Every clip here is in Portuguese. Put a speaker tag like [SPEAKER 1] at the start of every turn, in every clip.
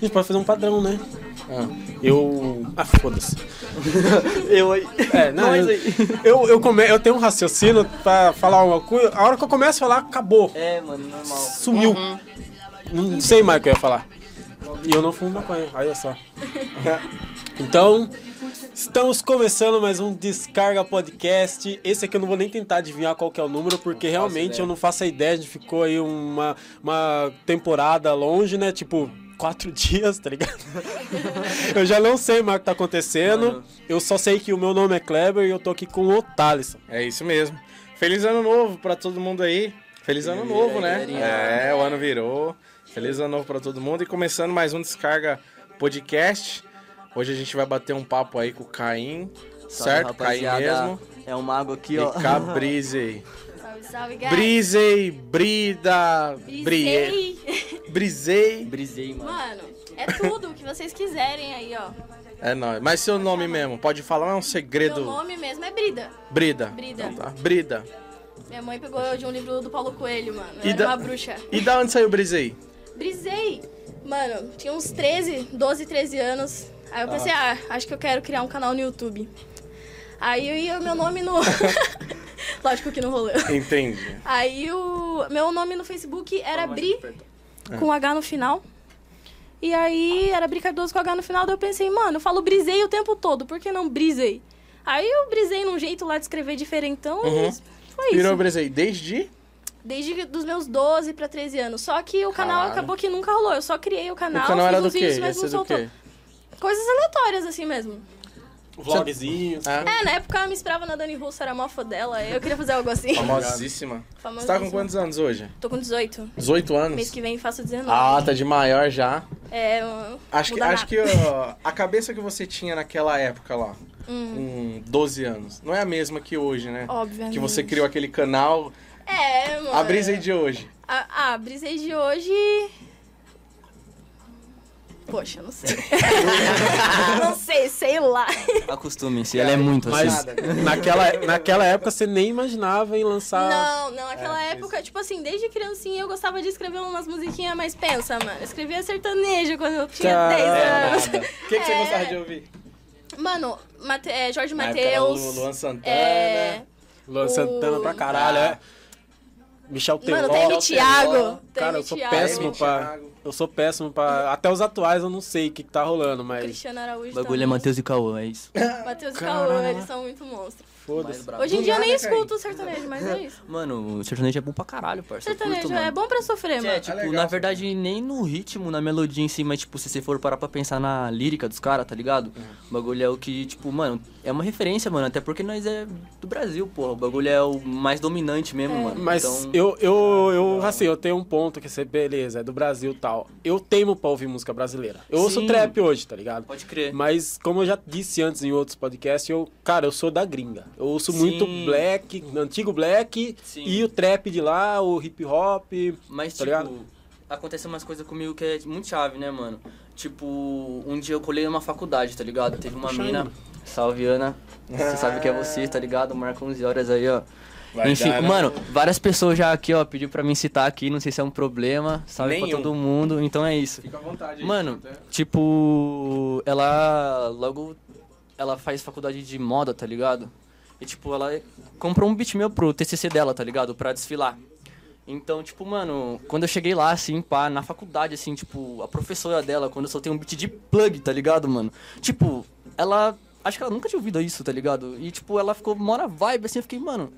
[SPEAKER 1] A gente pode fazer um padrão, né? Ah, eu. Ah, foda-se.
[SPEAKER 2] Eu aí.
[SPEAKER 1] É, não,
[SPEAKER 2] Nós
[SPEAKER 1] eu,
[SPEAKER 2] aí.
[SPEAKER 1] eu, eu, come, eu tenho um raciocínio pra falar uma coisa. A hora que eu começo a falar, acabou.
[SPEAKER 2] É, mano, normal.
[SPEAKER 1] Sumiu. Não sei mais o que eu ia falar. E eu não fumo maconha, olha só. Então, estamos começando mais um Descarga Podcast. Esse aqui eu não vou nem tentar adivinhar qual que é o número, porque realmente
[SPEAKER 2] ideia.
[SPEAKER 1] eu não faço a ideia. A gente ficou aí uma, uma temporada longe, né? Tipo, quatro dias, tá ligado? eu já não sei mais o que tá acontecendo. Eu só sei que o meu nome é Kleber e eu tô aqui com o Thaleson.
[SPEAKER 3] É isso mesmo. Feliz ano novo pra todo mundo aí. Feliz ano novo, né?
[SPEAKER 2] galerinha.
[SPEAKER 3] É, o ano virou. Feliz ano novo pra todo mundo e começando mais um descarga podcast. Hoje a gente vai bater um papo aí com o Caim,
[SPEAKER 2] Salve,
[SPEAKER 3] certo? Caim
[SPEAKER 2] rapaziada.
[SPEAKER 3] mesmo.
[SPEAKER 2] É um mago aqui, ó.
[SPEAKER 3] E Cabrizei.
[SPEAKER 4] Salve, salve, guys.
[SPEAKER 3] Brisei, Brida, Brie,
[SPEAKER 4] Brisei.
[SPEAKER 3] Brisei.
[SPEAKER 2] Brisei, mano.
[SPEAKER 4] Mano, é tudo o que vocês quiserem aí, ó.
[SPEAKER 3] É nóis. Mas seu nome mesmo, pode falar, é um
[SPEAKER 4] Meu
[SPEAKER 3] segredo.
[SPEAKER 4] nome mesmo é Brida.
[SPEAKER 3] Brida.
[SPEAKER 4] Brida.
[SPEAKER 3] Então tá. Brida.
[SPEAKER 4] Minha mãe pegou eu de um livro do Paulo Coelho, mano. Eu
[SPEAKER 3] E
[SPEAKER 4] era
[SPEAKER 3] da-
[SPEAKER 4] uma bruxa.
[SPEAKER 3] E da onde saiu o Brisei?
[SPEAKER 4] Brisei. Mano, tinha uns 13, 12, 13 anos. Aí eu pensei, ah, acho que eu quero criar um canal no YouTube. Aí eu ia meu nome no... Lógico que não rolou.
[SPEAKER 3] Entendi.
[SPEAKER 4] Aí o meu nome no Facebook era Bri
[SPEAKER 3] É.
[SPEAKER 4] com H no final. E aí era Bri Cardoso com H no final, daí eu pensei, mano, eu falo brisei o tempo todo, por que não brisei? Aí eu brisei num jeito lá de escrever diferentão
[SPEAKER 3] Uhum.
[SPEAKER 4] e isso- foi isso.
[SPEAKER 3] Virou Brisei desde
[SPEAKER 4] Desde que- dos meus 12 pra 13 anos. Só que o canal
[SPEAKER 3] Caralho.
[SPEAKER 4] acabou que nunca rolou. Eu só criei o canal,
[SPEAKER 3] o canal
[SPEAKER 4] fiz
[SPEAKER 3] era do
[SPEAKER 4] uns
[SPEAKER 3] quê?
[SPEAKER 4] vídeos, mas
[SPEAKER 3] Ia ser
[SPEAKER 4] não
[SPEAKER 3] do
[SPEAKER 4] soltou.
[SPEAKER 3] quê?
[SPEAKER 4] Coisas aleatórias, assim mesmo.
[SPEAKER 1] Vlogzinho.
[SPEAKER 3] Ah,
[SPEAKER 4] É, na época eu me inspirava na Dani Russo, era mó dela. Eu queria fazer algo assim.
[SPEAKER 3] famosíssima. Você tá com
[SPEAKER 4] Famosíssima.
[SPEAKER 3] quantos anos hoje?
[SPEAKER 4] Tô com 18.
[SPEAKER 3] 18
[SPEAKER 4] Mês
[SPEAKER 3] anos?
[SPEAKER 4] que vem faço 19.
[SPEAKER 3] Ah, tá de maior já.
[SPEAKER 4] É,
[SPEAKER 3] Acho que,
[SPEAKER 4] mudar
[SPEAKER 3] acho que ó, a cabeça que você tinha naquela época lá, com 12 anos, não é a mesma que hoje, né?
[SPEAKER 4] Hum. Obviamente.
[SPEAKER 3] Que você criou aquele canal,
[SPEAKER 4] É, mano.
[SPEAKER 3] a brisa aí de hoje.
[SPEAKER 4] A, a brisei de hoje. Poxa, não sei. não sei, sei lá.
[SPEAKER 2] Acostumem-se, ela é muito assim.
[SPEAKER 1] Mas naquela, naquela época você nem imaginava em
[SPEAKER 3] Ah,
[SPEAKER 1] lançar.
[SPEAKER 4] Não, não, aquela
[SPEAKER 3] é,
[SPEAKER 4] época, tipo assim, desde criancinha eu gostava de escrever umas musiquinhas, mas pensa, mano, eu escrevia sertanejo quando eu tinha
[SPEAKER 3] Tá, é,
[SPEAKER 1] Caralho.
[SPEAKER 4] 10 anos.
[SPEAKER 3] O que, que você
[SPEAKER 4] É.
[SPEAKER 3] gostava de ouvir?
[SPEAKER 4] Mano, Mate, é, Jorge
[SPEAKER 3] Na época era o
[SPEAKER 4] Matheus.
[SPEAKER 3] Luan Santana. né?
[SPEAKER 4] É.
[SPEAKER 1] Luan
[SPEAKER 4] O-
[SPEAKER 1] Santana pra caralho, é. Michel Teló.
[SPEAKER 4] Mano, teve Thiago. Teve
[SPEAKER 1] Cara, eu sou
[SPEAKER 4] Thiago.
[SPEAKER 1] péssimo pra.
[SPEAKER 3] Thiago.
[SPEAKER 1] Eu sou péssimo pra. Até os atuais eu não sei o que, que tá rolando, mas.
[SPEAKER 4] Cristiano Araújo.
[SPEAKER 2] O bagulho é
[SPEAKER 4] também.
[SPEAKER 2] Matheus e Cauã, é isso.
[SPEAKER 4] Matheus e Cauã, eles são muito monstros.
[SPEAKER 1] Foda-se.
[SPEAKER 4] Hoje em
[SPEAKER 3] Do
[SPEAKER 4] dia eu nem
[SPEAKER 3] nada, cara.
[SPEAKER 4] escuto sertanejo, mas é isso.
[SPEAKER 2] Mano, o sertanejo é bom pra caralho, parça. Eu
[SPEAKER 4] Sertanejo
[SPEAKER 2] curto,
[SPEAKER 4] é
[SPEAKER 2] mano.
[SPEAKER 4] bom pra sofrer, mano.
[SPEAKER 2] É, tipo,
[SPEAKER 3] legal,
[SPEAKER 2] na verdade, nem no ritmo, na melodia em si, mas, tipo, se você for parar pra pensar na lírica dos caras, tá ligado? O bagulho é o que, tipo, mano, é uma referência, mano. Até porque nós é do Brasil, porra. O bagulho é o mais dominante mesmo,
[SPEAKER 4] É.
[SPEAKER 2] mano.
[SPEAKER 1] Mas
[SPEAKER 2] então,
[SPEAKER 1] eu, eu, eu, assim, eu tenho um ponto que você, beleza, é do Brasil e tal. Eu teimo pra ouvir música brasileira. Eu ouço
[SPEAKER 2] Sim.
[SPEAKER 1] trap hoje, tá ligado?
[SPEAKER 2] Pode crer.
[SPEAKER 1] Mas, como eu já disse antes em outros podcasts, eu, cara, eu sou da gringa. Eu ouço
[SPEAKER 2] Sim.
[SPEAKER 1] muito black, antigo black,
[SPEAKER 2] Sim.
[SPEAKER 1] e o trap de lá, o hip hop.
[SPEAKER 2] Mas,
[SPEAKER 1] tá
[SPEAKER 2] tipo,
[SPEAKER 1] ligado?
[SPEAKER 2] acontece umas coisas comigo que é muito chave, né, mano? Tipo, um dia eu colei numa faculdade, tá ligado? Teve uma
[SPEAKER 1] Puxa
[SPEAKER 2] mina,
[SPEAKER 1] ainda.
[SPEAKER 2] salve Ana, você sabe que é você, tá ligado? Marca 11 horas aí, ó.
[SPEAKER 3] Vai
[SPEAKER 2] Enfim,
[SPEAKER 3] dar, né?
[SPEAKER 2] mano, várias pessoas já aqui, ó, pediu pra mim citar aqui, não sei se é um problema, salve pra
[SPEAKER 3] Nenhum.
[SPEAKER 2] todo mundo, então é isso.
[SPEAKER 3] Fica à vontade. aí.
[SPEAKER 2] Mano, tipo, ela logo ela faz faculdade de moda, tá ligado? E tipo, ela comprou um beat meu pro TCC dela, tá ligado? Pra desfilar. Então, tipo, mano, quando eu cheguei lá, assim, pá, na faculdade, assim, tipo, a professora dela, quando eu soltei um beat de plug, tá ligado, mano? Tipo, ela. Acho que ela nunca tinha ouvido isso, tá ligado? E, tipo, ela ficou mora vibe, assim, eu fiquei, mano.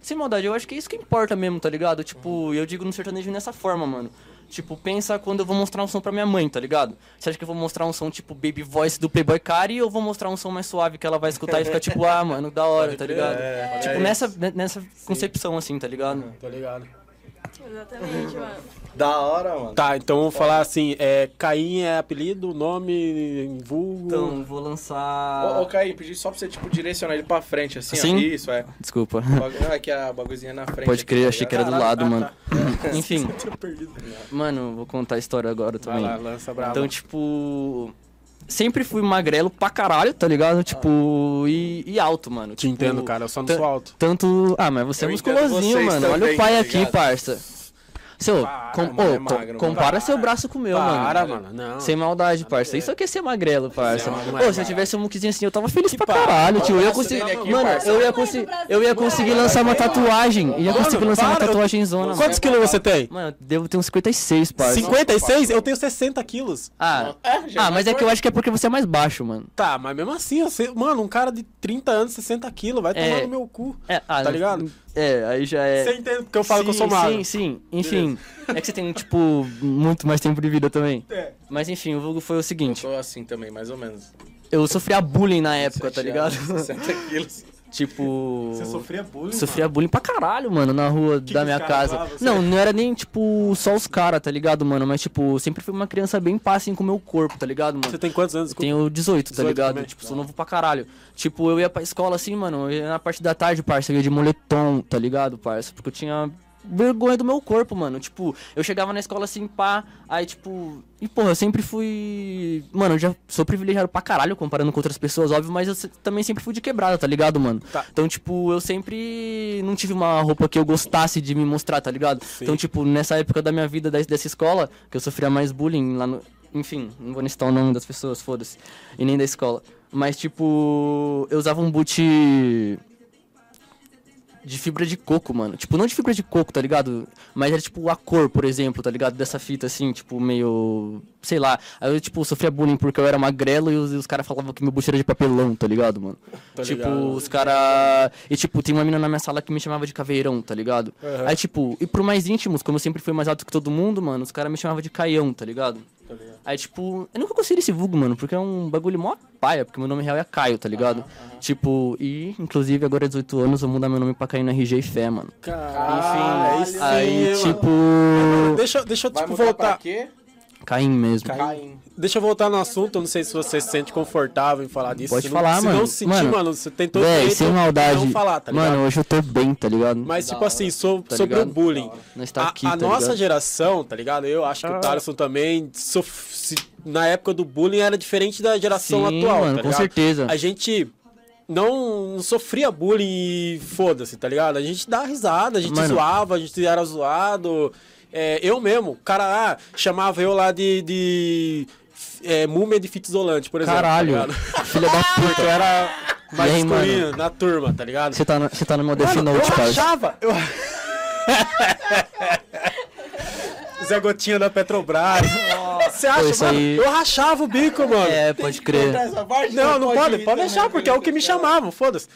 [SPEAKER 2] Sem maldade, eu acho que é isso que importa mesmo, tá ligado? Tipo, eu digo no sertanejo nessa forma, mano. Tipo, pensa quando eu vou mostrar um som pra minha mãe, tá ligado? Você acha que eu vou mostrar um som tipo baby voice do Playboy Cari ou eu vou mostrar um som mais suave que ela vai escutar e ficar tipo, ah, mano, da hora, tá ligado?
[SPEAKER 3] É.
[SPEAKER 2] tipo, nessa, ne- nessa concepção assim, tá ligado?
[SPEAKER 1] Tá ligado?
[SPEAKER 4] Exatamente,
[SPEAKER 1] Uhum.
[SPEAKER 4] mano.
[SPEAKER 3] Da hora, mano.
[SPEAKER 1] Tá, então vamos falar assim, é, Caim é apelido, nome, vulgo.
[SPEAKER 2] Então, vou lançar.
[SPEAKER 3] Ô, ô, Caí, pedi só pra você, tipo, direcionar ele pra frente, assim,
[SPEAKER 2] Assim?
[SPEAKER 3] ó. Isso, é.
[SPEAKER 2] Desculpa.
[SPEAKER 3] Bagu- Não, é que a bagulhozinha é na frente.
[SPEAKER 2] Pode
[SPEAKER 3] aqui,
[SPEAKER 2] crer,
[SPEAKER 3] tá
[SPEAKER 2] achei que
[SPEAKER 3] ligado?
[SPEAKER 2] era do lado,
[SPEAKER 1] Ah,
[SPEAKER 2] mano.
[SPEAKER 1] tá.
[SPEAKER 2] Enfim,
[SPEAKER 1] Tô perdido.
[SPEAKER 2] mano, vou contar a história agora
[SPEAKER 1] Vai
[SPEAKER 2] também.
[SPEAKER 1] lá, lança brava.
[SPEAKER 2] Então, tipo. Sempre fui magrelo pra caralho, tá ligado? Tipo. E, e alto, mano.
[SPEAKER 1] Te
[SPEAKER 2] Tipo,
[SPEAKER 1] entendo, cara, eu só não
[SPEAKER 2] tan-
[SPEAKER 1] sou alto.
[SPEAKER 2] Tanto. Ah, mas você
[SPEAKER 3] Eu
[SPEAKER 2] é
[SPEAKER 3] entendo
[SPEAKER 2] musculosinho,
[SPEAKER 3] vocês
[SPEAKER 2] mano. Olha
[SPEAKER 3] também,
[SPEAKER 2] o pai
[SPEAKER 3] tá
[SPEAKER 2] aqui,
[SPEAKER 3] ligado?
[SPEAKER 2] parça. Seu,
[SPEAKER 3] Para,
[SPEAKER 2] com-
[SPEAKER 3] mano, é
[SPEAKER 2] ô, com-
[SPEAKER 3] magro,
[SPEAKER 2] compara
[SPEAKER 3] para.
[SPEAKER 2] seu braço com o meu, mano.
[SPEAKER 1] Para, então, mano. é Não.
[SPEAKER 2] Sem maldade, parça. Isso aqui é ser magrelo, parça.
[SPEAKER 1] Não, não Ah. é
[SPEAKER 2] Pô, se
[SPEAKER 1] magrelo.
[SPEAKER 2] eu tivesse um muquezinho assim, eu tava feliz pra
[SPEAKER 1] para-
[SPEAKER 2] caralho, tio. Eu ia
[SPEAKER 3] braço
[SPEAKER 2] conseguir.
[SPEAKER 3] dele aqui,
[SPEAKER 2] Mano,
[SPEAKER 3] parça.
[SPEAKER 2] eu ia,
[SPEAKER 4] Tamanho do
[SPEAKER 2] consi-
[SPEAKER 4] braço
[SPEAKER 2] eu ia
[SPEAKER 4] dele.
[SPEAKER 2] conseguir
[SPEAKER 4] Vai,
[SPEAKER 2] lançar uma
[SPEAKER 4] vai, vai.
[SPEAKER 2] tatuagem. Eu ia
[SPEAKER 1] Mano,
[SPEAKER 2] conseguir lançar uma
[SPEAKER 1] para, eu-
[SPEAKER 2] tatuagem zona, mano.
[SPEAKER 1] Quantos quilos você tem?
[SPEAKER 2] Mano, eu devo ter uns 56, parça.
[SPEAKER 1] 56? Eu tenho 60 quilos.
[SPEAKER 2] Ah,
[SPEAKER 3] É, já
[SPEAKER 2] ah mas é que eu acho que é porque você é mais baixo, mano.
[SPEAKER 1] Tá, mas mesmo assim, eu sei- mano, um cara de 30 anos, 60 quilos, vai
[SPEAKER 2] É.
[SPEAKER 1] tomar no meu cu.
[SPEAKER 2] É, ah,
[SPEAKER 1] Tá
[SPEAKER 2] não-
[SPEAKER 1] ligado?
[SPEAKER 2] É, aí já é.
[SPEAKER 1] Você entende porque eu falo que eu
[SPEAKER 2] Sim,
[SPEAKER 1] sou magro.
[SPEAKER 2] Sim, sim. Enfim, é que você tem, tipo, muito mais tempo de vida também.
[SPEAKER 1] É.
[SPEAKER 2] Mas enfim, o vulgo foi o seguinte.
[SPEAKER 3] Tô assim também, mais ou menos.
[SPEAKER 2] Eu sofria bullying na época, tá
[SPEAKER 3] Sete
[SPEAKER 2] ligado?
[SPEAKER 3] anos, 60 quilos.
[SPEAKER 2] tipo.
[SPEAKER 1] é Você sofria bullying?
[SPEAKER 2] Sofria bullying pra caralho, mano, na rua
[SPEAKER 1] que
[SPEAKER 2] da
[SPEAKER 1] os
[SPEAKER 2] minha
[SPEAKER 1] caras
[SPEAKER 2] casa.
[SPEAKER 1] falavam,
[SPEAKER 2] não,
[SPEAKER 1] sério?
[SPEAKER 2] não era nem, tipo, só os caras, tá ligado, mano? Mas, tipo, eu sempre fui uma criança bem passe com o meu corpo, tá ligado, mano?
[SPEAKER 1] Você tem quantos anos? Desculpa.
[SPEAKER 2] Tenho 18, tá
[SPEAKER 1] 18
[SPEAKER 2] ligado?
[SPEAKER 1] também?
[SPEAKER 2] Tipo, sou novo pra caralho. Tipo, eu ia pra escola assim, mano, eu ia na parte da tarde, parça, eu ia de moletom, tá ligado, parça? Porque eu tinha vergonha do meu corpo, mano. Tipo, eu chegava na escola assim, pá, aí tipo... E, porra, eu sempre fui... Mano, eu já sou privilegiado pra caralho comparando com outras pessoas, óbvio, mas eu se- também sempre fui de quebrada, tá ligado, mano?
[SPEAKER 1] Tá.
[SPEAKER 2] Então, tipo, eu sempre não tive uma roupa que eu gostasse de me mostrar, tá ligado? Então, tipo, nessa época da minha vida, des- dessa escola, que eu sofria mais bullying lá no... Enfim, não vou nem citar o nome das pessoas, foda-se. E nem da escola. Mas, tipo, eu usava um boot de fibra de coco, mano. Tipo, não de fibra de coco, tá ligado? Mas era tipo a cor, por exemplo, tá ligado? Dessa fita assim, tipo, meio. sei lá. Aí eu, tipo, sofria bullying porque eu era magrelo e os, e os caras falavam que meu bucho era de papelão, tá ligado, mano? tipo,
[SPEAKER 1] ligado.
[SPEAKER 2] os caras. E tipo, tem uma mina na minha sala que me chamava de caveirão, tá ligado? Aí, tipo, e pro mais íntimos, como eu sempre fui mais alto que todo mundo, mano, os caras me chamavam de caião, tá ligado? Aí, tipo, eu nunca consegui esse vulgo, mano, porque é um bagulho mó paia, porque meu nome real é Caio, tá ligado? Tipo, e, inclusive, agora 18 anos, eu vou mudar meu nome pra cair na RG e fé, mano.
[SPEAKER 1] é Caralho,
[SPEAKER 2] Enfim,
[SPEAKER 1] Ah, sim,
[SPEAKER 2] né? aí,
[SPEAKER 1] mano.
[SPEAKER 2] tipo.
[SPEAKER 1] Deixa, deixa eu
[SPEAKER 3] Vai
[SPEAKER 1] tipo,
[SPEAKER 3] mudar pra
[SPEAKER 1] voltar. Tá
[SPEAKER 3] quê? Tá
[SPEAKER 2] Caim mesmo.
[SPEAKER 3] Caim.
[SPEAKER 1] Deixa eu voltar no assunto. Eu não sei se você se sente confortável em falar disso.
[SPEAKER 2] Pode
[SPEAKER 1] se
[SPEAKER 2] falar,
[SPEAKER 1] não, Se
[SPEAKER 2] mano.
[SPEAKER 1] não sentir, mano,
[SPEAKER 2] Mano,
[SPEAKER 1] você tem todo o
[SPEAKER 2] Véi,
[SPEAKER 1] direito
[SPEAKER 2] sem maldade.
[SPEAKER 1] de não falar, tá ligado?
[SPEAKER 2] mano, hoje eu tô bem, tá ligado?
[SPEAKER 1] Mas, tipo assim, so-
[SPEAKER 2] tá
[SPEAKER 1] sobre
[SPEAKER 2] ligado?
[SPEAKER 1] o bullying.
[SPEAKER 2] Não está
[SPEAKER 1] a
[SPEAKER 2] aqui,
[SPEAKER 1] a
[SPEAKER 2] tá
[SPEAKER 1] nossa
[SPEAKER 2] ligado?
[SPEAKER 1] geração, tá ligado? Eu acho que o Tarso também, sof- se- na época do bullying, era diferente da geração
[SPEAKER 2] Sim,
[SPEAKER 1] atual,
[SPEAKER 2] mano,
[SPEAKER 1] tá
[SPEAKER 2] com
[SPEAKER 1] ligado?
[SPEAKER 2] certeza.
[SPEAKER 1] A gente não, não sofria bullying e foda-se, tá ligado? A gente dava risada, a gente
[SPEAKER 2] Mano.
[SPEAKER 1] zoava, a gente era zoado. É, eu mesmo, o cara lá, chamava eu lá de... de é, múmia de fita isolante, por exemplo.
[SPEAKER 2] Caralho.
[SPEAKER 1] Tá ligado?
[SPEAKER 2] Filha da
[SPEAKER 1] Porque eu
[SPEAKER 2] puta.
[SPEAKER 1] era mais
[SPEAKER 2] E aí, mano?
[SPEAKER 1] escurinho na turma, tá ligado?
[SPEAKER 2] Você tá, no- você tá no meu Death
[SPEAKER 1] Mano, eu
[SPEAKER 2] Note, cara.
[SPEAKER 1] rachava. Eu... Zé Gotinha da Petrobras. Você acha,
[SPEAKER 2] Pô, isso
[SPEAKER 1] mano?
[SPEAKER 2] aí-
[SPEAKER 1] Eu rachava o bico, mano.
[SPEAKER 2] É, pode crer.
[SPEAKER 3] Essa parte
[SPEAKER 1] Não, não pode, pode
[SPEAKER 3] ir também, né?
[SPEAKER 1] deixar, porque é o que me chamavam, foda-se.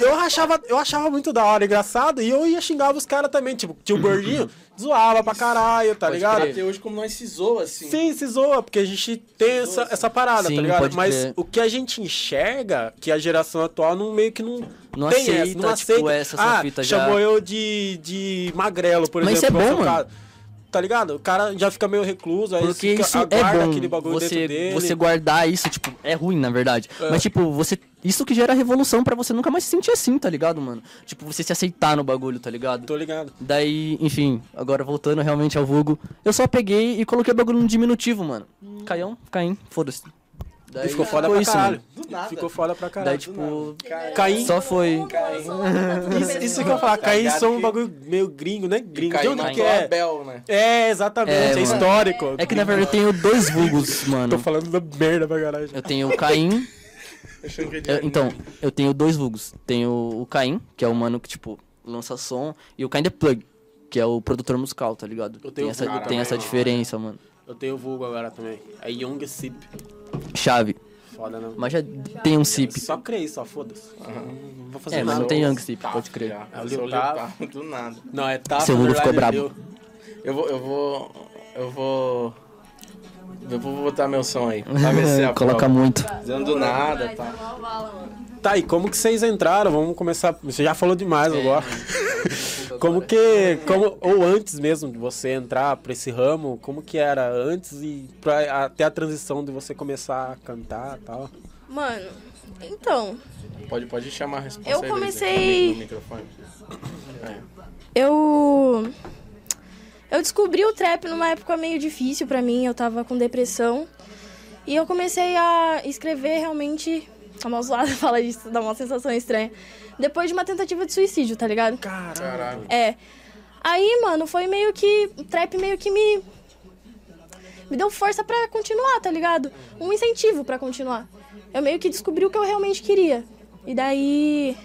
[SPEAKER 1] Eu achava, eu achava muito da hora, engraçado, e eu ia xingava os caras também, tipo, tio Gordinho zoava pra caralho, tá ligado?
[SPEAKER 3] Até hoje, como nós se zoa, assim.
[SPEAKER 1] Sim, se zoa, porque a gente tem essa, essa parada,
[SPEAKER 2] Sim,
[SPEAKER 1] tá ligado?
[SPEAKER 2] pode
[SPEAKER 1] Mas
[SPEAKER 2] crer.
[SPEAKER 1] o que a gente enxerga, que a geração atual não, meio que não,
[SPEAKER 2] Não
[SPEAKER 1] tem
[SPEAKER 2] aceita,
[SPEAKER 1] essa, não
[SPEAKER 2] tipo,
[SPEAKER 1] aceita.
[SPEAKER 2] essa
[SPEAKER 1] ah,
[SPEAKER 2] fita já.
[SPEAKER 1] chamou eu de, de magrelo, por
[SPEAKER 2] Mas isso é
[SPEAKER 1] exemplo.
[SPEAKER 2] bom,
[SPEAKER 1] que é o
[SPEAKER 2] mano.
[SPEAKER 1] caso. Tá ligado? O cara já fica meio recluso, aí
[SPEAKER 2] Porque
[SPEAKER 1] fica,
[SPEAKER 2] isso
[SPEAKER 1] É aguarda
[SPEAKER 2] é bom.
[SPEAKER 1] aquele bagulho
[SPEAKER 2] você,
[SPEAKER 1] dentro dele.
[SPEAKER 2] você guardar isso, tipo, é ruim, na verdade. Mas, tipo, você. Isso que gera revolução pra você nunca mais se sentir assim, tá ligado, mano? Tipo, você se aceitar no bagulho, tá ligado?
[SPEAKER 1] Tô ligado.
[SPEAKER 2] Daí, enfim, agora voltando realmente ao vulgo, eu só peguei e coloquei o bagulho no diminutivo, mano. Caião, Caim, foda-se. Daí
[SPEAKER 1] E ficou foda pra
[SPEAKER 2] isso,
[SPEAKER 1] caralho.
[SPEAKER 3] Do nada.
[SPEAKER 1] Ficou foda pra caralho.
[SPEAKER 2] Daí, tipo,
[SPEAKER 1] Caim.
[SPEAKER 2] só foi.
[SPEAKER 1] Isso, isso que eu ia falar,
[SPEAKER 3] Tá
[SPEAKER 1] Caim
[SPEAKER 3] ligado
[SPEAKER 1] são um
[SPEAKER 3] que-
[SPEAKER 1] bagulho meio gringo, né? Gringo. De
[SPEAKER 3] Caim
[SPEAKER 1] onde que
[SPEAKER 3] matou
[SPEAKER 1] é?
[SPEAKER 3] Abel, né?
[SPEAKER 1] É, exatamente,
[SPEAKER 2] É,
[SPEAKER 1] é,
[SPEAKER 2] mano.
[SPEAKER 1] histórico.
[SPEAKER 2] É que na verdade eu tenho dois vulgos,
[SPEAKER 1] Tô
[SPEAKER 2] mano.
[SPEAKER 1] falando da merda pra caralho.
[SPEAKER 2] Eu tenho o Caim.
[SPEAKER 3] Achando que é de
[SPEAKER 2] eu-
[SPEAKER 3] anime.
[SPEAKER 2] então, eu tenho dois vulgos. Tenho o Caim, que é o mano que, tipo, lança som, e o Caim The Plug, que é o produtor musical, tá ligado?
[SPEAKER 1] Eu tenho
[SPEAKER 2] tem essa,
[SPEAKER 1] vulgo
[SPEAKER 2] tem
[SPEAKER 1] também,
[SPEAKER 2] essa
[SPEAKER 1] mano.
[SPEAKER 2] diferença, mano.
[SPEAKER 1] Eu tenho vulgo agora também. É Young Sip.
[SPEAKER 2] Chave.
[SPEAKER 1] Foda, né? não.
[SPEAKER 2] Mas já tem um sip.
[SPEAKER 1] Só criei, só foda-se. Não vou fazer
[SPEAKER 2] É, mas
[SPEAKER 1] nada.
[SPEAKER 2] não tem Young Sip, pode crer.
[SPEAKER 3] Já,
[SPEAKER 1] É o
[SPEAKER 3] eu sou
[SPEAKER 1] Lil Tava.
[SPEAKER 3] Lil Tava, do nada.
[SPEAKER 1] Não, é tapa.
[SPEAKER 2] Seu vulgo ficou
[SPEAKER 1] underline,
[SPEAKER 2] brabo.
[SPEAKER 1] eu-
[SPEAKER 3] Eu vou, eu vou, eu vou, eu vou botar meu som aí. Pra ver se é a
[SPEAKER 2] Coloca
[SPEAKER 3] prova.
[SPEAKER 2] muito.
[SPEAKER 3] Dizendo do nada, tá?
[SPEAKER 1] Tá, e como que vocês entraram? Vamos começar. Você já falou demais agora. como que. Como, ou antes mesmo de você entrar pra esse ramo, como que era antes e pra, até a transição de você começar a cantar e tal?
[SPEAKER 4] Mano, então,
[SPEAKER 3] Pode, pode chamar a resposta.
[SPEAKER 4] Eu
[SPEAKER 3] aí, Luísa,
[SPEAKER 4] comecei-
[SPEAKER 3] no microfone. É,
[SPEAKER 4] eu. Eu descobri o trap numa época meio difícil pra mim, eu tava com depressão. E eu comecei a escrever realmente. A mó zoada fala disso, dá uma sensação estranha. Depois de uma tentativa de suicídio, tá ligado?
[SPEAKER 3] Caralho.
[SPEAKER 4] É. Aí, mano, foi meio que. O trap meio que me. Me deu força pra continuar, tá ligado? Um incentivo pra continuar. Eu meio que descobri o que eu realmente queria. E daí.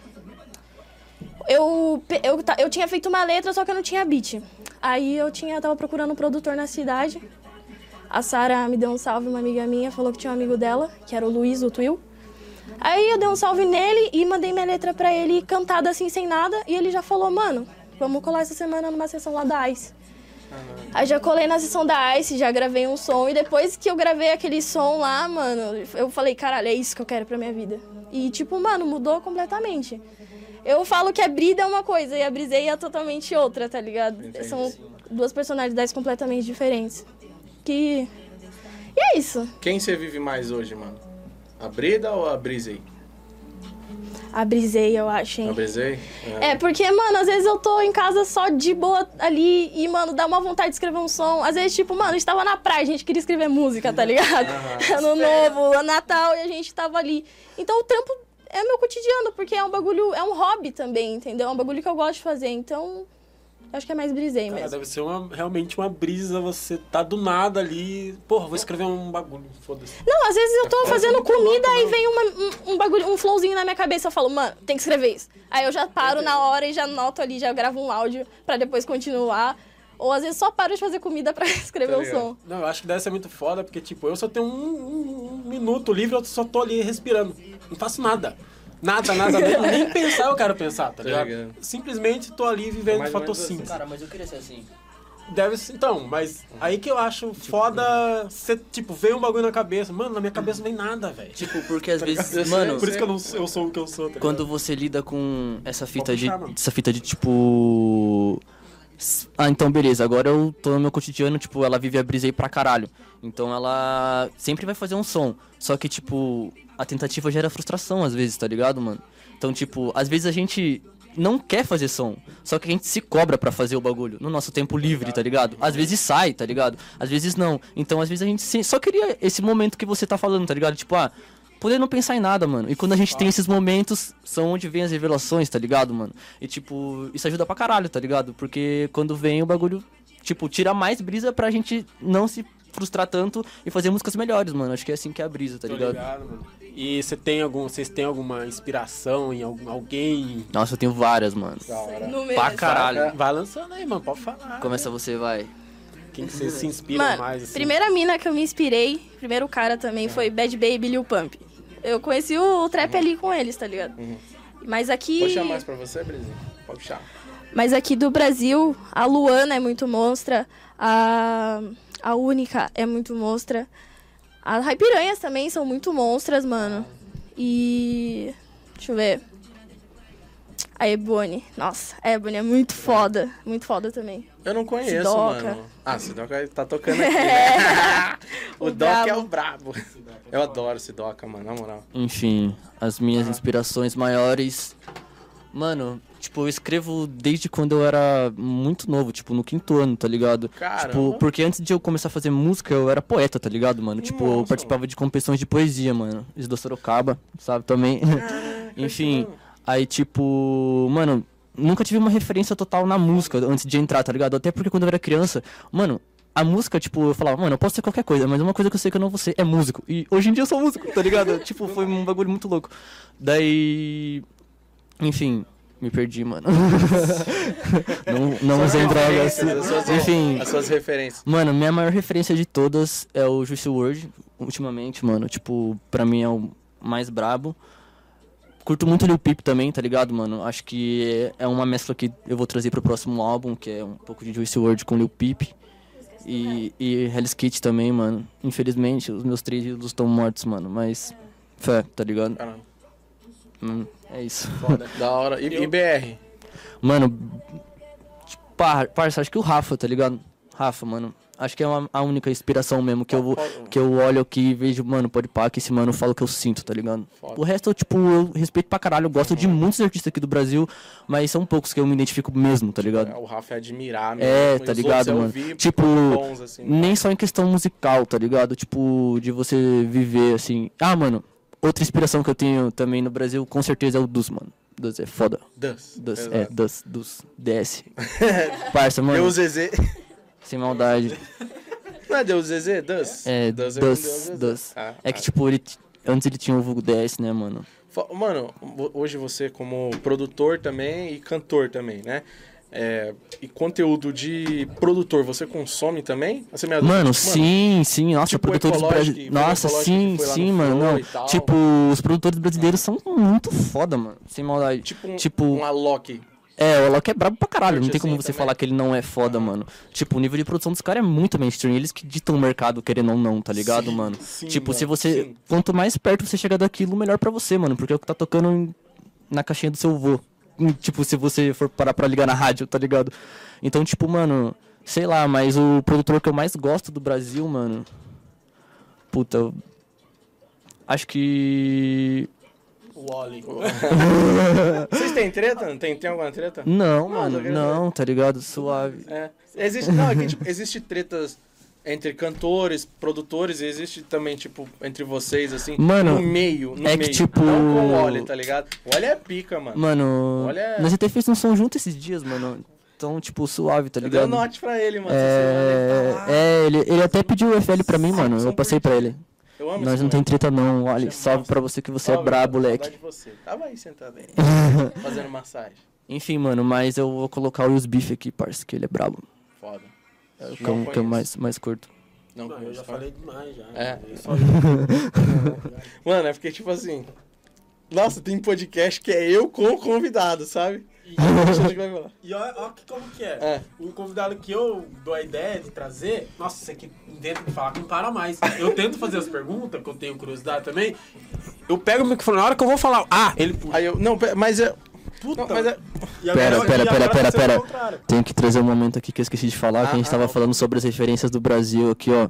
[SPEAKER 4] Eu, pe- eu, ta- eu tinha feito uma letra, só que eu não tinha beat. Aí eu tinha, tava procurando um produtor na cidade. A Sara me deu um salve, uma amiga minha, falou que tinha um amigo dela, que era o Luiz, o Twill. Aí eu dei um salve nele e mandei minha letra pra ele cantada assim, sem nada. E ele já falou, mano, vamos colar essa semana numa sessão lá da ICE. Aí já colei na sessão da ICE, já gravei um som. E depois que eu gravei aquele som lá, mano, eu falei, caralho, é isso que eu quero pra minha vida. E tipo, mano, mudou completamente. Eu falo que a Brida é uma coisa e a Briseia é totalmente outra, tá ligado? São duas personalidades completamente diferentes. Que. E é isso.
[SPEAKER 3] Quem você vive mais hoje, mano? A Brida ou a Brisei?
[SPEAKER 4] A Briseia, eu acho, hein?
[SPEAKER 3] A Brisei?
[SPEAKER 4] É, porque, mano, às vezes eu tô em casa só de boa ali e, mano, dá uma vontade de escrever um som. Às vezes, tipo, mano, a gente tava na praia, a gente queria escrever música, tá ligado? Ano novo, ano Natal, e a gente tava ali. Então o trampo é meu cotidiano, porque é um bagulho, é um hobby também, entendeu? É um bagulho que eu gosto de fazer, então. Acho que é mais brisei
[SPEAKER 1] Cara,
[SPEAKER 4] mesmo.
[SPEAKER 1] deve ser uma, realmente uma brisa você tá do nada ali. Porra, vou escrever um bagulho, foda-se.
[SPEAKER 4] Não, às vezes eu tô fazendo comida e vem uma- um, um bagulho, um flowzinho na minha cabeça. Eu falo, mano, tem que escrever isso. Aí eu já paro na hora e já anoto ali, já gravo um áudio pra depois continuar. Ou às vezes só paro de fazer comida pra escrever
[SPEAKER 3] Tá
[SPEAKER 4] o
[SPEAKER 3] ligado.
[SPEAKER 4] som.
[SPEAKER 1] Não, eu acho que deve ser muito foda, porque, tipo, eu só tenho um, um- um minuto livre, eu só tô ali respirando. Não faço nada. Nada, nada, nem, nem pensar eu quero pensar, tá
[SPEAKER 3] Tá
[SPEAKER 1] ligado?
[SPEAKER 3] ligado.
[SPEAKER 1] Simplesmente tô ali vivendo
[SPEAKER 3] Mais ou menos
[SPEAKER 1] fotossíntese.
[SPEAKER 2] Cara, mas eu queria ser assim.
[SPEAKER 1] Deve ser, então, mas aí que eu acho foda, você, tipo, vem um bagulho na cabeça. Mano, na minha cabeça não vem nada, velho.
[SPEAKER 2] Tipo, porque às
[SPEAKER 3] ligado?
[SPEAKER 2] vezes,
[SPEAKER 3] Eu
[SPEAKER 2] mano,
[SPEAKER 3] sei,
[SPEAKER 1] Tá Por isso que eu, não, eu sou o que eu sou, tá
[SPEAKER 2] quando você lida com essa fita de.
[SPEAKER 1] puxar, mano.
[SPEAKER 2] Essa fita de tipo. s- Ah, então beleza, agora eu tô no meu cotidiano, tipo, ela vive a brisei pra caralho. Então ela sempre vai fazer um som. Só que, tipo, a tentativa gera frustração às vezes, tá ligado, mano? Então, tipo, às vezes a gente não quer fazer som. Só que a gente se cobra pra fazer o bagulho. No nosso tempo livre, tá ligado? Às vezes sai, tá ligado? Às vezes não. Então, às vezes a gente se- só queria esse momento que você tá falando, tá ligado? Tipo, ah. Poder não pensar em nada, mano. E quando a gente tem esses momentos, são onde vem as revelações, tá ligado, mano? E, tipo, isso ajuda pra caralho, tá ligado? Porque quando vem o bagulho, tipo, tira mais brisa pra gente não se frustrar tanto e fazer músicas melhores, mano. Acho que é assim que é a brisa, tá
[SPEAKER 1] Tô
[SPEAKER 2] ligado?
[SPEAKER 1] ligado, mano. E você tem algum, vocês têm alguma inspiração em algum, alguém?
[SPEAKER 2] Nossa, eu tenho várias, mano.
[SPEAKER 4] Números.
[SPEAKER 2] Pra caralho.
[SPEAKER 1] Vai lançando aí, mano, pode falar.
[SPEAKER 2] Começa você, vai.
[SPEAKER 1] Quem que você se inspira
[SPEAKER 4] Mano,
[SPEAKER 1] mais? assim?
[SPEAKER 4] primeira mina que eu me inspirei, primeiro cara também, foi Bad Baby e Lil Pump. Eu conheci o, o trap ali com eles, tá ligado? Mas aqui.
[SPEAKER 3] Puxar mais pra você, Brisei? Pode puxar.
[SPEAKER 4] Mas aqui do Brasil, a Luana é muito monstra, a, a Única é muito monstra, as Raipiranhas também são muito monstras, mano. E. Deixa eu ver. A Ebony. Nossa, a Ebony é muito foda. Muito foda também.
[SPEAKER 3] Eu não conheço,
[SPEAKER 4] Sidoca.
[SPEAKER 3] mano. Ah, Sidoca tá tocando aqui. né? o,
[SPEAKER 4] O
[SPEAKER 3] Doc
[SPEAKER 4] brabo.
[SPEAKER 3] é o brabo. Eu adoro Sidoca, mano, na moral.
[SPEAKER 2] Enfim, as minhas inspirações maiores. Mano, tipo, eu escrevo desde quando eu era muito novo, tipo, no quinto ano, tá ligado?
[SPEAKER 3] Caramba.
[SPEAKER 2] Tipo, porque antes de eu começar a fazer música, eu era poeta, tá ligado, mano? Tipo, eu
[SPEAKER 3] Nossa.
[SPEAKER 2] participava de competições de poesia, mano. Isso do Sorocaba, sabe, também. Enfim, aí, tipo, mano, nunca tive uma referência total na música antes de entrar, tá ligado? Até porque quando eu era criança, mano. A música, tipo, eu falava, mano, eu posso ser qualquer coisa, mas uma coisa que eu sei que eu não vou ser é músico. E hoje em dia eu sou músico, tá ligado? tipo, foi um bagulho muito louco. Daí. Enfim, me perdi, mano. não não usei drogas.
[SPEAKER 3] As suas-
[SPEAKER 2] Enfim.
[SPEAKER 3] As suas referências.
[SPEAKER 2] Mano, minha maior referência de todas é o Juice WRLD, ultimamente, mano. Tipo, pra mim é o mais brabo. Curto muito Lil Peep também, tá ligado, mano? Acho que é uma mescla que eu vou trazer pro próximo álbum, que é um pouco de Juice WRLD com Lil Peep. E, e Hell's Kitty também, mano. Infelizmente, os meus três ídolos estão mortos, mano. Mas, fé, tá ligado?
[SPEAKER 3] Caramba.
[SPEAKER 2] Hum, é isso.
[SPEAKER 3] Da hora. E, e BR?
[SPEAKER 2] Mano, tipo, par- parça, acho que o Rafa, tá ligado? Rafa, mano. Acho que é uma- a única inspiração mesmo que eu, vou- que eu olho aqui e vejo, mano, pode pá, que esse mano fala o que eu sinto, tá ligado?
[SPEAKER 3] Foda.
[SPEAKER 2] O resto, eu, tipo, eu respeito pra caralho, eu gosto de muitos artistas aqui do Brasil, mas são poucos que eu me identifico mesmo, tá ligado?
[SPEAKER 3] É, O Rafa é admirar mesmo.
[SPEAKER 2] É,
[SPEAKER 3] e
[SPEAKER 2] tá
[SPEAKER 3] os outros
[SPEAKER 2] ligado,
[SPEAKER 3] eu
[SPEAKER 2] mano?
[SPEAKER 3] ouvi
[SPEAKER 2] Tipo,
[SPEAKER 3] bons, assim.
[SPEAKER 2] nem só em questão musical, tá ligado? Tipo, de você viver assim. Ah, mano, outra inspiração que eu tenho também no Brasil, com certeza é o Dus, mano. Dus é foda.
[SPEAKER 3] Dus.
[SPEAKER 2] Dus, é,
[SPEAKER 3] Exato.
[SPEAKER 2] dus, dus, DS. Parça, mano,
[SPEAKER 3] Deus Zezé.
[SPEAKER 2] sem maldade.
[SPEAKER 3] Não é Deus Zezé? Dus.
[SPEAKER 2] É, dus,
[SPEAKER 3] Dus é com Deus
[SPEAKER 2] dus.
[SPEAKER 3] Zezé. Ah,
[SPEAKER 2] É que, tipo, ele, t- antes ele tinha o vulgo DS, né, mano?
[SPEAKER 3] Fa- Mano, vo- hoje você como produtor também e cantor também, né? É, e conteúdo de produtor, você consome também? Você me
[SPEAKER 2] Mano, sim, sim. Nossa,
[SPEAKER 3] tipo
[SPEAKER 2] produtores
[SPEAKER 3] Ecológico,
[SPEAKER 2] brasileiros.
[SPEAKER 3] foi
[SPEAKER 2] Nossa,
[SPEAKER 3] Ecológico
[SPEAKER 2] sim,
[SPEAKER 3] que foi lá
[SPEAKER 2] sim,
[SPEAKER 3] no
[SPEAKER 2] mano.
[SPEAKER 3] Flow
[SPEAKER 2] não.
[SPEAKER 3] e tal.
[SPEAKER 2] Tipo, os produtores brasileiros são muito foda, mano. Sem maldade.
[SPEAKER 3] Tipo um,
[SPEAKER 2] tipo-
[SPEAKER 3] um Alok.
[SPEAKER 2] É, o Alok é brabo pra caralho. Não
[SPEAKER 3] Curte
[SPEAKER 2] tem como
[SPEAKER 3] assim
[SPEAKER 2] você
[SPEAKER 3] também?
[SPEAKER 2] falar que ele não é foda, mano. Tipo, o nível de produção dos caras é muito mainstream. Eles que ditam o mercado, querendo ou não, tá ligado,
[SPEAKER 3] Sim,
[SPEAKER 2] mano?
[SPEAKER 3] sim,
[SPEAKER 2] tipo, se
[SPEAKER 3] mano,
[SPEAKER 2] você.
[SPEAKER 3] sim.
[SPEAKER 2] Quanto mais perto você chegar daquilo, melhor pra você, mano. Porque é o que tá tocando em- na caixinha do seu vô. Hum, Tipo, se você for parar pra ligar na rádio, tá ligado? Então, tipo, mano. Sei lá, mas o produtor que eu mais gosto do Brasil, mano. Puta. eu- Acho que.
[SPEAKER 1] Wally.
[SPEAKER 3] Vocês têm treta? Não Tem, tem alguma treta?
[SPEAKER 2] Não,
[SPEAKER 3] eu
[SPEAKER 2] mano.
[SPEAKER 3] quero
[SPEAKER 2] Não, tá ligado? Suave.
[SPEAKER 3] É. Existe, não, é que, tipo, existe tretas entre cantores, produtores, e existe também, tipo, entre vocês, assim,
[SPEAKER 2] Mano,
[SPEAKER 3] no meio, no
[SPEAKER 2] é que,
[SPEAKER 3] meio.
[SPEAKER 2] tipo-
[SPEAKER 3] Não com o Oli, tá ligado? O Oli é pica, mano.
[SPEAKER 2] Mano,
[SPEAKER 3] Olha-
[SPEAKER 2] nós até fez um som junto esses dias, mano. Então, tipo, suave, tá
[SPEAKER 3] Eu dei um
[SPEAKER 2] ligado?
[SPEAKER 3] note pra ele, mano. essa semana, ele tá
[SPEAKER 2] É,
[SPEAKER 3] lá.
[SPEAKER 2] é ele, ele até pediu o FL pra mim, mano.
[SPEAKER 3] são
[SPEAKER 2] Eu passei pra ele.
[SPEAKER 3] Eu amo
[SPEAKER 2] é, Nós
[SPEAKER 3] esse
[SPEAKER 2] não tem
[SPEAKER 3] moleque.
[SPEAKER 2] treta não, olha.
[SPEAKER 3] Chama
[SPEAKER 2] Salve
[SPEAKER 3] nossa.
[SPEAKER 2] pra você que você é
[SPEAKER 3] Salve,
[SPEAKER 2] brabo,
[SPEAKER 3] mano,
[SPEAKER 2] moleque.
[SPEAKER 3] saudade de você. Tava aí sentado aí, fazendo massagem.
[SPEAKER 2] Enfim, mano, mas eu vou colocar o Wills Beef aqui, parça, que ele é brabo.
[SPEAKER 3] Foda.
[SPEAKER 2] É o que,
[SPEAKER 3] Não
[SPEAKER 2] eu, que eu
[SPEAKER 3] conheço.
[SPEAKER 2] mais, mais curto.
[SPEAKER 3] Não,
[SPEAKER 1] Não, eu já falei demais já.
[SPEAKER 3] É.
[SPEAKER 1] Eu só li-
[SPEAKER 3] Mano, é porque, tipo assim... Nossa, tem podcast que é eu com o convidado, sabe? Deixa eu te falar.
[SPEAKER 1] E olha, olha que- como que é.
[SPEAKER 3] É.
[SPEAKER 1] O convidado que eu dou a ideia de trazer, nossa, isso aqui dentro de falar que não para mais. Eu tento fazer as perguntas, que eu tenho curiosidade também. Eu pego o microfone na hora que eu vou falar. Ah, ele puxa.
[SPEAKER 3] Aí eu... Não, pe- mas é... Puta, mas é...
[SPEAKER 1] E agora-
[SPEAKER 2] Pera,
[SPEAKER 1] e
[SPEAKER 2] pera,
[SPEAKER 1] agora
[SPEAKER 2] pera,
[SPEAKER 1] tá
[SPEAKER 2] pera,
[SPEAKER 1] sendo
[SPEAKER 2] pera.
[SPEAKER 1] o contrário.
[SPEAKER 2] Tenho que trazer um momento aqui que eu esqueci de falar, que a
[SPEAKER 3] Ah,
[SPEAKER 2] gente tava
[SPEAKER 3] ah,
[SPEAKER 2] falando sobre as referências do Brasil aqui, ó.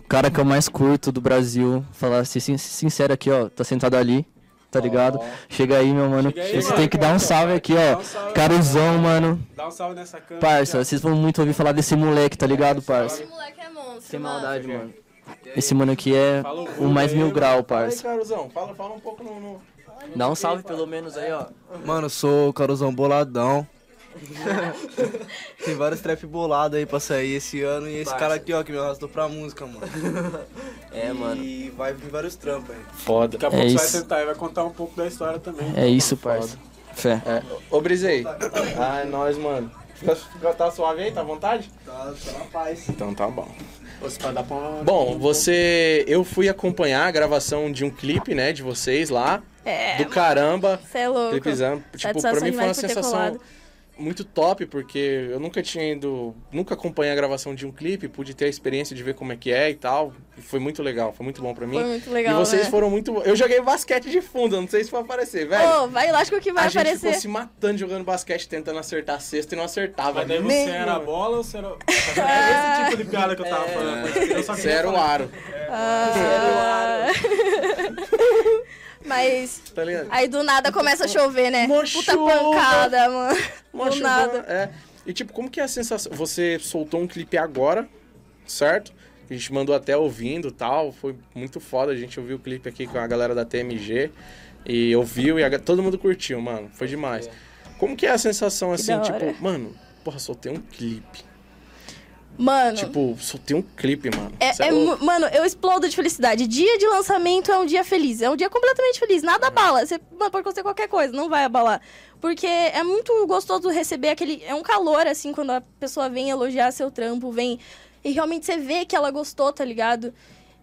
[SPEAKER 2] O cara que eu mais curto do Brasil, falar assim, sin- sincero aqui, ó, tá sentado ali, tá ligado? Chega aí, meu mano.
[SPEAKER 1] Chega aí,
[SPEAKER 2] Vocês
[SPEAKER 1] mano.
[SPEAKER 2] têm que dar um salve aqui,
[SPEAKER 1] Dá um
[SPEAKER 2] ó.
[SPEAKER 1] salve.
[SPEAKER 2] Caruzão, mano.
[SPEAKER 1] Dá um salve nessa câmera.
[SPEAKER 2] Parça, vocês vão muito ouvir falar desse moleque, tá ligado,
[SPEAKER 4] Esse
[SPEAKER 2] parça?
[SPEAKER 4] moleque é monstro,
[SPEAKER 2] Sem
[SPEAKER 4] mano.
[SPEAKER 2] maldade, mano. Esse mano aqui é
[SPEAKER 1] Fala o
[SPEAKER 2] o
[SPEAKER 1] vulgo
[SPEAKER 2] mais
[SPEAKER 1] aí,
[SPEAKER 2] mil
[SPEAKER 1] mano.
[SPEAKER 2] grau,
[SPEAKER 3] Fala aí,
[SPEAKER 2] parça.
[SPEAKER 3] Caruzão. Fala, fala um pouco no... no-
[SPEAKER 2] Dá um salve pelo menos aí, ó.
[SPEAKER 5] Mano, eu sou o Caruzão Boladão. Tem vários trap bolado aí pra sair esse ano. E esse cara aqui, ó, que me arrastou pra música, mano.
[SPEAKER 2] É, mano.
[SPEAKER 5] E vai vir vários trampos aí.
[SPEAKER 3] Foda.
[SPEAKER 1] Daqui a pouco você vai
[SPEAKER 2] é isso.
[SPEAKER 1] sentar e vai contar um pouco da história também.
[SPEAKER 2] É isso, parça. Fé.
[SPEAKER 3] É. Ô, Brisei. Ah, é nóis, mano. Fica- fica- Tá suave aí? Tá à vontade?
[SPEAKER 5] Tá, tá na paz.
[SPEAKER 3] Então tá bom.
[SPEAKER 2] É.
[SPEAKER 1] Você vai dar pra uma-
[SPEAKER 3] Bom, você. Eu fui acompanhar a gravação de um clipe, né, de vocês lá.
[SPEAKER 4] É,
[SPEAKER 3] do caramba.
[SPEAKER 4] você é louco.
[SPEAKER 3] Clipezão. Tipo,
[SPEAKER 4] Satisfação
[SPEAKER 3] pra mim foi uma
[SPEAKER 4] demais por ter
[SPEAKER 3] sensação
[SPEAKER 4] colado.
[SPEAKER 3] muito top, porque eu nunca tinha ido. Nunca acompanhei a gravação de um clipe, pude ter a experiência de ver como é que é e tal. E foi muito legal, foi muito bom pra mim.
[SPEAKER 4] Foi muito legal,
[SPEAKER 3] e vocês
[SPEAKER 4] né?
[SPEAKER 3] foram muito. Eu joguei basquete de fundo, não sei se vai aparecer, velho.
[SPEAKER 4] Ô, vai, lógico que vai
[SPEAKER 3] a gente
[SPEAKER 4] aparecer.
[SPEAKER 3] ficou se matando jogando basquete, tentando acertar a cesta e não acertava. né?
[SPEAKER 1] Mas daí
[SPEAKER 3] Nem
[SPEAKER 1] você era a
[SPEAKER 3] uma.
[SPEAKER 1] bola ou você era. É esse tipo de piada que eu tava falando. mas Eu só
[SPEAKER 3] Você
[SPEAKER 1] queria
[SPEAKER 3] era um o
[SPEAKER 1] falar.
[SPEAKER 3] aro,
[SPEAKER 4] Ah. Mas
[SPEAKER 3] tá ligado?
[SPEAKER 4] aí do nada começa a chover, né?
[SPEAKER 3] Uma
[SPEAKER 4] Puta
[SPEAKER 3] chuva.
[SPEAKER 4] pancada, mano.
[SPEAKER 3] Uma
[SPEAKER 4] do
[SPEAKER 3] chuva,
[SPEAKER 4] nada.
[SPEAKER 3] É. E tipo, como que é a sensação? Você soltou um clipe agora, certo? A gente mandou até ouvindo e tal. Foi muito foda. A gente ouviu o clipe aqui com a galera da TMG. E ouviu e a ga- todo mundo curtiu, mano. Foi demais. Como que é a sensação assim,
[SPEAKER 4] da hora.
[SPEAKER 3] tipo, mano, porra, soltei um clipe.
[SPEAKER 4] Mano.
[SPEAKER 3] Tipo, soltei um clipe, mano. Cê
[SPEAKER 4] É, é
[SPEAKER 3] louco.
[SPEAKER 4] mu- mano, eu explodo de felicidade. Dia de lançamento é um dia feliz. É um dia completamente feliz. Nada abala. Você mano, pode acontecer qualquer coisa, não vai abalar. Porque é muito gostoso receber aquele. É um calor, assim, quando a pessoa vem elogiar seu trampo, vem. E realmente você vê que ela gostou, tá ligado?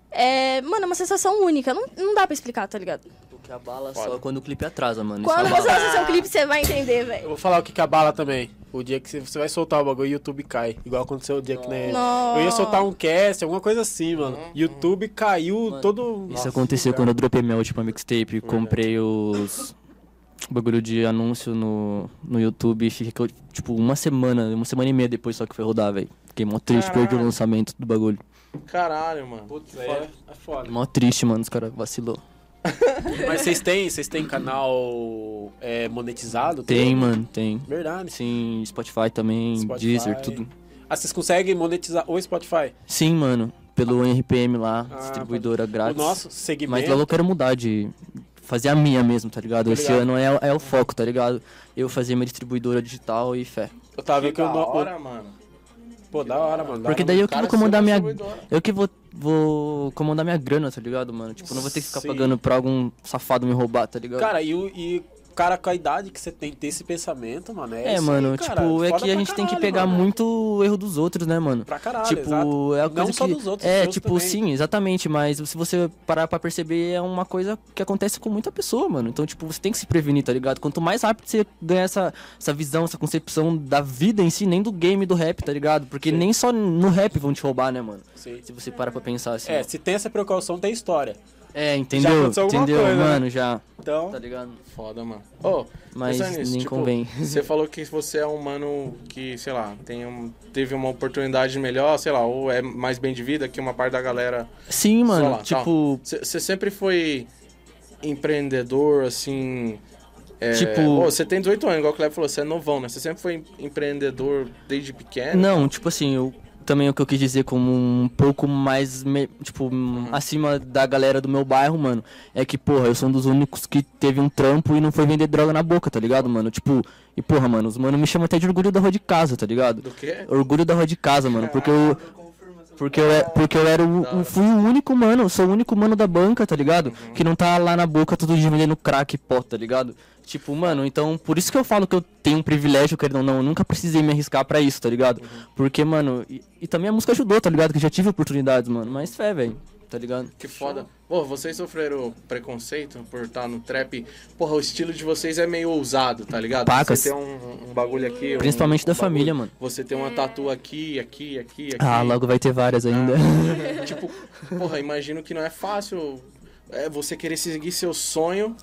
[SPEAKER 4] É, mano, é uma sensação única. Não, não dá pra explicar, tá ligado?
[SPEAKER 2] O que abala
[SPEAKER 3] só
[SPEAKER 2] só quando o clipe atrasa,
[SPEAKER 3] é
[SPEAKER 2] mano. é
[SPEAKER 4] Quando você lança seu clipe, você vai entender,
[SPEAKER 1] Eu
[SPEAKER 4] velho.
[SPEAKER 1] vou falar o que que abala também. O dia que você vai soltar o bagulho, o YouTube cai. Igual aconteceu o dia que né,
[SPEAKER 4] Nossa.
[SPEAKER 1] eu ia soltar um cast, alguma coisa assim, mano. YouTube caiu todo.
[SPEAKER 2] Isso aconteceu quando eu dropei minha última mixtape, comprei os bagulho de anúncio no, no YouTube e fiquei, tipo, uma semana, uma semana e meia depois só que foi rodar, velho. Fiquei mó triste, perdi o
[SPEAKER 3] Caralho.
[SPEAKER 2] lançamento do bagulho.
[SPEAKER 3] Caralho, mano.
[SPEAKER 1] Putz, é, é foda.
[SPEAKER 2] Mó triste, mano, os caras vacilou.
[SPEAKER 1] Mas vocês têm, vocês têm canal é, monetizado?
[SPEAKER 2] Tem, mano, tem.
[SPEAKER 1] Verdade.
[SPEAKER 2] Sim, Spotify também,
[SPEAKER 1] Spotify.
[SPEAKER 2] Deezer, tudo.
[SPEAKER 1] Ah, vocês conseguem monetizar o Spotify?
[SPEAKER 2] Sim, mano, pelo NRPM lá,
[SPEAKER 1] Ah,
[SPEAKER 2] distribuidora
[SPEAKER 1] O
[SPEAKER 2] grátis.
[SPEAKER 1] nosso segmento.
[SPEAKER 2] Mas logo eu quero mudar de fazer a minha mesmo, tá ligado? Esse
[SPEAKER 1] ligado.
[SPEAKER 2] ano é, é o foco, tá ligado? Eu fazer minha distribuidora digital e fé.
[SPEAKER 1] Eu tava vendo
[SPEAKER 3] Que
[SPEAKER 1] que eu
[SPEAKER 3] da
[SPEAKER 1] não.
[SPEAKER 3] hora, mano.
[SPEAKER 1] Pô, da hora, mano. da
[SPEAKER 2] Porque
[SPEAKER 1] hora,
[SPEAKER 2] daí eu
[SPEAKER 1] mano.
[SPEAKER 2] que
[SPEAKER 3] cara é
[SPEAKER 2] vou comandar
[SPEAKER 3] ser
[SPEAKER 2] minha.
[SPEAKER 3] distribuidora.
[SPEAKER 2] Eu que vou, vou comandar minha grana, tá ligado, mano? Tipo, não vou ter que ficar
[SPEAKER 1] Sim.
[SPEAKER 2] pagando pra algum safado me roubar, tá ligado?
[SPEAKER 1] Cara, e, o- e cara, com a idade que você tem ter esse pensamento, mano. É,
[SPEAKER 2] é,
[SPEAKER 1] isso aí,
[SPEAKER 2] mano,
[SPEAKER 1] cara.
[SPEAKER 2] tipo,
[SPEAKER 1] Foda
[SPEAKER 2] é que a
[SPEAKER 1] pra
[SPEAKER 2] gente tem que
[SPEAKER 1] caralho,
[SPEAKER 2] pegar
[SPEAKER 1] mano.
[SPEAKER 2] muito o erro dos outros, né, mano?
[SPEAKER 1] Pra caralho,
[SPEAKER 2] tipo,
[SPEAKER 1] exato.
[SPEAKER 2] é uma coisa
[SPEAKER 1] Não só
[SPEAKER 2] que-
[SPEAKER 1] dos outros,
[SPEAKER 2] É,
[SPEAKER 1] dos outros
[SPEAKER 2] tipo,
[SPEAKER 1] também.
[SPEAKER 2] sim, exatamente, mas se você parar pra perceber, é uma coisa que acontece com muita pessoa, mano. Então, tipo, você tem que se prevenir, tá ligado? Quanto mais rápido você ganhar essa, essa visão, essa concepção da vida em si, nem do game do rap, tá ligado? Porque nem só no rap vão te roubar, né, mano?
[SPEAKER 1] Sim.
[SPEAKER 2] Se você parar pra pensar assim.
[SPEAKER 1] É, se tem essa precaução, tem história.
[SPEAKER 2] É,
[SPEAKER 1] Já
[SPEAKER 2] entendeu?
[SPEAKER 1] aconteceu alguma
[SPEAKER 2] entendeu,
[SPEAKER 1] coisa, né?
[SPEAKER 2] mano, já.
[SPEAKER 1] Então,
[SPEAKER 2] Tá ligado?
[SPEAKER 3] Foda, mano. Ô,
[SPEAKER 2] Mas
[SPEAKER 3] pensando nisso,
[SPEAKER 2] nem
[SPEAKER 3] tipo,
[SPEAKER 2] convém.
[SPEAKER 3] Você falou que você é um mano que, sei lá, tem um- teve uma oportunidade melhor, sei lá, ou é mais bem de vida que uma parte da galera.
[SPEAKER 2] Sim, mano,
[SPEAKER 3] lá,
[SPEAKER 2] tipo.
[SPEAKER 3] Você sempre foi empreendedor, assim. é,
[SPEAKER 2] Tipo-
[SPEAKER 3] ô, Você tem 18 anos, igual o Cleber falou, você é novão, né? Você sempre foi em- empreendedor desde
[SPEAKER 1] É,
[SPEAKER 3] pequeno.
[SPEAKER 2] Não, tipo assim, eu também o que eu quis dizer como um pouco mais, me- tipo,
[SPEAKER 1] Uhum.
[SPEAKER 2] um, acima da galera do meu bairro, mano, é que, porra, eu sou um dos únicos que teve um trampo e não foi vender droga na boca, tá ligado, mano? Tipo, e porra, mano, os mano me chamam até de orgulho da rua de casa, tá ligado?
[SPEAKER 3] Do quê?
[SPEAKER 2] Orgulho da rua de casa, mano, porque eu. Porque eu, é- porque eu era o, o- fui o único mano, eu sou o único mano da banca, tá ligado? Que não tá lá na boca todo dia vendendo crack e pó, tá ligado? Tipo, mano, então por isso que eu falo que eu tenho um privilégio, querendo ou não, eu nunca precisei me arriscar pra isso, tá ligado? Porque, mano, e, e também a música ajudou, tá ligado? Que eu já tive oportunidades, mano, mas fé, velho, tá ligado?
[SPEAKER 3] Que foda. Pô, vocês sofreram preconceito por estar no trap. Porra, o estilo de vocês é meio ousado, tá ligado?
[SPEAKER 2] Pacas.
[SPEAKER 3] Você tem um, um bagulho aqui. um-
[SPEAKER 2] Principalmente da
[SPEAKER 3] um bagulho.
[SPEAKER 2] família, mano.
[SPEAKER 3] Você tem uma tatu aqui, aqui, aqui, aqui.
[SPEAKER 2] Ah, logo vai ter várias ainda.
[SPEAKER 3] Tipo, porra, imagino que não é fácil é você querer seguir seu sonho,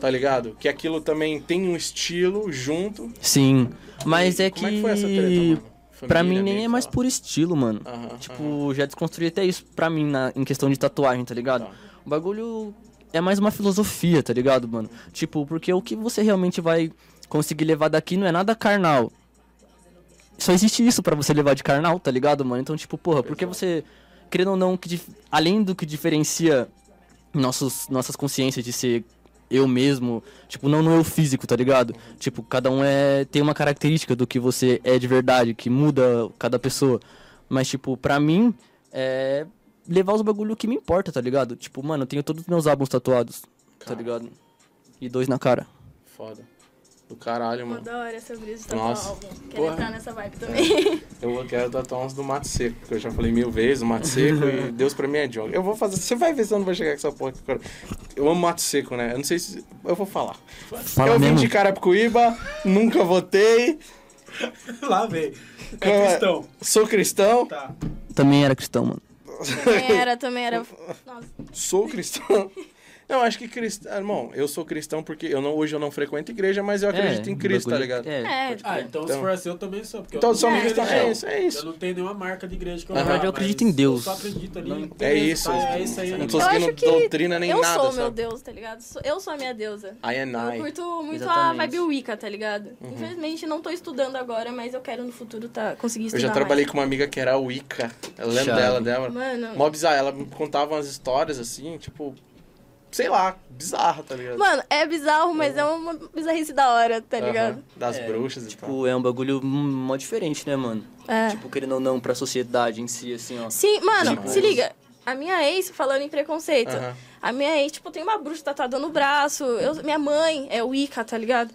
[SPEAKER 3] tá ligado? Que aquilo também tem um estilo junto.
[SPEAKER 2] Sim, mas
[SPEAKER 3] E
[SPEAKER 2] é
[SPEAKER 3] como é
[SPEAKER 2] que.
[SPEAKER 3] que foi essa treta, mano?
[SPEAKER 2] Pra
[SPEAKER 3] Família, tá?
[SPEAKER 2] mim nem
[SPEAKER 3] amigo,
[SPEAKER 2] é mais
[SPEAKER 3] sei lá.
[SPEAKER 2] por estilo, mano.
[SPEAKER 3] Aham,
[SPEAKER 2] tipo, já desconstruí até isso pra mim na, em questão de tatuagem, tá ligado?
[SPEAKER 3] Tá.
[SPEAKER 2] O bagulho é mais uma filosofia, tá ligado, mano? Tipo, porque o que você realmente vai conseguir levar daqui não é nada carnal. Só existe isso pra você levar de carnal, tá ligado, mano? Então, tipo, porra, porque você, querendo ou não, que dif- além do que diferencia nossos, nossas consciências de ser eu mesmo, tipo, não no eu físico, tá ligado? Tipo, cada um é tem uma característica do que você é de verdade, que muda cada pessoa. Mas, tipo, pra mim, é levar os bagulho que me importa, tá ligado? Tipo, mano, eu tenho todos os meus álbuns tatuados, tá
[SPEAKER 3] Caralho.
[SPEAKER 2] ligado? E dois na cara.
[SPEAKER 3] Foda. Do caralho,
[SPEAKER 4] Pô,
[SPEAKER 3] mano.
[SPEAKER 4] da hora essa brisa de
[SPEAKER 3] Nossa.
[SPEAKER 4] tatuar álbum. Quero
[SPEAKER 3] Porra.
[SPEAKER 4] entrar nessa vibe também.
[SPEAKER 3] Eu vou- quero tatuar uns do Mato Seco, que eu já falei mil vezes, o Mato Seco e Deus pra mim é Diogo. Eu vou fazer, você vai ver se eu não vou chegar com essa porra aqui, cara. Eu amo Mato Seco, né? Eu não sei se. Eu vou falar.
[SPEAKER 2] Fala
[SPEAKER 3] eu vim
[SPEAKER 2] mesmo.
[SPEAKER 3] de Carapicuíba, nunca votei,
[SPEAKER 1] lá vem.
[SPEAKER 3] Cara,
[SPEAKER 1] É questão.
[SPEAKER 3] sou cristão,
[SPEAKER 1] Tá.
[SPEAKER 2] Também era cristão, mano.
[SPEAKER 4] também era, também era. Nossa,
[SPEAKER 3] sou cristão. Não, acho que cristão. Irmão, eu sou cristão porque eu não, hoje eu não frequento igreja, mas eu acredito
[SPEAKER 2] É,
[SPEAKER 3] em Cristo, tá
[SPEAKER 2] bagulho-
[SPEAKER 3] ligado?
[SPEAKER 2] É.
[SPEAKER 4] é.
[SPEAKER 1] Ah, então, se
[SPEAKER 3] Então-
[SPEAKER 1] for assim, eu também sou. Porque
[SPEAKER 3] Então
[SPEAKER 1] eu
[SPEAKER 3] somos
[SPEAKER 1] não tenho
[SPEAKER 3] cristãos.
[SPEAKER 1] religião.
[SPEAKER 3] É isso, é
[SPEAKER 1] Eu
[SPEAKER 3] isso.
[SPEAKER 1] não tenho nenhuma marca de igreja que eu
[SPEAKER 3] Na
[SPEAKER 1] vá,
[SPEAKER 2] verdade, eu
[SPEAKER 1] mas
[SPEAKER 2] acredito em Deus.
[SPEAKER 1] Eu só acredito ali. em
[SPEAKER 3] É
[SPEAKER 1] Deus,
[SPEAKER 3] isso.
[SPEAKER 1] tá? É isso aí.
[SPEAKER 3] Não tô
[SPEAKER 4] Eu
[SPEAKER 3] seguindo
[SPEAKER 4] acho que
[SPEAKER 3] doutrina nem
[SPEAKER 4] eu
[SPEAKER 3] nada,
[SPEAKER 4] sou meu
[SPEAKER 3] sabe?
[SPEAKER 4] Deus, tá ligado? Sou- Eu sou a minha deusa.
[SPEAKER 3] I am
[SPEAKER 4] Eu
[SPEAKER 3] I.
[SPEAKER 4] curto muito a
[SPEAKER 2] Exatamente.
[SPEAKER 4] vibe Wicca, tá ligado? Infelizmente, não tô estudando agora, mas eu quero no futuro tá, conseguir
[SPEAKER 3] Eu
[SPEAKER 4] estudar
[SPEAKER 3] já trabalhei com uma amiga que era Wicca. Eu lembro
[SPEAKER 2] Chave.
[SPEAKER 3] dela, dela.
[SPEAKER 4] mais. Mano...
[SPEAKER 3] Mó bizarra. Ela me contava umas histórias assim, tipo. Sei lá, bizarra, tá ligado?
[SPEAKER 4] Mano, é bizarro, mas é uma bizarrice da hora, tá
[SPEAKER 3] Aham,
[SPEAKER 4] ligado?
[SPEAKER 3] Das
[SPEAKER 2] É,
[SPEAKER 3] bruxas e tal.
[SPEAKER 2] Tipo, é um bagulho hum, mó diferente, né, mano?
[SPEAKER 4] É.
[SPEAKER 2] Tipo, querendo ou não, pra sociedade em si, assim, ó.
[SPEAKER 4] Sim, mano,
[SPEAKER 3] Tipo-
[SPEAKER 4] se liga. A minha ex, falando em preconceito,
[SPEAKER 3] Aham.
[SPEAKER 4] a minha ex, tipo, tem uma bruxa tatuada no braço. Eu- minha mãe é Wicca, tá ligado?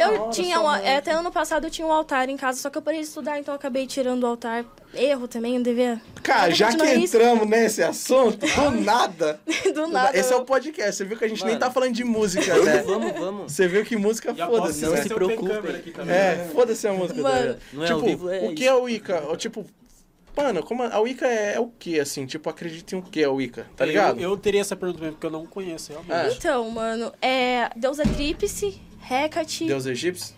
[SPEAKER 4] eu tinha um, é, até ano passado eu tinha um altar em casa, só que eu parei de estudar, então eu acabei tirando o altar. Erro também, não devia.
[SPEAKER 3] Cara, já que
[SPEAKER 4] Continua isso.
[SPEAKER 3] entramos nesse assunto, do nada.
[SPEAKER 4] Do nada.
[SPEAKER 3] Esse é o podcast. Você viu que a gente nem
[SPEAKER 2] Mano.
[SPEAKER 3] tá falando de música, né?
[SPEAKER 2] Vamos, vamos.
[SPEAKER 3] Você viu que música,
[SPEAKER 1] E aposto
[SPEAKER 3] foda-se,
[SPEAKER 1] que
[SPEAKER 2] não
[SPEAKER 3] né?
[SPEAKER 1] esse
[SPEAKER 2] se
[SPEAKER 1] eu tenho
[SPEAKER 2] preocupe.
[SPEAKER 1] câmera aqui também.
[SPEAKER 3] É, foda-se a música, tá
[SPEAKER 4] Mano.
[SPEAKER 3] ligado?
[SPEAKER 2] né? Não é
[SPEAKER 3] tipo,
[SPEAKER 2] ao vivo, é
[SPEAKER 3] o que
[SPEAKER 2] isso.
[SPEAKER 3] é o Wicca? Ou, tipo, mano, como a, a Wicca é, é o que, assim? Tipo, acredita em o que é o Wicca, tá ligado?
[SPEAKER 1] Eu, eu teria essa pergunta mesmo, porque eu não conheço
[SPEAKER 3] É.
[SPEAKER 1] realmente.
[SPEAKER 4] Então, mano, é deusa Tríplice, Hecate.
[SPEAKER 3] Deus egípcio?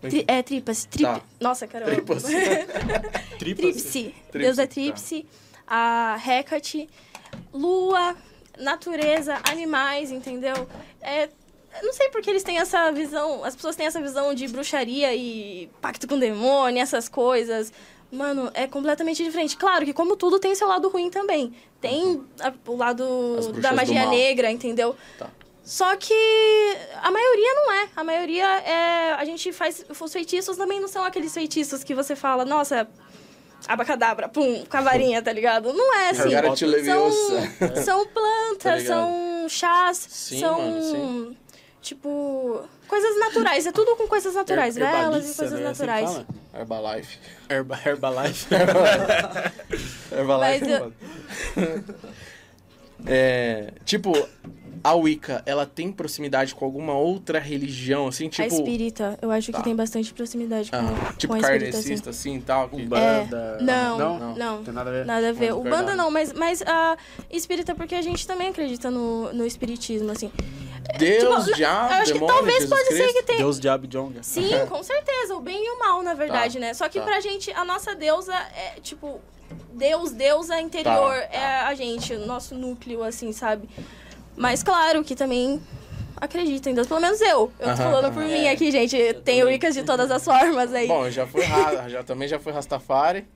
[SPEAKER 4] tri- é, Tríplice. Tri,
[SPEAKER 3] Tá.
[SPEAKER 4] Nossa, caramba.
[SPEAKER 3] Tripas.
[SPEAKER 4] Tríplice. Deusa
[SPEAKER 3] tá.
[SPEAKER 4] Tríplice, a Hecate, Lua, natureza, animais, entendeu? É, eu não sei porque eles têm essa visão, as pessoas têm essa visão de bruxaria e pacto com demônio, essas coisas. Mano, é completamente diferente. Claro que, como tudo, tem seu lado ruim também. Tem a- o lado
[SPEAKER 3] Uhum. As
[SPEAKER 4] da
[SPEAKER 3] bruxas do
[SPEAKER 4] magia
[SPEAKER 3] mal.
[SPEAKER 4] negra, entendeu?
[SPEAKER 3] Tá.
[SPEAKER 4] Só que a maioria não é. A maioria é. A gente faz. Os feitiços também não são aqueles feitiços que você fala, nossa, abacadabra, pum, com a varinha, tá ligado? Não é assim.
[SPEAKER 3] Garante Leviosa.
[SPEAKER 4] São, são
[SPEAKER 3] Tá
[SPEAKER 4] plantas,
[SPEAKER 3] ligado.
[SPEAKER 4] são chás,
[SPEAKER 3] Sim,
[SPEAKER 4] são.
[SPEAKER 3] mano, sim.
[SPEAKER 4] Tipo. Coisas naturais. É tudo com coisas naturais. velas e
[SPEAKER 1] Herbalista,
[SPEAKER 4] coisas
[SPEAKER 1] né? É assim que
[SPEAKER 4] naturais.
[SPEAKER 1] fala?
[SPEAKER 3] Herbalife.
[SPEAKER 1] Herba, Herbalife.
[SPEAKER 4] Mas
[SPEAKER 1] Herbalife.
[SPEAKER 4] eu-
[SPEAKER 3] É, tipo, a Wicca, ela tem proximidade com alguma outra religião, assim?
[SPEAKER 4] a
[SPEAKER 3] Tipo,
[SPEAKER 4] espírita, eu acho
[SPEAKER 3] Tá.
[SPEAKER 4] que tem bastante proximidade com,
[SPEAKER 3] ah,
[SPEAKER 4] com
[SPEAKER 3] tipo
[SPEAKER 4] a espírita. assim.
[SPEAKER 3] karnecista, assim e tal. que-
[SPEAKER 4] É, não,
[SPEAKER 6] não,
[SPEAKER 4] não,
[SPEAKER 6] Tem nada a ver.
[SPEAKER 4] Nada a ver.
[SPEAKER 3] Mas
[SPEAKER 4] O
[SPEAKER 3] verdade.
[SPEAKER 4] banda não, mas, mas a espírita, porque a gente também acredita no, no espiritismo, assim.
[SPEAKER 3] Deus,
[SPEAKER 4] Tipo,
[SPEAKER 3] diabo,
[SPEAKER 4] eu acho que
[SPEAKER 3] demônio,
[SPEAKER 4] talvez
[SPEAKER 3] Jesus
[SPEAKER 4] pode ser
[SPEAKER 3] Cristo.
[SPEAKER 4] que tenha.
[SPEAKER 1] Deus, diabo e Jonga.
[SPEAKER 4] Sim, com certeza. O bem e o mal, na verdade,
[SPEAKER 3] Tá,
[SPEAKER 4] né? Só que
[SPEAKER 3] tá.
[SPEAKER 4] pra gente, a nossa deusa é, tipo, Deus, deusa interior.
[SPEAKER 3] Tá, tá.
[SPEAKER 4] É a gente, o nosso núcleo, assim, sabe? Mas claro que também acredita em Deus. Pelo menos eu. Eu tô
[SPEAKER 3] Aham,
[SPEAKER 4] falando por
[SPEAKER 6] É.
[SPEAKER 4] mim aqui, gente. Tem Wiccas de todas as formas aí.
[SPEAKER 3] Bom, eu já fui ra- já também já fui Rastafari.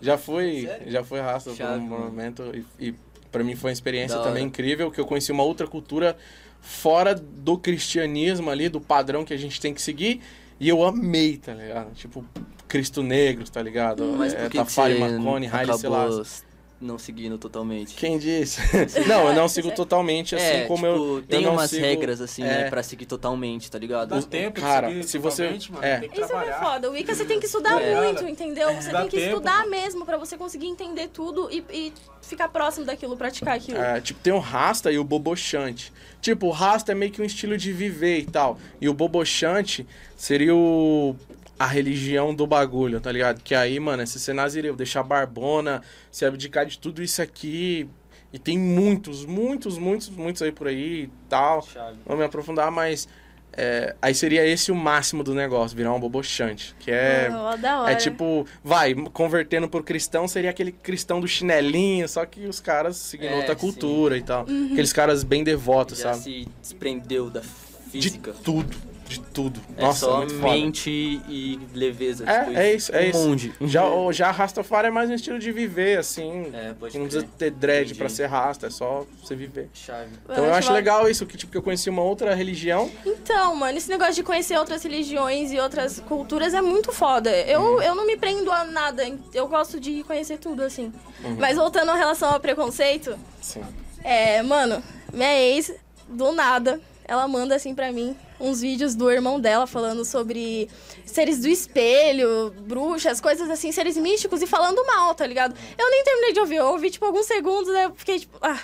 [SPEAKER 3] Já fui, já fui Rasta por um
[SPEAKER 2] Chato, mano.
[SPEAKER 3] momento e, e para mim foi uma experiência
[SPEAKER 2] Da
[SPEAKER 3] também
[SPEAKER 2] hora.
[SPEAKER 3] incrível que eu conheci uma outra cultura fora do cristianismo ali, do padrão que a gente tem que seguir, e eu amei, tá ligado? Tipo Cristo Negro, tá ligado?
[SPEAKER 2] Hum. Mas
[SPEAKER 3] é,
[SPEAKER 2] por que, que
[SPEAKER 3] Tafari,
[SPEAKER 2] você
[SPEAKER 3] Marconi, Haile
[SPEAKER 2] acabou
[SPEAKER 3] Selassie.
[SPEAKER 2] não seguindo totalmente?
[SPEAKER 3] Quem disse? não, eu não sigo totalmente assim
[SPEAKER 2] é, tipo,
[SPEAKER 3] como eu, eu
[SPEAKER 2] tem
[SPEAKER 3] não
[SPEAKER 2] umas
[SPEAKER 3] sigo-
[SPEAKER 2] regras, assim,
[SPEAKER 3] é.
[SPEAKER 2] né, pra seguir totalmente, tá ligado?
[SPEAKER 3] Os- cara, se você- é.
[SPEAKER 1] tem que
[SPEAKER 4] Isso é que é
[SPEAKER 1] trabalhar.
[SPEAKER 4] foda. O Wicca você tem que estudar
[SPEAKER 1] É.
[SPEAKER 4] muito, entendeu? Você
[SPEAKER 1] Dá
[SPEAKER 4] tem que
[SPEAKER 1] tempo,
[SPEAKER 4] estudar
[SPEAKER 1] mano.
[SPEAKER 4] mesmo pra você conseguir entender tudo e, e ficar próximo daquilo, praticar aquilo.
[SPEAKER 3] É, tipo, tem o Rasta e o Bobochante. Tipo, o Rasta é meio que um estilo de viver e tal. E o Bobochante seria o... a religião do bagulho, tá ligado? Que aí, mano, é se ser nazireu, deixar barbona, se abdicar de tudo isso aqui. E tem muitos, muitos, muitos, muitos aí por aí e tal. Vou me aprofundar, mas... é, aí seria esse o máximo do negócio, virar um bobochante. Que é...
[SPEAKER 4] Ah, ó, da hora.
[SPEAKER 3] É tipo, vai, convertendo pro cristão, seria aquele cristão do chinelinho, só que os caras seguindo
[SPEAKER 2] É,
[SPEAKER 3] outra
[SPEAKER 2] sim.
[SPEAKER 3] cultura e tal. Aqueles caras bem devotos,
[SPEAKER 2] Já
[SPEAKER 3] sabe?
[SPEAKER 2] se desprendeu da física.
[SPEAKER 3] De tudo, de tudo.
[SPEAKER 2] É
[SPEAKER 3] Nossa,
[SPEAKER 2] só
[SPEAKER 3] muito foda.
[SPEAKER 2] mente e leveza.
[SPEAKER 3] É,
[SPEAKER 2] tipo,
[SPEAKER 3] é isso, é
[SPEAKER 2] um
[SPEAKER 3] isso.
[SPEAKER 2] Monte.
[SPEAKER 3] Já, o- já Rastafari é mais um estilo de viver, assim.
[SPEAKER 2] É, pode
[SPEAKER 3] não precisa
[SPEAKER 2] crer.
[SPEAKER 3] ter dread
[SPEAKER 2] Entendi.
[SPEAKER 3] pra ser rasta, é só você viver.
[SPEAKER 2] Chave.
[SPEAKER 3] Então eu acho legal isso, que tipo, que eu conheci uma outra religião.
[SPEAKER 4] Então, mano, esse negócio de conhecer outras religiões e outras culturas é muito foda. Eu,
[SPEAKER 3] Uhum.
[SPEAKER 4] eu não me prendo a nada, eu gosto de conhecer tudo, assim.
[SPEAKER 3] Uhum.
[SPEAKER 4] Mas voltando em relação ao preconceito,
[SPEAKER 3] Sim.
[SPEAKER 4] É, mano, minha ex, do nada, ela manda assim pra mim uns vídeos do irmão dela falando sobre seres do espelho, bruxas, coisas assim, seres místicos e falando mal, tá ligado? Eu nem terminei de ouvir, eu ouvi tipo alguns segundos, né? Eu fiquei tipo, ah.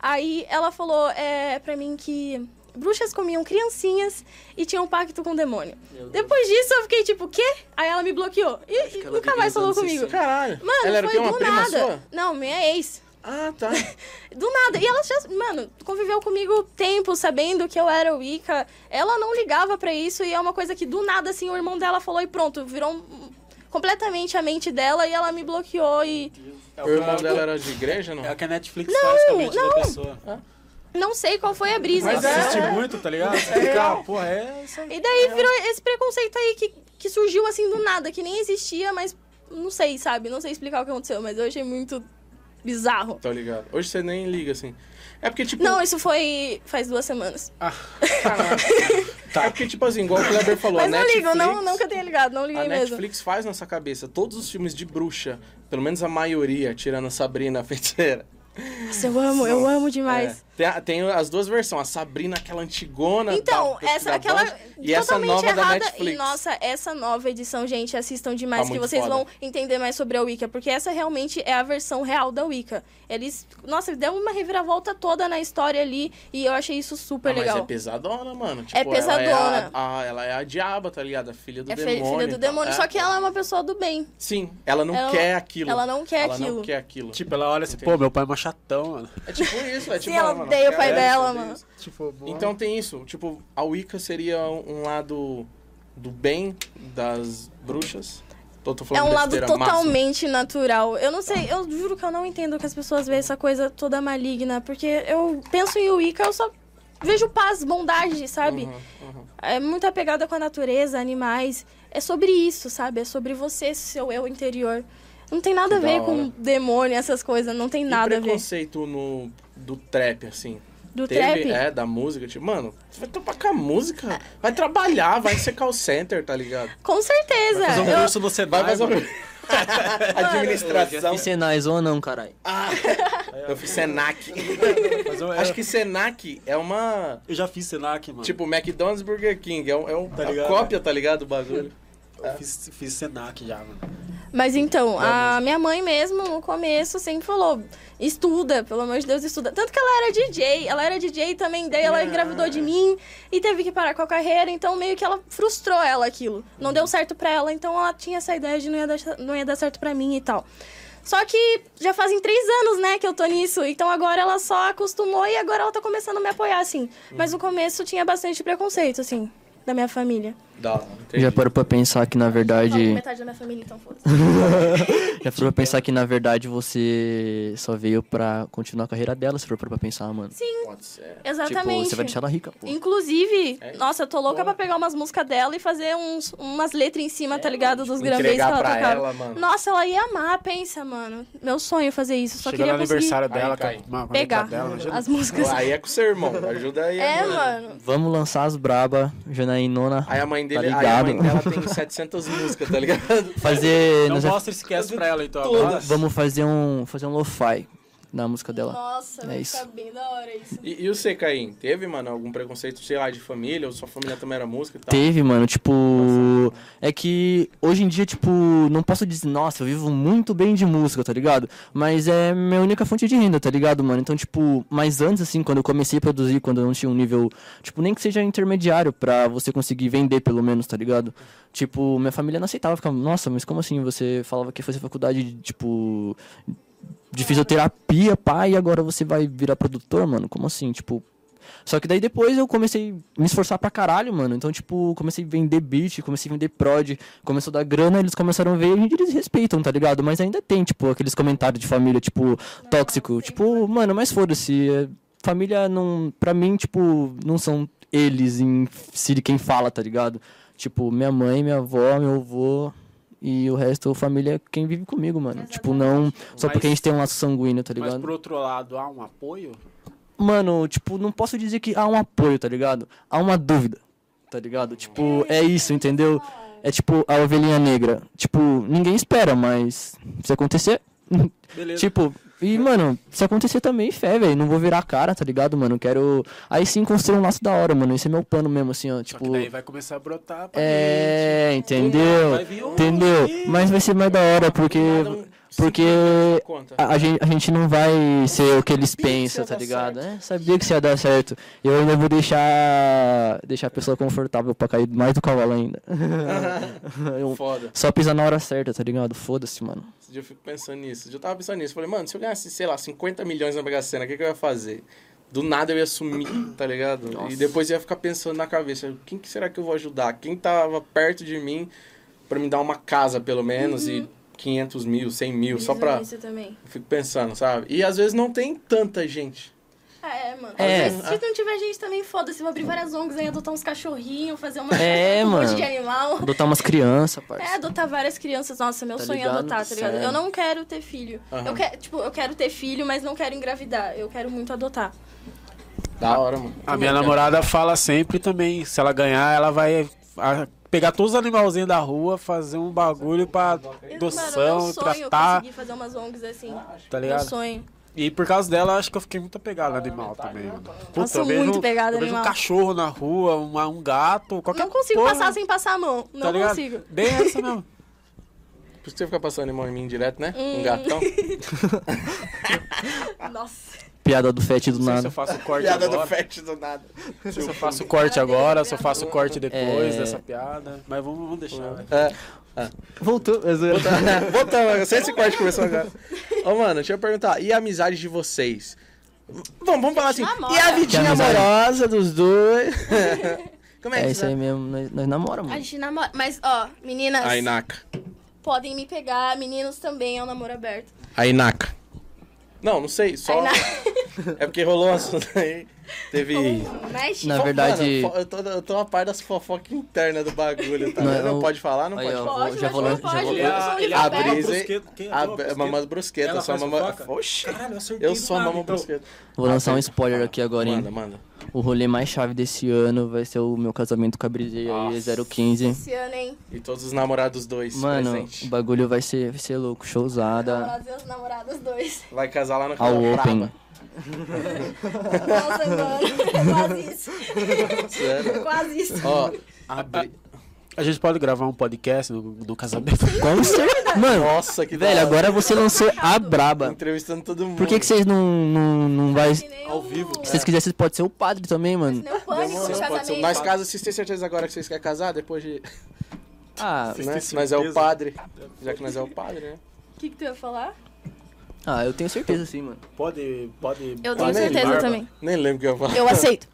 [SPEAKER 4] Aí ela falou é, pra mim que bruxas comiam criancinhas e tinham um pacto com o demônio.
[SPEAKER 2] Meu Deus.
[SPEAKER 4] Depois disso eu fiquei tipo, o quê? Aí ela me bloqueou e, e
[SPEAKER 2] que ela
[SPEAKER 4] nunca
[SPEAKER 2] vive nos
[SPEAKER 4] mais falou
[SPEAKER 2] anos
[SPEAKER 4] comigo.
[SPEAKER 2] 60.
[SPEAKER 3] Caralho.
[SPEAKER 4] Mano,
[SPEAKER 3] ela era o
[SPEAKER 4] foi
[SPEAKER 3] quê? Uma
[SPEAKER 4] do
[SPEAKER 3] prima
[SPEAKER 4] nada.
[SPEAKER 3] sua?
[SPEAKER 4] Não, minha ex.
[SPEAKER 3] Ah, tá.
[SPEAKER 4] Do nada. E ela já, mano, conviveu comigo tempo, sabendo que eu era o Ica. Ela não ligava pra isso e é uma coisa que do nada, assim, o irmão dela falou e pronto, virou um- completamente a mente dela e ela me bloqueou e.
[SPEAKER 3] o irmão dela era de igreja, não?
[SPEAKER 1] É o que a Netflix faz com a mente da
[SPEAKER 4] não.
[SPEAKER 1] pessoa.
[SPEAKER 4] Não sei qual foi a brisa.
[SPEAKER 1] Mas
[SPEAKER 3] é.
[SPEAKER 1] assiste muito, tá ligado? Fica, porra, é isso aí.
[SPEAKER 4] E daí virou esse preconceito aí que, que surgiu assim do nada, que nem existia, mas não sei, sabe? Não sei explicar o que aconteceu, mas eu achei muito bizarro.
[SPEAKER 3] Tá ligado. Hoje você nem liga, assim. É porque, tipo.
[SPEAKER 4] Não, isso foi faz duas semanas.
[SPEAKER 3] É porque, tipo assim, igual o Kleber falou,
[SPEAKER 4] Mas
[SPEAKER 3] a
[SPEAKER 4] não
[SPEAKER 3] Netflix,
[SPEAKER 4] ligo, não, nunca tenho ligado, não liguei
[SPEAKER 3] A
[SPEAKER 4] mesmo.
[SPEAKER 3] Netflix faz nossa cabeça. Todos os filmes de bruxa, pelo menos a maioria, tirando a Sabrina a feiticeira.
[SPEAKER 4] Nossa, eu amo, eu amo demais.
[SPEAKER 3] É. Tem, a- tem as duas versões, a Sabrina, aquela antigona.
[SPEAKER 4] Então,
[SPEAKER 3] da-
[SPEAKER 4] essa
[SPEAKER 3] da
[SPEAKER 4] aquela
[SPEAKER 3] Band, e essa
[SPEAKER 4] totalmente
[SPEAKER 3] nova da
[SPEAKER 4] errada.
[SPEAKER 3] Netflix.
[SPEAKER 4] E nossa, essa nova edição, gente, assistam demais
[SPEAKER 3] Tá
[SPEAKER 4] que
[SPEAKER 3] muito
[SPEAKER 4] vocês
[SPEAKER 3] foda.
[SPEAKER 4] vão entender mais sobre a Wicca, porque essa realmente é a versão real da Wicca. Eles, nossa, deu uma reviravolta toda na história ali e eu achei isso super
[SPEAKER 3] Ah, mas
[SPEAKER 4] legal.
[SPEAKER 3] é pesadona, mano. Tipo,
[SPEAKER 4] É
[SPEAKER 3] Ela é
[SPEAKER 4] pesadona.
[SPEAKER 3] a, a- ela é a diaba, tá ligado? A filha do
[SPEAKER 4] É fe-
[SPEAKER 3] demônio.
[SPEAKER 4] filha
[SPEAKER 3] e tal.
[SPEAKER 4] do demônio,
[SPEAKER 3] É.
[SPEAKER 4] só que ela é uma pessoa do bem.
[SPEAKER 3] Sim, ela não
[SPEAKER 4] Ela-
[SPEAKER 3] quer aquilo.
[SPEAKER 4] Ela não quer
[SPEAKER 3] Ela
[SPEAKER 4] aquilo.
[SPEAKER 3] não quer aquilo.
[SPEAKER 1] Tipo, ela olha assim,
[SPEAKER 3] Entendi.
[SPEAKER 1] pô, meu pai é machatão, mano.
[SPEAKER 3] É tipo isso, é tipo...
[SPEAKER 4] ela
[SPEAKER 3] ah, mano,
[SPEAKER 4] odeia o
[SPEAKER 3] quer
[SPEAKER 4] pai
[SPEAKER 3] isso,
[SPEAKER 4] dela,
[SPEAKER 3] odeia
[SPEAKER 4] mano.
[SPEAKER 3] isso.
[SPEAKER 6] Tipo, boa.
[SPEAKER 3] Então tem isso, tipo, a Wicca seria um um lado do bem das bruxas. Tô, tô
[SPEAKER 4] É
[SPEAKER 3] falando
[SPEAKER 4] um lado
[SPEAKER 3] besteira máxima.
[SPEAKER 4] totalmente natural. Eu não sei, eu juro que eu não entendo que as pessoas veem essa coisa toda maligna, porque eu penso em Wicca, eu só vejo paz, bondade, sabe? É muito apegada com a natureza, animais. É sobre isso, sabe? É sobre você, seu eu interior. Não tem nada a
[SPEAKER 3] Que da
[SPEAKER 4] ver
[SPEAKER 3] hora.
[SPEAKER 4] com demônio, essas coisas. Não tem
[SPEAKER 3] E
[SPEAKER 4] nada a ver.
[SPEAKER 3] preconceito no do trap assim.
[SPEAKER 4] Do
[SPEAKER 3] Teve,
[SPEAKER 4] trap?
[SPEAKER 3] é, da música, tipo, mano, você vai topar com a música, vai trabalhar, vai ser call center, tá ligado?
[SPEAKER 4] Com certeza.
[SPEAKER 1] Fazer um
[SPEAKER 4] Eu-
[SPEAKER 1] curso você vai,
[SPEAKER 3] Mais ou
[SPEAKER 1] mano.
[SPEAKER 3] menos. Administração.
[SPEAKER 2] E Senais ou não, caralho?
[SPEAKER 3] Eu fiz Senac.
[SPEAKER 1] Mas eu,
[SPEAKER 3] Acho que Senac é uma.
[SPEAKER 1] eu já fiz Senac, mano.
[SPEAKER 3] Tipo, McDonald's Burger King. É, um, é um,
[SPEAKER 1] Tá
[SPEAKER 3] a
[SPEAKER 1] ligado?
[SPEAKER 3] cópia, tá ligado? Do bagulho.
[SPEAKER 1] eu fiz, fiz Senac já, mano.
[SPEAKER 4] Mas então, a minha mãe mesmo, no começo, sempre falou: estuda, pelo amor de Deus, estuda. Tanto que ela era DJ, ela era DJ também, daí ela engravidou de mim e teve que parar com a carreira, então meio que ela frustrou ela aquilo. Não deu certo pra ela, então ela tinha essa ideia de não ia dar, não ia dar certo pra mim e tal. Só que já fazem três anos, né, que eu tô nisso. Então agora ela só acostumou e agora ela tá começando a me apoiar, assim. Mas no começo tinha bastante preconceito, assim, da minha família.
[SPEAKER 3] Dá,
[SPEAKER 2] Já parou pra pensar que, na
[SPEAKER 4] Não, é
[SPEAKER 2] verdade...
[SPEAKER 4] metade da minha família, então foda
[SPEAKER 2] Já parou pra pensar que, na verdade, você só veio pra continuar a carreira dela, se for pra pensar, mano. Sim,
[SPEAKER 3] Pode ser.
[SPEAKER 4] Exatamente.
[SPEAKER 2] Tipo, você vai deixar ela rica, pô.
[SPEAKER 4] Inclusive,
[SPEAKER 3] É.
[SPEAKER 4] nossa, eu tô
[SPEAKER 3] Boa.
[SPEAKER 4] louca pra pegar umas músicas dela e fazer uns, umas letras em cima, tá ligado? Dos grandes que
[SPEAKER 3] tipo, Entregar
[SPEAKER 4] ela
[SPEAKER 3] pra
[SPEAKER 4] tocava.
[SPEAKER 3] ela, mano.
[SPEAKER 4] Nossa, ela ia amar, pensa, mano. Meu sonho é fazer isso. Só
[SPEAKER 6] Chegando no
[SPEAKER 4] queria conseguir
[SPEAKER 6] aniversário dela,
[SPEAKER 3] Cai,
[SPEAKER 6] com uma com a letra
[SPEAKER 4] pegar
[SPEAKER 6] dela, imagina.
[SPEAKER 4] as músicas.
[SPEAKER 3] Aí é com o seu irmão. Ajuda aí.
[SPEAKER 4] É,
[SPEAKER 3] mano.
[SPEAKER 4] mano.
[SPEAKER 2] Vamos lançar as braba, Janainona.
[SPEAKER 3] Aí a mãe dele,
[SPEAKER 2] Tá
[SPEAKER 3] aí a mãe
[SPEAKER 2] ligado, mano.
[SPEAKER 3] dela tem 700 músicas, tá ligado?
[SPEAKER 2] Fazer...
[SPEAKER 1] Então
[SPEAKER 2] nós vai-
[SPEAKER 1] mostra esse cast pra ela, então.
[SPEAKER 3] Todas.
[SPEAKER 1] agora.
[SPEAKER 2] Vamos fazer um, fazer um lo-fi na música dela.
[SPEAKER 4] Nossa,
[SPEAKER 2] É
[SPEAKER 4] vai
[SPEAKER 2] isso.
[SPEAKER 4] ficar bem da hora isso.
[SPEAKER 3] E, e o você, Caim? Teve, mano, algum preconceito, sei lá, de família? Ou sua família também era música e tal?
[SPEAKER 2] Teve, mano, tipo. É que hoje em dia, tipo, não posso dizer, nossa, eu vivo muito bem de música, tá ligado? Mas é minha única fonte de renda, tá ligado, mano? Então, tipo, mas antes, assim, quando eu comecei a produzir, quando eu não tinha um nível, tipo, nem que seja intermediário pra você conseguir vender, pelo menos, tá ligado? Tipo, minha família não aceitava, ficava, nossa, mas como assim? Você falava que ia fazer faculdade, tipo, de fisioterapia, pá, e agora você vai virar produtor, mano? Como assim? Tipo. Só que daí depois eu comecei a me esforçar pra caralho, mano. Então, tipo, comecei a vender beat, comecei a vender prod, começou a dar grana, eles começaram a ver e eles respeitam, tá ligado? Mas ainda tem, tipo, aqueles comentários de família, tipo, tóxico. Tipo, mano, mas foda-se. é, Família não. Pra mim, tipo, não são eles em si de quem fala, tá ligado? Tipo, minha mãe, minha avó, meu avô. E o resto, a família, é quem vive comigo, mano. Tipo, não. Só
[SPEAKER 1] Mas-
[SPEAKER 2] porque a gente tem um laço sanguíneo, tá
[SPEAKER 1] Mas
[SPEAKER 2] ligado?
[SPEAKER 1] por outro lado, há um apoio?
[SPEAKER 2] mano, tipo, não posso dizer que há um apoio, tá ligado? Há uma dúvida, tá ligado? Tipo, é isso, entendeu? É tipo a ovelhinha negra. Tipo, ninguém espera, mas se acontecer.
[SPEAKER 1] Beleza.
[SPEAKER 2] tipo, e, mano, se acontecer também, fé, velho. Não vou virar a cara, tá ligado, mano? Quero. Aí sim construir um laço da hora, mano. Esse é meu plano mesmo, assim, ó.
[SPEAKER 1] Só
[SPEAKER 2] Tipo.
[SPEAKER 1] que daí vai começar a brotar pra
[SPEAKER 2] É,
[SPEAKER 1] Vai
[SPEAKER 2] entendeu?
[SPEAKER 1] vir um
[SPEAKER 2] Entendeu?
[SPEAKER 1] sim.
[SPEAKER 2] Mas vai ser mais da hora, porque.
[SPEAKER 3] um
[SPEAKER 2] Porque Ah,
[SPEAKER 3] Conta.
[SPEAKER 2] a, a gen- a gente não vai ser o que eles
[SPEAKER 3] Sabia que
[SPEAKER 2] pensam, tá
[SPEAKER 3] isso ia dar
[SPEAKER 2] ligado?
[SPEAKER 3] certo.
[SPEAKER 2] É, sabia que isso ia dar certo. Eu ainda vou deixar deixar a pessoa confortável pra cair mais do cavalo ainda. Eu-
[SPEAKER 3] Foda.
[SPEAKER 2] só pisar na hora certa, tá ligado? Foda-se, mano.
[SPEAKER 3] Esse dia eu fico pensando nisso. Eu tava pensando nisso. Falei, mano, se eu ganhasse, sei lá, 50 milhões na Mega Sena, o que, que eu ia fazer? Do nada eu ia sumir, tá ligado? E depois eu ia ficar pensando na cabeça, quem que será que eu vou ajudar? Quem tava perto de mim pra me dar uma casa, pelo menos, e 500 mil, 100 mil, só pra...
[SPEAKER 4] Isso também.
[SPEAKER 3] Eu fico pensando, sabe? E às vezes não tem tanta gente.
[SPEAKER 4] Ah, é, mano.
[SPEAKER 2] É.
[SPEAKER 4] Às vezes, se não tiver gente também, foda-se. Vou abrir várias ONGs aí, adotar uns cachorrinhos, fazer uma
[SPEAKER 2] É,
[SPEAKER 4] um monte
[SPEAKER 2] mano.
[SPEAKER 4] de animal.
[SPEAKER 2] Adotar umas crianças,
[SPEAKER 4] É,
[SPEAKER 2] parça.
[SPEAKER 4] adotar várias crianças. Nossa, meu
[SPEAKER 2] Tá
[SPEAKER 4] sonho
[SPEAKER 2] ligado?
[SPEAKER 4] é adotar, tá ligado?
[SPEAKER 2] Sério.
[SPEAKER 4] Eu não quero ter filho.
[SPEAKER 3] Aham.
[SPEAKER 4] Eu quero, tipo, eu quero ter filho, mas não quero engravidar. Eu quero muito adotar.
[SPEAKER 2] Ah,
[SPEAKER 3] Da hora, mano. é
[SPEAKER 1] A minha namorada fala sempre também, se ela ganhar, ela vai a- pegar todos os animalzinhos da rua, fazer um bagulho pra
[SPEAKER 4] Mano,
[SPEAKER 1] adoção,
[SPEAKER 4] meu sonho é
[SPEAKER 1] tratar,
[SPEAKER 4] conseguir fazer umas ONGs assim.
[SPEAKER 1] tá
[SPEAKER 4] Meu
[SPEAKER 1] ligado?
[SPEAKER 4] sonho.
[SPEAKER 1] E por causa dela, acho que eu fiquei muito apegado no animal também. mano.
[SPEAKER 4] Nossa,
[SPEAKER 1] eu
[SPEAKER 4] muito pegada
[SPEAKER 1] eu vejo um
[SPEAKER 4] animal.
[SPEAKER 1] cachorro na rua, uma- um gato, qualquer
[SPEAKER 4] Não consigo
[SPEAKER 1] porra,
[SPEAKER 4] passar sem passar a mão.
[SPEAKER 1] tá
[SPEAKER 4] Não
[SPEAKER 1] ligado?
[SPEAKER 4] consigo.
[SPEAKER 1] Bem essa mesmo.
[SPEAKER 3] Por isso que você fica passando mão em mim direto, né? Um gatão.
[SPEAKER 4] Nossa.
[SPEAKER 2] Piada do Fete do
[SPEAKER 1] Não sei se eu
[SPEAKER 2] nada.
[SPEAKER 1] faço o corte
[SPEAKER 3] Piada do
[SPEAKER 1] agora.
[SPEAKER 3] Fett do nada.
[SPEAKER 1] Não sei se eu faço o corte agora, se eu faço o corte depois
[SPEAKER 2] É.
[SPEAKER 1] dessa piada. Mas vamos, vamos deixar. velho.
[SPEAKER 2] Voltou.
[SPEAKER 3] Voltamos, É, eu sei esse corte começou agora. Ô, mano, deixa eu perguntar. E a amizade de vocês? Bom, vamos falar assim.
[SPEAKER 4] namora.
[SPEAKER 3] E a vidinha
[SPEAKER 2] Que amizade?
[SPEAKER 3] amorosa dos dois? Como é, que
[SPEAKER 2] É isso aí mesmo, nós, nós namoramos,
[SPEAKER 4] A
[SPEAKER 2] mano.
[SPEAKER 4] gente namora. Mas, ó, meninas,
[SPEAKER 3] A Inaca.
[SPEAKER 4] podem me pegar. Meninos também é um namoro aberto.
[SPEAKER 3] A Inaca. Não, não sei,
[SPEAKER 4] A
[SPEAKER 3] só.
[SPEAKER 4] Inaca-
[SPEAKER 3] É porque rolou um assunto aí. Teve.
[SPEAKER 4] Mexe.
[SPEAKER 2] Na
[SPEAKER 3] Fo-
[SPEAKER 2] verdade-
[SPEAKER 3] Mano, fo- eu, tô, eu tô a par das fofocas internas do bagulho, tá?
[SPEAKER 2] Não,
[SPEAKER 3] Não, não
[SPEAKER 2] eu-
[SPEAKER 3] pode falar, não
[SPEAKER 2] Aí,
[SPEAKER 3] pode
[SPEAKER 2] ó.
[SPEAKER 3] falar.
[SPEAKER 4] Pode,
[SPEAKER 2] já
[SPEAKER 4] mas
[SPEAKER 2] vou
[SPEAKER 4] não
[SPEAKER 2] lan- já
[SPEAKER 4] pode.
[SPEAKER 2] vou-
[SPEAKER 4] eu não sou
[SPEAKER 1] Ele-
[SPEAKER 4] livre
[SPEAKER 3] abre
[SPEAKER 4] aberto.
[SPEAKER 3] isso. A be- mamada Ah, é brusqueta,
[SPEAKER 1] Ela
[SPEAKER 3] eu sou a
[SPEAKER 1] faz
[SPEAKER 3] mama.
[SPEAKER 1] fofoca?
[SPEAKER 3] Oxi!
[SPEAKER 1] Caralho, eu acertei
[SPEAKER 3] Eu
[SPEAKER 1] do
[SPEAKER 3] sou a
[SPEAKER 1] nada,
[SPEAKER 3] mama
[SPEAKER 1] então.
[SPEAKER 3] brusqueta.
[SPEAKER 2] Vou lançar um spoiler aqui agora, hein?
[SPEAKER 3] tá Manda, manda.
[SPEAKER 2] O rolê mais chave desse ano vai ser o meu casamento com a Brisei aí, 015.
[SPEAKER 4] Esse ano, hein?
[SPEAKER 3] E todos os namorados dois
[SPEAKER 2] Mano, o
[SPEAKER 3] presente.
[SPEAKER 2] bagulho vai ser, vai ser louco, showzada.
[SPEAKER 4] Namorados e os namorados dois.
[SPEAKER 3] Vai casar lá no
[SPEAKER 2] Ao
[SPEAKER 3] Canal
[SPEAKER 2] Open.
[SPEAKER 4] Nossa, mano. Quase isso.
[SPEAKER 3] Braba, sério.
[SPEAKER 4] É Quase isso.
[SPEAKER 3] Ó, abre.
[SPEAKER 1] A gente pode gravar um podcast do, do casamento.
[SPEAKER 2] Com certeza. Mano,
[SPEAKER 3] Nossa, que da
[SPEAKER 2] velho,
[SPEAKER 3] hora.
[SPEAKER 2] agora você lançou a braba.
[SPEAKER 3] Entrevistando todo mundo.
[SPEAKER 2] Por que que vocês não, não, não vai...
[SPEAKER 4] Que
[SPEAKER 2] Se
[SPEAKER 4] nem
[SPEAKER 3] Ao
[SPEAKER 4] o-
[SPEAKER 3] vivo.
[SPEAKER 2] vocês
[SPEAKER 3] É.
[SPEAKER 2] quisessem, pode ser o padre também, mano.
[SPEAKER 4] Nem o
[SPEAKER 3] Demorou.
[SPEAKER 4] pânico no
[SPEAKER 3] Pode ser.
[SPEAKER 4] casamento.
[SPEAKER 3] Nós caso vocês têm certeza agora que vocês querem casar, depois de.
[SPEAKER 2] Ah,
[SPEAKER 1] Vocês
[SPEAKER 3] né?
[SPEAKER 1] têm
[SPEAKER 3] Nós é o
[SPEAKER 1] certeza?
[SPEAKER 3] padre. Já que nós é o padre, né?
[SPEAKER 4] O que, que tu ia falar?
[SPEAKER 2] ah, eu tenho certeza sim, mano.
[SPEAKER 1] Pode, pode.
[SPEAKER 4] Eu
[SPEAKER 3] Ah,
[SPEAKER 4] tenho
[SPEAKER 3] nem
[SPEAKER 4] certeza
[SPEAKER 3] barba.
[SPEAKER 4] também.
[SPEAKER 3] Nem lembro o que eu ia falar.
[SPEAKER 4] Eu aceito.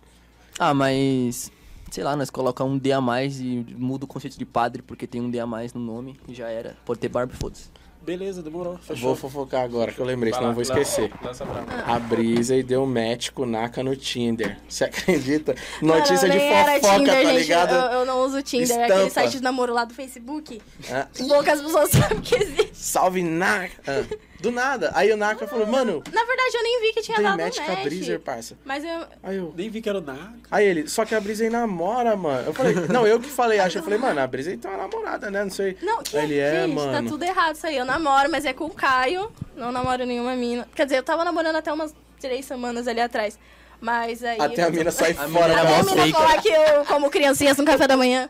[SPEAKER 2] Ah, mas... Sei lá, nós colocamos um D a mais e muda o conceito de padre porque tem um D a mais no nome e já era. Pode ter barba, foda-se.
[SPEAKER 1] Beleza, demorou. Fechou.
[SPEAKER 3] Vou fofocar agora que eu lembrei,
[SPEAKER 1] Vai
[SPEAKER 3] senão
[SPEAKER 1] lá,
[SPEAKER 3] eu vou
[SPEAKER 1] lança-
[SPEAKER 3] esquecer.
[SPEAKER 1] Lança pra
[SPEAKER 4] Ah.
[SPEAKER 1] mim.
[SPEAKER 3] A Brisa e deu match com o Naka no Tinder. Você acredita? Notícia de
[SPEAKER 4] Mano, eu nem era
[SPEAKER 3] fofoca,
[SPEAKER 4] Tinder,
[SPEAKER 3] tá
[SPEAKER 4] gente.
[SPEAKER 3] ligado?
[SPEAKER 4] Eu, eu não uso Tinder. É
[SPEAKER 3] Estampa.
[SPEAKER 4] aquele site de namoro lá do Facebook.
[SPEAKER 3] Ah,
[SPEAKER 4] Poucas pessoas sabem que existe.
[SPEAKER 3] salve Naka! Ah, do nada. Aí o Naka falou,
[SPEAKER 4] Uhum.
[SPEAKER 3] mano,
[SPEAKER 4] Na verdade, eu nem vi que tinha
[SPEAKER 3] dei
[SPEAKER 4] dado
[SPEAKER 3] match com a Brisa,
[SPEAKER 4] match.
[SPEAKER 3] parça.
[SPEAKER 4] Mas eu...
[SPEAKER 3] Aí eu.
[SPEAKER 1] Nem vi que era o Naka.
[SPEAKER 3] Aí ele, só que a Brisa aí namora, mano. Eu falei, não, eu que falei, acho. Eu falei, mano, a Brisa aí tem uma namorada, né? Não sei.
[SPEAKER 4] Não, que,
[SPEAKER 3] Ele é,
[SPEAKER 4] gente,
[SPEAKER 3] mano.
[SPEAKER 4] tá tudo errado isso aí. Eu namoro, mas é com o Caio. Não namoro nenhuma mina. Quer dizer, eu tava namorando até umas três semanas ali atrás. Mas aí...
[SPEAKER 3] Até a mina sai
[SPEAKER 2] A mina
[SPEAKER 3] fora
[SPEAKER 2] era
[SPEAKER 3] da
[SPEAKER 4] tá Até a
[SPEAKER 2] mó
[SPEAKER 4] mina
[SPEAKER 2] fake.
[SPEAKER 4] falar que eu como criancinhas no café da manhã.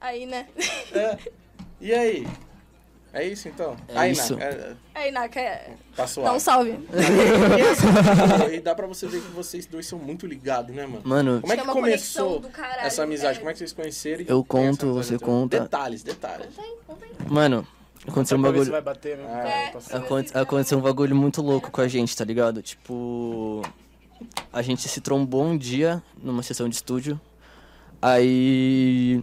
[SPEAKER 4] Aí, né?
[SPEAKER 3] É. E aí? É isso então?
[SPEAKER 2] É
[SPEAKER 3] aí,
[SPEAKER 2] isso.
[SPEAKER 3] Naka, é,
[SPEAKER 4] Aí, Naka, é...
[SPEAKER 3] tá suave.
[SPEAKER 4] dá um salve.
[SPEAKER 3] e dá pra você ver que vocês dois são muito ligados, né, mano?
[SPEAKER 2] Mano,
[SPEAKER 3] Como é que
[SPEAKER 4] Acho que é uma
[SPEAKER 3] começou
[SPEAKER 4] conexão do caralho,
[SPEAKER 3] essa amizade?
[SPEAKER 4] é.
[SPEAKER 3] Como é que vocês conheceram?
[SPEAKER 2] Eu
[SPEAKER 3] e tem essa
[SPEAKER 2] conto,
[SPEAKER 3] amizade
[SPEAKER 2] você
[SPEAKER 3] até hoje?
[SPEAKER 2] conta.
[SPEAKER 3] Detalhes, detalhes.
[SPEAKER 2] mano, aconteceu um
[SPEAKER 1] Pra ver
[SPEAKER 2] bagulho...
[SPEAKER 1] se vai bater, né?
[SPEAKER 4] É.
[SPEAKER 3] Ah,
[SPEAKER 1] Tá certo.
[SPEAKER 2] Aconte- aconteceu um bagulho muito louco com a gente, tá ligado? Tipo, a gente se trombou um dia numa sessão de estúdio. Aí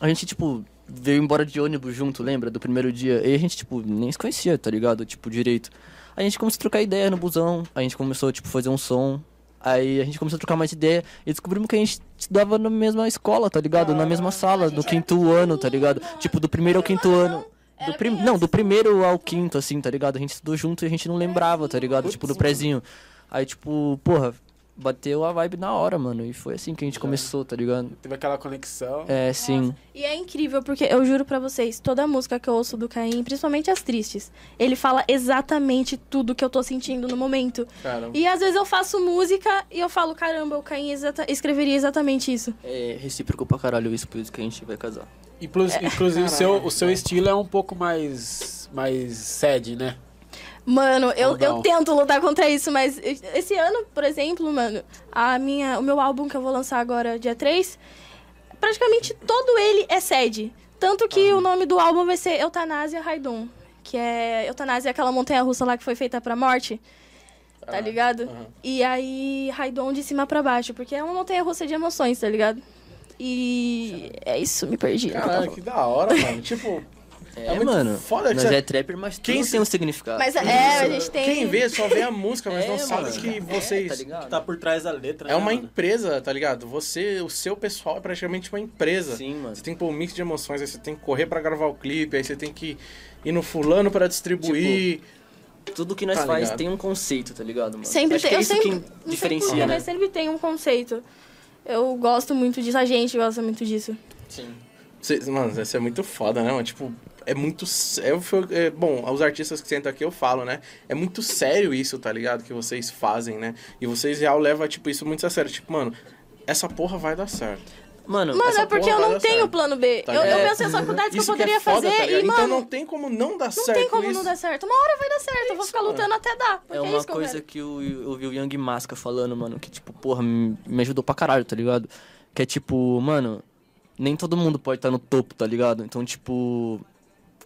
[SPEAKER 2] a gente tipo veio embora de ônibus junto, lembra? Do primeiro dia. E a gente tipo nem se conhecia, tá ligado? Tipo direito. Aí a gente começou a trocar ideia no busão, a gente começou tipo fazer um som. Aí a gente começou a trocar mais ideia e descobrimos que a gente estudava na mesma escola, tá ligado? Na mesma sala, do quinto ano, tá ligado? Tipo, do primeiro ao quinto ano. Do
[SPEAKER 4] Era
[SPEAKER 2] prim...
[SPEAKER 4] bem
[SPEAKER 2] Não,
[SPEAKER 4] antes.
[SPEAKER 2] do primeiro ao quinto, assim, tá ligado? A gente estudou junto e a gente não lembrava, tá ligado? Tipo, do prezinho. Aí, tipo, porra, bateu a vibe na hora, mano. E foi assim que a gente começou, tá ligado?
[SPEAKER 1] Teve aquela conexão.
[SPEAKER 2] É, sim.
[SPEAKER 4] E é incrível, porque eu juro pra vocês, toda música que eu ouço do Caim, principalmente as tristes, ele fala exatamente tudo que eu tô sentindo no momento.
[SPEAKER 3] Caramba.
[SPEAKER 4] E às vezes eu faço música e eu falo, caramba, o Caim exata- escreveria exatamente isso.
[SPEAKER 2] É recíproco pra caralho isso, por isso que a gente vai casar.
[SPEAKER 1] Inclu- Inclusive, o seu, o seu estilo é um pouco mais. mais sede, né?
[SPEAKER 4] Mano, eu,
[SPEAKER 1] Ou não.
[SPEAKER 4] eu tento lutar contra isso, mas esse ano, por exemplo, mano, a minha, o meu álbum que eu vou lançar agora, dia 3, praticamente todo ele é sede. Tanto que o nome do álbum vai ser Eutanásia Raidon. Que é. Eutanásia é aquela montanha russa lá que foi feita pra morte. Tá ligado? E aí, Raidon de cima pra baixo, porque é uma montanha russa de emoções, tá ligado? E é isso, me perdi. né?
[SPEAKER 3] Caralho, que da hora, mano. Tipo,
[SPEAKER 2] É,
[SPEAKER 3] muito
[SPEAKER 2] mano.
[SPEAKER 3] foda que
[SPEAKER 2] nós
[SPEAKER 3] você-
[SPEAKER 2] é trapper, mas
[SPEAKER 3] Quem
[SPEAKER 2] tudo
[SPEAKER 3] se-
[SPEAKER 2] tem um significado.
[SPEAKER 4] Mas é, a gente tem.
[SPEAKER 3] quem vê só vê a música, mas
[SPEAKER 2] É,
[SPEAKER 3] não sabe
[SPEAKER 2] mano.
[SPEAKER 3] que
[SPEAKER 2] É, tá
[SPEAKER 3] vocês.
[SPEAKER 2] ligado?
[SPEAKER 1] por trás da letra.
[SPEAKER 3] É uma empresa, tá ligado? Você, o seu pessoal é praticamente uma empresa.
[SPEAKER 2] Sim, mano.
[SPEAKER 3] Você tem que pôr um mix de emoções, aí você tem que correr pra gravar o clipe, aí você tem que ir no fulano pra distribuir.
[SPEAKER 2] Tipo, Tudo que nós
[SPEAKER 3] Tá
[SPEAKER 2] faz
[SPEAKER 3] ligado.
[SPEAKER 2] tem um conceito, tá ligado, mano?
[SPEAKER 4] Sempre
[SPEAKER 2] Acho
[SPEAKER 4] tem,
[SPEAKER 2] que é
[SPEAKER 4] eu
[SPEAKER 2] isso
[SPEAKER 4] sempre,
[SPEAKER 2] que
[SPEAKER 4] não sei
[SPEAKER 2] diferencia,
[SPEAKER 4] porquê,
[SPEAKER 2] né?
[SPEAKER 4] mas sempre tem um conceito. Eu gosto muito disso, a gente gosta muito disso.
[SPEAKER 2] Sim.
[SPEAKER 3] Cê- mano, isso é muito foda, né? mano? Tipo, é muito. sé- Eu, fui- é, bom, aos artistas que sentam aqui eu falo, né? É muito sério isso, tá ligado? Que vocês fazem, né? E vocês real levam, tipo, isso muito a sério. Tipo, mano, essa porra vai dar certo.
[SPEAKER 2] Mano,
[SPEAKER 4] Mano,
[SPEAKER 3] essa
[SPEAKER 4] é porque
[SPEAKER 3] porra
[SPEAKER 4] eu
[SPEAKER 3] vai
[SPEAKER 4] não
[SPEAKER 3] dar
[SPEAKER 4] tenho
[SPEAKER 3] certo.
[SPEAKER 4] plano B.
[SPEAKER 3] Tá
[SPEAKER 4] eu, eu
[SPEAKER 2] ligado?
[SPEAKER 4] penso nas faculdades que eu
[SPEAKER 3] Isso
[SPEAKER 4] poderia
[SPEAKER 3] é foda, tá
[SPEAKER 4] fazer
[SPEAKER 3] ligado?
[SPEAKER 4] e, mano,
[SPEAKER 3] Então não tem como não dar
[SPEAKER 4] não
[SPEAKER 3] certo.
[SPEAKER 4] tem como
[SPEAKER 3] isso. tá
[SPEAKER 4] não dar certo. Uma hora vai dar certo, eu vou ficar lutando até dar. Porque
[SPEAKER 2] É
[SPEAKER 4] é,
[SPEAKER 2] uma
[SPEAKER 4] isso que
[SPEAKER 2] coisa
[SPEAKER 4] eu quero.
[SPEAKER 2] que eu, eu vi o Young Masca falando, mano, que tipo, porra, me me ajudou pra caralho, tá ligado? Que é tipo, mano, nem todo mundo pode estar no topo, tá ligado? Então, tipo,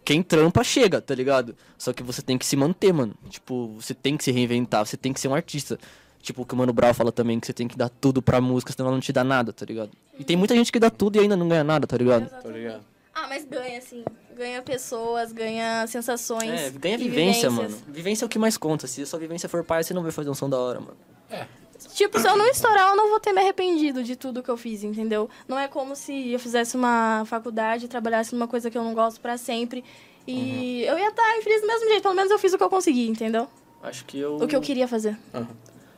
[SPEAKER 2] quem trampa chega, tá ligado? Só que você tem que se manter, mano. Tipo, você tem que se reinventar, você tem que ser um artista. Tipo, o que o Mano Brown fala também, que você tem que dar tudo pra música, senão ela não te dá nada, tá ligado? E tem muita gente que dá tudo e ainda não ganha nada, tá ligado?
[SPEAKER 3] Tá ligado?
[SPEAKER 4] Ah, mas ganha, assim. Ganha pessoas, ganha sensações.
[SPEAKER 2] É,
[SPEAKER 4] e
[SPEAKER 2] ganha vivência,
[SPEAKER 4] vivências.
[SPEAKER 2] mano. Vivência é o que mais conta. Se a sua vivência for pai, você não vai fazer um som da hora, mano.
[SPEAKER 4] Tipo, se eu não estourar, eu não vou ter me arrependido de tudo que eu fiz, entendeu? Não é como se eu fizesse uma faculdade, trabalhasse numa coisa que eu não gosto pra sempre. E
[SPEAKER 2] Uhum.
[SPEAKER 4] eu ia estar infeliz do mesmo jeito. Pelo menos eu fiz o que eu consegui, entendeu?
[SPEAKER 2] Acho que eu.
[SPEAKER 4] O que eu queria fazer.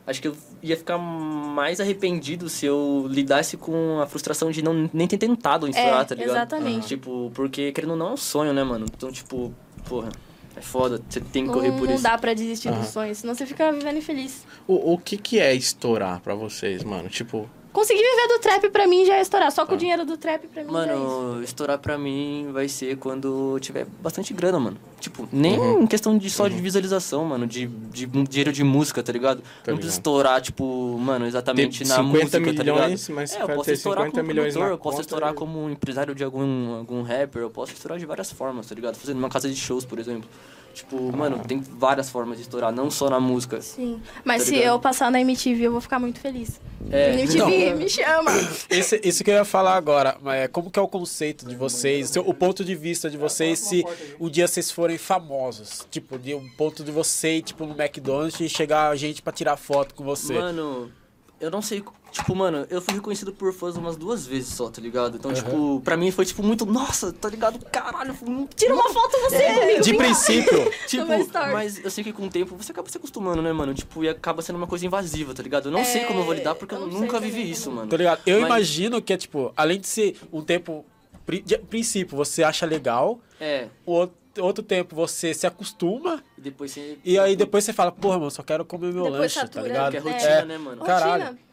[SPEAKER 2] Acho que eu ia ficar mais arrependido se eu lidasse com a frustração de não nem ter tentado estourar, tá ligado?
[SPEAKER 4] É, exatamente.
[SPEAKER 2] Tipo, porque querendo ou não é um sonho, né, mano? Então, tipo, porra, é foda, você tem que
[SPEAKER 4] Não,
[SPEAKER 2] correr por
[SPEAKER 4] não
[SPEAKER 2] isso.
[SPEAKER 4] dá pra desistir
[SPEAKER 3] Aham.
[SPEAKER 4] dos sonhos, senão você fica vivendo infeliz.
[SPEAKER 3] O, o que que é estourar pra vocês, mano? Tipo,
[SPEAKER 4] Conseguir viver do trap pra mim já é estourar. Só com o dinheiro do trap pra mim já é isso.
[SPEAKER 2] Ah. Mano, estourar pra mim vai ser quando eu tiver bastante grana, mano. Tipo, nem em questão de só
[SPEAKER 3] Uhum.
[SPEAKER 2] de visualização, mano, de, de um dinheiro de música, tá ligado? não
[SPEAKER 3] ligado.
[SPEAKER 2] precisa estourar, tipo, mano,
[SPEAKER 3] tem
[SPEAKER 2] exatamente na
[SPEAKER 3] 50
[SPEAKER 2] música, tá ligado?
[SPEAKER 3] milhões, mas
[SPEAKER 2] É, eu
[SPEAKER 3] vai
[SPEAKER 2] posso
[SPEAKER 3] ter
[SPEAKER 2] estourar
[SPEAKER 3] 50
[SPEAKER 2] como
[SPEAKER 3] milhões
[SPEAKER 2] produtor,
[SPEAKER 3] na
[SPEAKER 2] eu posso
[SPEAKER 3] conta
[SPEAKER 2] estourar
[SPEAKER 3] e-
[SPEAKER 2] como um empresário de algum, algum rapper, eu posso estourar de várias formas, tá ligado? Fazendo uma casa de shows, por exemplo. Tipo, mano, tem várias formas de estourar, não só na música.
[SPEAKER 4] Sim. Mas
[SPEAKER 2] Tá
[SPEAKER 4] se
[SPEAKER 2] ligado?
[SPEAKER 4] eu passar na MTV, eu vou ficar muito feliz.
[SPEAKER 2] É,
[SPEAKER 4] MTV, me chama.
[SPEAKER 1] Esse, isso que eu ia falar agora, mas como que é o conceito de vocês, o seu- o ponto de vista de vocês se um dia vocês forem famosos, tipo, de um ponto de você ir, tipo, no McDonald's e chegar gente pra tirar foto com você.
[SPEAKER 2] Mano, eu não sei. Tipo, mano, eu fui reconhecido por fãs umas duas vezes só, tá ligado? Então, tipo, pra mim foi tipo muito. Nossa, tá ligado? Caralho, foi um muito.
[SPEAKER 4] Tira uma foto você
[SPEAKER 2] É.
[SPEAKER 4] comigo.
[SPEAKER 1] de
[SPEAKER 4] vem cá.
[SPEAKER 1] princípio,
[SPEAKER 2] Tipo,
[SPEAKER 4] Numa story.
[SPEAKER 2] mas eu sei que com o tempo você acaba se acostumando, né, mano? Tipo, e acaba sendo uma coisa invasiva, tá ligado? Eu não sei como eu vou lidar porque eu,
[SPEAKER 4] É, eu não sei
[SPEAKER 2] nunca
[SPEAKER 4] também
[SPEAKER 2] vivi
[SPEAKER 4] como-
[SPEAKER 2] isso, mano.
[SPEAKER 1] tá ligado? Eu
[SPEAKER 2] Mas-
[SPEAKER 1] imagino que é, tipo, além de ser um tempo, pri- de princípio, você acha legal,
[SPEAKER 2] É,
[SPEAKER 1] o outro, outro tempo você se acostuma,
[SPEAKER 2] e depois você.
[SPEAKER 1] e aí depois você fala, porra, mano, só quero comer meu
[SPEAKER 4] Depois
[SPEAKER 1] lanche,
[SPEAKER 4] satura,
[SPEAKER 1] tá ligado?
[SPEAKER 2] Porque é
[SPEAKER 4] né?
[SPEAKER 2] rotina, né, mano?
[SPEAKER 1] Cara- Caralho.
[SPEAKER 4] Rotina.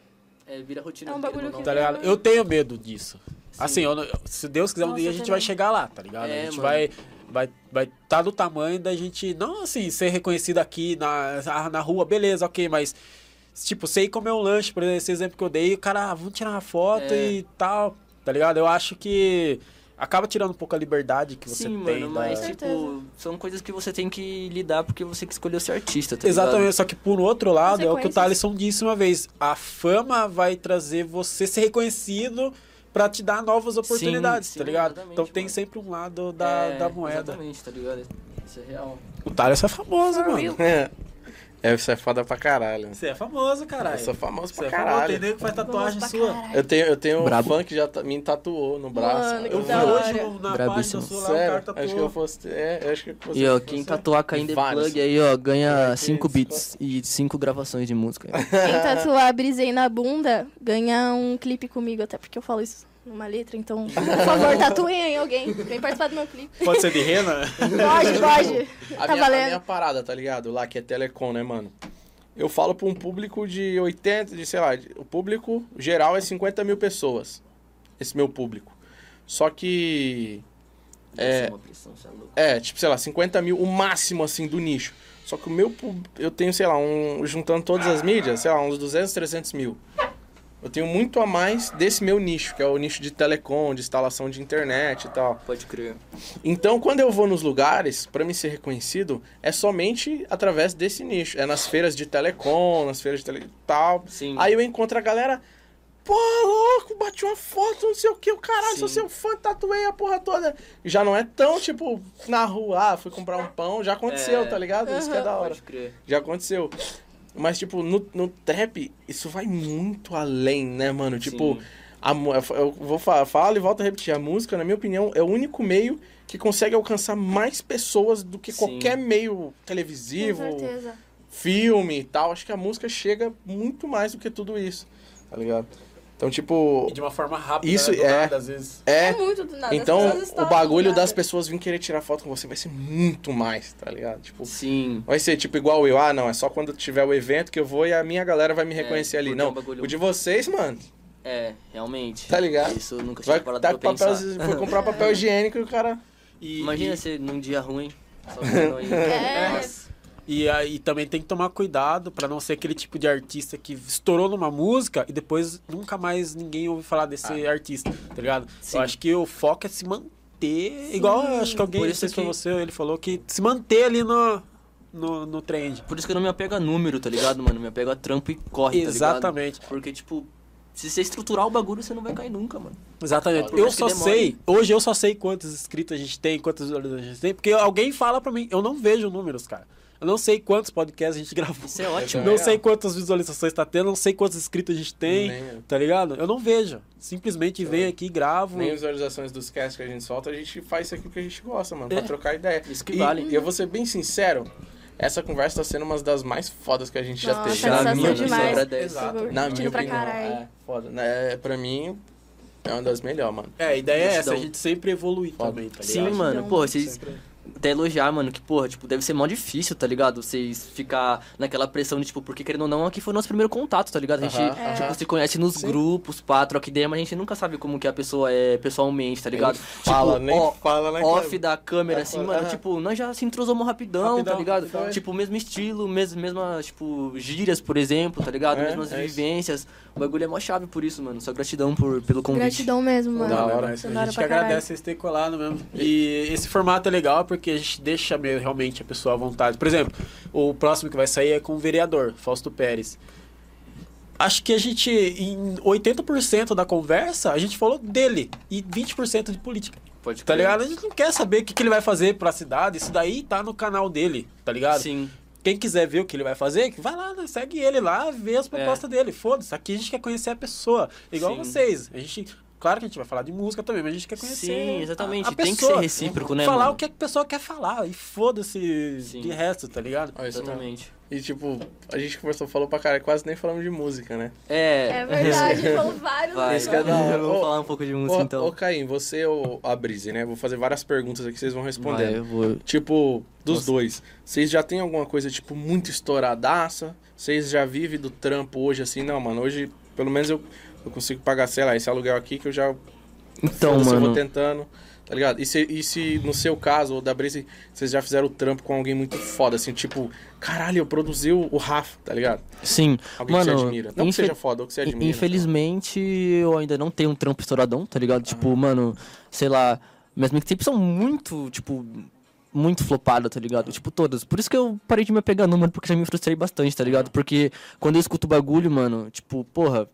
[SPEAKER 2] É, vira rotina.
[SPEAKER 4] É um
[SPEAKER 2] querendo
[SPEAKER 4] bagulho
[SPEAKER 2] ou não.
[SPEAKER 4] que-
[SPEAKER 1] Tá ligado? Eu tenho medo disso. Assim, eu não- se Deus quiser, um
[SPEAKER 4] Nossa,
[SPEAKER 1] dia a
[SPEAKER 4] eu
[SPEAKER 1] gente
[SPEAKER 4] também.
[SPEAKER 1] vai chegar lá, tá ligado? a
[SPEAKER 2] É,
[SPEAKER 1] gente
[SPEAKER 2] mano.
[SPEAKER 1] vai vai vai tá do tamanho da gente não assim ser reconhecido aqui na ah, na rua, beleza, OK, mas tipo, sei comer um lanche, por exemplo, esse exemplo que eu dei, o cara, ah, vamos tirar uma foto
[SPEAKER 2] É.
[SPEAKER 1] e tal, tá ligado? Eu acho que acaba tirando um pouco a liberdade que você
[SPEAKER 2] Sim,
[SPEAKER 1] tem
[SPEAKER 2] mano,
[SPEAKER 1] da-
[SPEAKER 2] mas
[SPEAKER 4] Com
[SPEAKER 2] tipo,
[SPEAKER 4] certeza.
[SPEAKER 2] são coisas que você tem que lidar porque você que escolheu ser artista, tá ligado?
[SPEAKER 1] Exatamente, só que por outro lado, é o que o
[SPEAKER 4] Consequências.
[SPEAKER 1] Thaleson disse uma vez: a fama vai trazer você ser reconhecido pra te dar novas oportunidades,
[SPEAKER 2] sim,
[SPEAKER 1] tá ligado?
[SPEAKER 2] exatamente,
[SPEAKER 1] Então tem
[SPEAKER 2] mano.
[SPEAKER 1] sempre um lado da,
[SPEAKER 2] É,
[SPEAKER 1] da moeda.
[SPEAKER 2] Exatamente, tá ligado? Isso é real.
[SPEAKER 1] O Thaleson é famoso, mano.
[SPEAKER 3] é, você é foda pra caralho.
[SPEAKER 1] Você é famoso, caralho.
[SPEAKER 3] Eu sou famoso
[SPEAKER 1] Você
[SPEAKER 3] pra
[SPEAKER 1] é famoso,
[SPEAKER 3] caralho.
[SPEAKER 1] tem nego que
[SPEAKER 2] Tá
[SPEAKER 1] faz tatuagem
[SPEAKER 4] pra
[SPEAKER 1] sua.
[SPEAKER 4] caralho.
[SPEAKER 3] Eu tenho, eu tenho
[SPEAKER 2] Brabo.
[SPEAKER 3] um fã que já ta- me tatuou no braço.
[SPEAKER 4] Mano, que
[SPEAKER 1] Eu vi
[SPEAKER 4] Da hora.
[SPEAKER 1] hoje no- na página
[SPEAKER 2] Brabíssimo.
[SPEAKER 1] sua lá, o
[SPEAKER 3] Sério,
[SPEAKER 1] cara
[SPEAKER 3] acho que eu
[SPEAKER 1] tatuou.
[SPEAKER 3] fosse. É, eu acho que eu fosse.
[SPEAKER 2] E ó, quem tatuar caindo
[SPEAKER 3] Vários.
[SPEAKER 2] plug aí, ó, ganha
[SPEAKER 3] Vai ter
[SPEAKER 2] 5
[SPEAKER 3] esse-
[SPEAKER 2] beats e 5 gravações de música.
[SPEAKER 4] Quem tatuar brisei na bunda, ganha um clipe comigo, até porque eu falo isso numa letra, então, por favor, tatuem aí alguém. Vem participar do meu clipe.
[SPEAKER 1] Pode ser de rena?
[SPEAKER 4] Pode, pode.
[SPEAKER 3] A,
[SPEAKER 4] Tá
[SPEAKER 3] minha, a
[SPEAKER 4] valendo.
[SPEAKER 3] minha parada, tá ligado? Lá que é telecom, né, mano? Eu falo pra um público de 80, de sei lá, de- o público geral é 50 mil pessoas. Esse meu público. Só que.
[SPEAKER 2] É. uma pressão, cê é louco.
[SPEAKER 3] É, tipo, sei lá, 50 mil, o máximo, assim, do nicho. Só que o meu, pub- eu tenho, sei lá, um, juntando todas as mídias, sei lá, uns 200, 300 mil. Eu tenho muito a mais desse meu nicho, que é o nicho de telecom, de instalação de internet e tal.
[SPEAKER 2] Pode crer.
[SPEAKER 3] Então, quando eu vou nos lugares, pra me ser reconhecido, é somente através desse nicho. É nas feiras de telecom, nas feiras de tele... tal.
[SPEAKER 2] Sim.
[SPEAKER 3] Aí eu encontro a galera, pô, louco, bati uma foto, não sei o que, o caralho, sou
[SPEAKER 2] Sim.
[SPEAKER 3] seu fã, tatuei a porra toda. Já não é tão, tipo, na rua, ah, fui comprar um pão, já aconteceu,
[SPEAKER 2] É.
[SPEAKER 3] tá ligado? Isso que é da hora.
[SPEAKER 2] Pode crer.
[SPEAKER 3] Já aconteceu. Mas, tipo, no, no trap, isso vai muito além, né, mano? Tipo,
[SPEAKER 2] Sim.
[SPEAKER 3] a, mu- eu vou fa- falo e volto a repetir. A música, na minha opinião, é o único meio que consegue alcançar mais pessoas do que
[SPEAKER 2] Sim.
[SPEAKER 3] qualquer meio
[SPEAKER 4] Com
[SPEAKER 3] televisivo,
[SPEAKER 4] certeza.
[SPEAKER 3] filme e tal. Acho que a música chega muito mais do que tudo isso, tá ligado? Então, tipo,
[SPEAKER 1] E de uma forma rápida,
[SPEAKER 3] Isso
[SPEAKER 1] né, do
[SPEAKER 3] é.
[SPEAKER 1] nada, às vezes.
[SPEAKER 3] é...
[SPEAKER 4] É muito do nada. as
[SPEAKER 3] Então,
[SPEAKER 4] pessoas
[SPEAKER 3] o
[SPEAKER 4] estouram
[SPEAKER 3] bagulho
[SPEAKER 4] do nada.
[SPEAKER 3] das pessoas virem querer tirar foto com você vai ser muito mais, tá ligado? Tipo,
[SPEAKER 2] Sim.
[SPEAKER 3] Vai ser tipo igual eu, ah, não, é só quando tiver o evento que eu vou e a minha galera vai me reconhecer
[SPEAKER 2] É,
[SPEAKER 3] ali.
[SPEAKER 2] porque é
[SPEAKER 3] Não,
[SPEAKER 2] um bagulho-
[SPEAKER 3] o de vocês, mano,
[SPEAKER 2] É, realmente.
[SPEAKER 3] Tá ligado?
[SPEAKER 2] Isso eu nunca
[SPEAKER 3] vai
[SPEAKER 2] tinha parado
[SPEAKER 3] tá
[SPEAKER 2] pra
[SPEAKER 3] com papel,
[SPEAKER 2] pensar.
[SPEAKER 3] foi comprar papel higiênico e o cara...
[SPEAKER 1] E,
[SPEAKER 2] Imagina
[SPEAKER 1] e-
[SPEAKER 2] você num dia ruim. Só falando aí.
[SPEAKER 4] É.
[SPEAKER 2] Nossa.
[SPEAKER 1] E aí também tem que tomar cuidado pra não ser aquele tipo de artista que estourou numa música e depois nunca mais ninguém ouve falar desse artista, tá ligado?
[SPEAKER 2] Ah. Sim.
[SPEAKER 1] Eu acho que o foco é se manter, igual eu acho que alguém,
[SPEAKER 2] Por
[SPEAKER 1] não
[SPEAKER 2] isso
[SPEAKER 1] sei se foi
[SPEAKER 2] que-
[SPEAKER 1] você, ele falou que se manter ali no, no, no trend.
[SPEAKER 2] Por isso que eu não me apego a número, tá ligado, mano? Me apego a trampo e corre, tá ligado?
[SPEAKER 1] Exatamente.
[SPEAKER 2] Porque, tipo, Se você estruturar o bagulho, você não vai cair nunca, mano.
[SPEAKER 1] Exatamente.
[SPEAKER 2] Por
[SPEAKER 1] Eu
[SPEAKER 2] mais que
[SPEAKER 1] só
[SPEAKER 2] demore.
[SPEAKER 1] sei, hoje eu só sei quantos inscritos a gente tem, quantos visualizações a gente tem, porque alguém fala pra mim, eu não vejo números, cara. Eu não sei quantos podcasts a gente gravou.
[SPEAKER 2] Isso é ótimo.
[SPEAKER 1] Não sei quantas visualizações tá tendo, não sei quantos inscritos a gente tem,
[SPEAKER 3] Nem eu.
[SPEAKER 1] tá ligado? Eu não vejo. Simplesmente venho aqui, gravo.
[SPEAKER 2] Hum.
[SPEAKER 3] Nem visualizações dos casts que a gente solta, a gente faz isso aqui que a gente gosta, mano, pra
[SPEAKER 1] É.
[SPEAKER 3] trocar ideia.
[SPEAKER 2] Isso que
[SPEAKER 3] e,
[SPEAKER 2] vale.
[SPEAKER 3] E eu vou ser bem sincero, essa conversa tá sendo uma das mais fodas que a gente já
[SPEAKER 4] Nossa,
[SPEAKER 3] teve.
[SPEAKER 4] Já, satisfação
[SPEAKER 3] minha opinião.
[SPEAKER 4] demais.
[SPEAKER 2] Sobra dez.
[SPEAKER 3] Exato.
[SPEAKER 4] Tô
[SPEAKER 3] Na minha
[SPEAKER 4] curtindo pra
[SPEAKER 3] opinião,
[SPEAKER 4] caralho.
[SPEAKER 3] é foda. né? Pra mim, é uma das melhores, mano.
[SPEAKER 1] É, a ideia é essa, a
[SPEAKER 2] Gratidão.
[SPEAKER 1] gente sempre evoluir
[SPEAKER 3] Foda.
[SPEAKER 1] também, tá ligado?
[SPEAKER 2] Sim, mano.
[SPEAKER 4] Gratidão.
[SPEAKER 2] Pô, vocês. Até elogiar, mano, que, porra, tipo, deve ser mó difícil, tá ligado? Vocês ficar naquela pressão de, tipo, porque querendo ou não, aqui foi o nosso primeiro contato, tá ligado? A gente,
[SPEAKER 3] Aham,
[SPEAKER 2] tipo,
[SPEAKER 3] aham.
[SPEAKER 2] se conhece nos grupos, pá, troca ideia, mas a gente nunca sabe como que a pessoa é pessoalmente, tá ligado?
[SPEAKER 3] fala,
[SPEAKER 2] tipo,
[SPEAKER 3] nem
[SPEAKER 2] ó,
[SPEAKER 3] fala né, na
[SPEAKER 2] off
[SPEAKER 3] câmera.
[SPEAKER 2] da câmera,
[SPEAKER 3] Tá
[SPEAKER 2] assim,
[SPEAKER 3] fora,
[SPEAKER 2] mano,
[SPEAKER 3] aham.
[SPEAKER 2] tipo, nós já se entrosamos rapidão,
[SPEAKER 1] Rapidão,
[SPEAKER 2] tá ligado?
[SPEAKER 1] rapidão, é.
[SPEAKER 2] Tipo, mesmo estilo, mes mesma, tipo, gírias, por exemplo, tá ligado?
[SPEAKER 3] É,
[SPEAKER 2] Mesmas
[SPEAKER 3] é isso.
[SPEAKER 2] vivências. O bagulho é mó chave por isso, mano. Só gratidão por, pelo convite.
[SPEAKER 4] Gratidão mesmo, mano.
[SPEAKER 3] Da
[SPEAKER 1] Da
[SPEAKER 3] um hora. né?
[SPEAKER 1] hora.
[SPEAKER 4] Da
[SPEAKER 1] a
[SPEAKER 4] hora
[SPEAKER 1] gente que
[SPEAKER 4] pra caralho.
[SPEAKER 1] agradece vocês terem colado mesmo. E esse formato é legal porque a gente deixa meio- realmente a pessoa à vontade. Por exemplo, o próximo que vai sair é com o vereador, Fausto Pérez. Acho que a gente, em 80% da conversa, a gente falou dele e 20% de política,
[SPEAKER 2] Pode
[SPEAKER 1] tá
[SPEAKER 2] crer.
[SPEAKER 1] ligado? A gente não quer saber o que, que ele vai fazer pra cidade, isso daí tá no canal dele, tá ligado?
[SPEAKER 2] Sim.
[SPEAKER 1] Quem quiser ver o que ele vai fazer, que vai lá, né? segue ele lá, vê as propostas dele. Foda-se, aqui a gente quer conhecer a pessoa. Igual
[SPEAKER 2] É. Sim.
[SPEAKER 1] vocês. A gente, claro que a gente vai falar de música também, mas a gente quer conhecer.
[SPEAKER 2] Sim,
[SPEAKER 1] a-
[SPEAKER 2] exatamente.
[SPEAKER 1] a
[SPEAKER 2] Tem que
[SPEAKER 1] pessoa.
[SPEAKER 2] ser recíproco, né,
[SPEAKER 1] Falar
[SPEAKER 2] mano?
[SPEAKER 1] o que a pessoa quer falar. E foda-se
[SPEAKER 2] Sim.
[SPEAKER 1] de resto, tá ligado?
[SPEAKER 3] Ó, É isso mesmo.
[SPEAKER 2] Exatamente.
[SPEAKER 3] E tipo, a gente conversou, falou pra caralho, quase nem falamos de música, né?
[SPEAKER 2] É.
[SPEAKER 4] É verdade, falou vários.
[SPEAKER 2] Vai.
[SPEAKER 3] Esse que é da hora.
[SPEAKER 2] Vamos
[SPEAKER 3] Ô,
[SPEAKER 2] falar um pouco de música,
[SPEAKER 3] Ô,
[SPEAKER 2] então.
[SPEAKER 3] ô Caim, você ou a Brise, né? Vou fazer várias perguntas aqui, vocês vão respondendo.
[SPEAKER 2] Vai, eu vou...
[SPEAKER 3] Tipo, dos
[SPEAKER 2] Nossa.
[SPEAKER 3] dois, vocês já têm alguma coisa, tipo, muito estouradaça? Vocês já vivem do trampo hoje, assim? Não, mano, hoje, pelo menos eu, eu consigo pagar, sei lá, esse aluguel aqui que eu já
[SPEAKER 2] Então,
[SPEAKER 3] foda-se, eu vou
[SPEAKER 2] mano.
[SPEAKER 3] tentando, tá ligado? E se, e se no seu caso, ou da Brise, vocês já fizeram o trampo com alguém muito foda, assim, tipo, caralho, eu produzi o, o Rafa, tá ligado?
[SPEAKER 2] Sim.
[SPEAKER 3] Alguém que
[SPEAKER 2] Mano,
[SPEAKER 3] você admira. Não que
[SPEAKER 2] infe-
[SPEAKER 3] seja foda, ou que você admira.
[SPEAKER 2] Infelizmente, eu ainda não tenho um trampo estouradão, tá ligado? Tipo, mano, sei lá, minhas mixtapes são muito, tipo, muito flopadas, tá ligado? Tipo, todas. Por isso que eu parei de me apegar no, mano, porque já me frustrei bastante, tá ligado? Porque quando eu escuto o bagulho, mano, tipo, porra,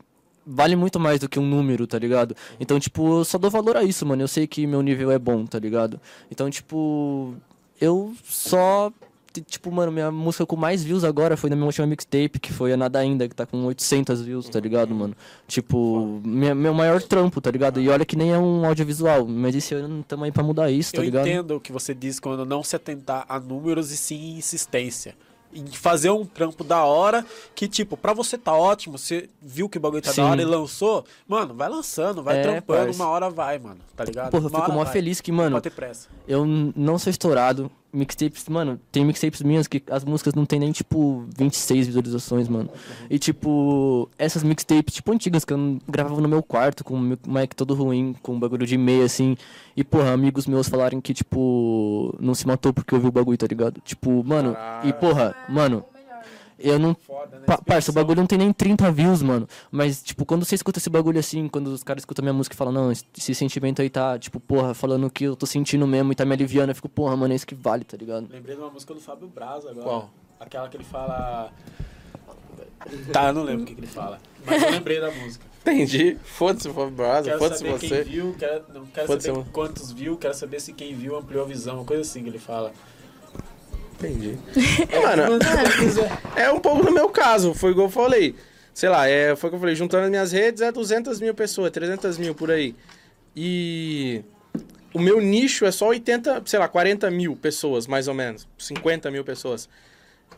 [SPEAKER 2] vale muito mais do que um número, tá ligado? Então, tipo, eu só dou valor a isso, mano. Eu sei que meu nível é bom, tá ligado? Então, tipo, eu só. t- Tipo, mano, minha música com mais views agora foi na minha última mixtape, que foi a Nada Ainda, que tá com 800 views, tá ligado, mano? Tipo, minha- meu maior trampo, tá ligado? E olha que nem é um audiovisual, mas esse ano não tamo aí pra mudar isso, tá
[SPEAKER 1] eu
[SPEAKER 2] ligado?
[SPEAKER 1] entendo o que você diz quando não se atentar a números e sim insistência. Em fazer um trampo da hora que, tipo, pra você tá ótimo, você viu que o bagulho tá
[SPEAKER 2] Sim.
[SPEAKER 1] da hora e lançou, mano, vai lançando, vai
[SPEAKER 2] É,
[SPEAKER 1] trampando,
[SPEAKER 2] parça.
[SPEAKER 1] uma hora vai, mano, tá ligado?
[SPEAKER 2] Porra, eu
[SPEAKER 1] Uma
[SPEAKER 2] fico
[SPEAKER 1] hora
[SPEAKER 2] mó
[SPEAKER 1] vai.
[SPEAKER 2] feliz que, mano,
[SPEAKER 1] Pode ter pressa.
[SPEAKER 2] eu n- não sou estourado. Mixtapes, mano, tem mixtapes minhas que as músicas não tem nem, tipo, 26 visualizações, mano. E, tipo, essas mixtapes, tipo, antigas, que eu n- gravava no meu quarto com o mi- mic todo ruim, com um bagulho de e-mail, assim. E, porra, amigos meus falaram que, tipo, não se matou porque ouviu o bagulho, tá ligado? Tipo, mano, e, porra, mano, eu não
[SPEAKER 1] Foda, né?
[SPEAKER 2] Pa parça, o bagulho não tem nem 30 views, mano. Mas, tipo, quando você escuta esse bagulho assim, quando os caras escutam minha música e falam, não, esse- esse sentimento aí tá, tipo, porra, falando o que eu tô sentindo mesmo e tá me aliviando, eu fico, porra, mano, é isso que vale, tá ligado?
[SPEAKER 1] Lembrei de uma música do Fábio Braz agora.
[SPEAKER 3] Qual?
[SPEAKER 1] Aquela que ele fala. Tá, eu não lembro o que, que ele fala. Mas eu lembrei da música.
[SPEAKER 3] Entendi. Foda-se o Fábio Braza,
[SPEAKER 1] Quero
[SPEAKER 3] foda-se
[SPEAKER 1] saber
[SPEAKER 3] você.
[SPEAKER 1] quem viu, quero, não quero
[SPEAKER 3] Foda-se
[SPEAKER 1] saber
[SPEAKER 3] você.
[SPEAKER 1] quantos viu, quero saber se quem viu ampliou a visão, uma coisa assim que ele fala.
[SPEAKER 3] Entendi. Mano, é um pouco no meu caso, foi igual eu falei. Sei lá, é, foi o que eu falei, juntando as minhas redes é 200 mil pessoas, 300 mil por aí. E o meu nicho é só 80, sei lá, 40 mil pessoas, mais ou menos. 50 mil pessoas.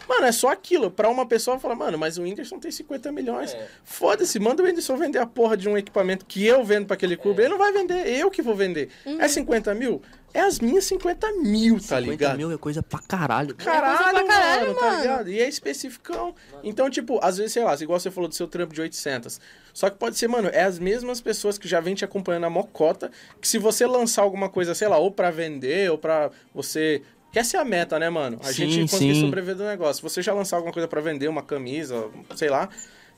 [SPEAKER 3] Mano, é só aquilo. Pra uma pessoa falar, mano, mas o Whindersson tem 50 milhões. Foda-se, manda o Whindersson vender a porra de um equipamento que eu vendo pra aquele clube. Ele não vai vender, eu que vou vender. É 50 mil? É as minhas 50 mil, tá
[SPEAKER 2] 50
[SPEAKER 3] ligado?
[SPEAKER 2] mil é coisa pra caralho.
[SPEAKER 4] É coisa pra
[SPEAKER 3] Caralho,
[SPEAKER 4] caralho,
[SPEAKER 3] mano, tá
[SPEAKER 4] mano.
[SPEAKER 3] ligado? E é especificão. Então, tipo, às vezes, sei lá, igual você falou do seu trampo de 800. Só que pode ser, mano, é as mesmas pessoas que já vem te acompanhando a mocota, que se você lançar alguma coisa, sei lá, ou pra vender, ou pra você... Que essa é a meta, né, mano? A
[SPEAKER 2] Sim,
[SPEAKER 3] gente conseguir
[SPEAKER 2] sim.
[SPEAKER 3] sobreviver do negócio. Você já lançar alguma coisa pra vender, uma camisa, sei lá,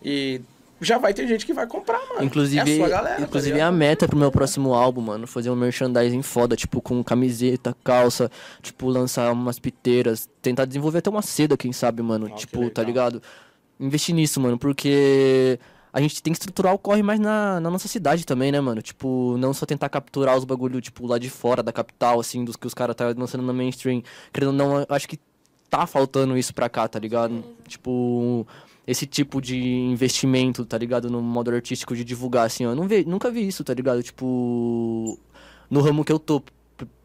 [SPEAKER 3] e já vai ter gente que vai comprar, mano. é a
[SPEAKER 2] Inclusive,
[SPEAKER 3] sua galera,
[SPEAKER 2] inclusive é
[SPEAKER 3] tá
[SPEAKER 2] a meta pro meu próximo álbum, mano. Fazer um merchandising foda, tipo, com camiseta, calça, tipo, lançar umas piteiras, tentar desenvolver até uma seda, quem sabe, mano.
[SPEAKER 3] Ah, que
[SPEAKER 2] tipo, tá
[SPEAKER 3] legal.
[SPEAKER 2] ligado? Investir nisso, mano, porque. a gente tem que estruturar o corre mais na, na nossa cidade também, né, mano? Tipo, não só tentar capturar os bagulho, tipo, lá de fora da capital, assim, dos que os caras tá lançando na mainstream. Querendo ou não, eu acho que tá faltando isso pra cá, tá ligado? Tipo, esse tipo de investimento, tá ligado? No modo artístico de divulgar, assim, ó. Eu não ve- nunca vi isso, tá ligado? Tipo, no ramo que eu tô, p-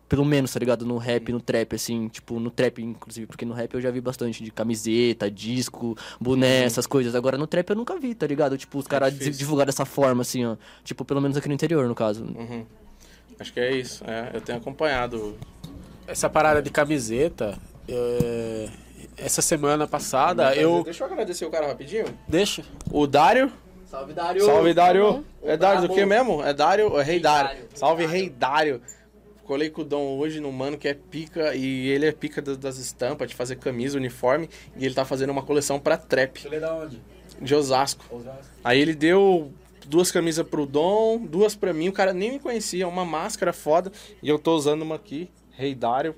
[SPEAKER 2] pelo menos, tá ligado? No rap, no trap, assim, tipo, no trap, inclusive, porque no rap eu já vi bastante de camiseta, disco, boné, essas coisas. Agora no trap eu nunca vi, tá ligado? Tipo, os caras
[SPEAKER 3] É difícil.
[SPEAKER 2] divulgar dessa forma, assim, ó. Tipo, pelo menos aqui no interior, no caso.
[SPEAKER 3] Uhum. Acho que é isso. É, eu tenho acompanhado.
[SPEAKER 1] Essa parada de camiseta, é, essa semana
[SPEAKER 3] tá
[SPEAKER 1] passada eu.
[SPEAKER 3] Deixa eu agradecer o cara rapidinho.
[SPEAKER 1] Deixa.
[SPEAKER 3] O Dário.
[SPEAKER 2] Salve, Dario!
[SPEAKER 3] Salve, Dário.
[SPEAKER 2] Tá bom?
[SPEAKER 3] É Dário do
[SPEAKER 2] Brabo.
[SPEAKER 3] que mesmo? É Dário? É Rei Dário.
[SPEAKER 2] Dário.
[SPEAKER 3] Salve, Rei Dário. Colei com o Dom hoje no mano que é pica e ele é pica da- das estampas, de fazer camisa, uniforme e ele tá fazendo uma coleção pra trap
[SPEAKER 1] Ele é da onde?
[SPEAKER 3] de Osasco. Aí ele deu duas camisas pro Dom, duas pra mim. O cara nem me conhecia, uma máscara foda. E eu tô usando uma aqui, Rei Dário.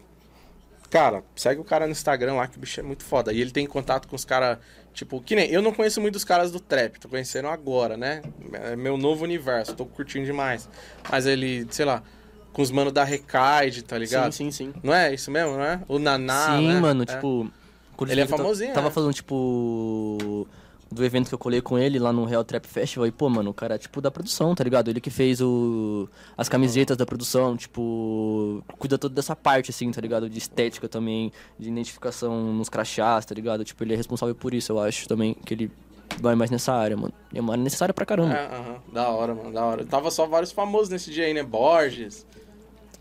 [SPEAKER 3] Cara, segue o cara no Instagram lá, que o bicho é muito foda. E ele tem contato com os caras, tipo, que nem. Eu não conheço muito os caras do trap, tô conhecendo agora, né? É meu novo universo, tô curtindo demais. Mas ele, sei lá, com os manos da Recaide, tá ligado?
[SPEAKER 2] Sim, sim, sim.
[SPEAKER 3] Não é isso mesmo, não é? O Naná.
[SPEAKER 2] Sim,
[SPEAKER 3] né?
[SPEAKER 2] mano,
[SPEAKER 3] É.
[SPEAKER 2] tipo.
[SPEAKER 3] Ele é
[SPEAKER 2] eu ta-
[SPEAKER 3] famosinho,
[SPEAKER 2] Tava
[SPEAKER 3] né?
[SPEAKER 2] falando, tipo. Do evento que eu colei com ele lá no Real Trap Festival. E, pô, mano, o cara é tipo da produção, tá ligado? Ele que fez o. as camisetas da produção, tipo. Cuida toda dessa parte, assim, tá ligado? De estética também, de identificação nos crachás, tá ligado? Tipo, ele é responsável por isso, eu acho também, que ele vai mais nessa área, mano. E é uma área necessária pra caramba.
[SPEAKER 3] É, aham. Da hora, mano, da hora. Tava só vários famosos nesse dia aí, né? Borges.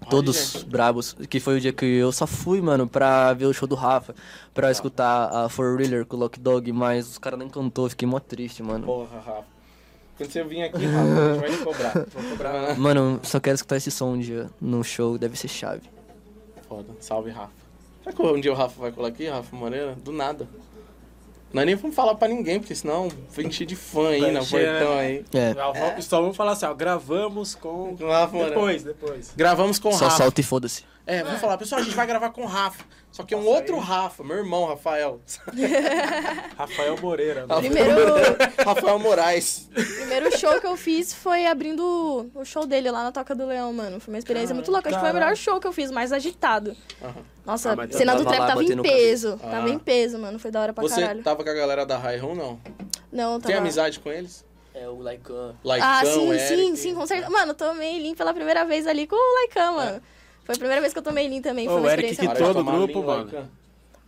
[SPEAKER 3] Olha,
[SPEAKER 2] Todos
[SPEAKER 3] gente.
[SPEAKER 2] brabos. Que foi o dia que eu só fui, mano, pra ver o show do Rafa. Pra escutar a For Realer com o Lock Dog, mas os caras nem cantou, fiquei mó triste, mano.
[SPEAKER 3] Porra, Rafa. Quando você vir aqui, Rafa, a gente vai te cobrar. Vou cobrar.
[SPEAKER 2] Mano, só quero escutar esse som um dia no show, deve ser chave.
[SPEAKER 3] Foda. Salve, Rafa. Será que um dia o Rafa vai colar aqui, Rafa Moreira? Do nada. Nós nem vamos falar pra ninguém, porque senão vai encher de fã aí
[SPEAKER 1] Vai
[SPEAKER 3] na
[SPEAKER 1] encher,
[SPEAKER 3] portão
[SPEAKER 1] né?
[SPEAKER 3] aí.
[SPEAKER 2] É.
[SPEAKER 1] Só vamos falar assim, ó. Gravamos com.
[SPEAKER 3] Com o Rafa Moreira.
[SPEAKER 1] Depois, depois.
[SPEAKER 3] Gravamos com o
[SPEAKER 2] Só
[SPEAKER 3] Rafa.
[SPEAKER 2] salta e foda-se.
[SPEAKER 3] É, vamos falar, pessoal, a gente vai gravar com o Rafa. Só que é um outro Rafa, meu irmão, Rafael.
[SPEAKER 1] Rafael Moreira. né?
[SPEAKER 4] Primeiro,
[SPEAKER 3] Rafael Moraes.
[SPEAKER 4] primeiro show que eu fiz foi abrindo o show dele lá na Toca do Leão, mano. Foi uma experiência muito louca. Acho que foi o
[SPEAKER 1] Caralho.
[SPEAKER 4] melhor show que eu fiz, mais agitado.
[SPEAKER 3] Aham.
[SPEAKER 4] Nossa,
[SPEAKER 1] Ah,
[SPEAKER 4] a
[SPEAKER 1] mas
[SPEAKER 4] cena do
[SPEAKER 2] tava
[SPEAKER 4] trap
[SPEAKER 2] lá
[SPEAKER 4] tava em
[SPEAKER 2] batendo
[SPEAKER 4] peso.
[SPEAKER 3] cabeça.
[SPEAKER 4] Tava
[SPEAKER 3] Ah.
[SPEAKER 4] em peso, mano. Foi da hora pra
[SPEAKER 3] Você
[SPEAKER 4] caralho.
[SPEAKER 3] tava com a galera da High Room, não?
[SPEAKER 4] Não, tava...
[SPEAKER 3] Tem amizade com eles?
[SPEAKER 2] É o Laikan.
[SPEAKER 3] Laicão,
[SPEAKER 4] Tá Ah, sim, sim,
[SPEAKER 3] Eric.
[SPEAKER 4] sim, com certeza. Mano, eu tomei lean pela primeira vez ali com o Laikan,
[SPEAKER 3] É.
[SPEAKER 4] mano. Foi a primeira vez que eu tomei lean também. Foi
[SPEAKER 1] Ô,
[SPEAKER 4] uma
[SPEAKER 1] o Eric
[SPEAKER 4] experiência
[SPEAKER 1] que
[SPEAKER 4] muito...
[SPEAKER 3] Para de
[SPEAKER 1] todo
[SPEAKER 3] tomar
[SPEAKER 1] grupo,
[SPEAKER 3] lean,
[SPEAKER 1] mano.
[SPEAKER 3] Laicão.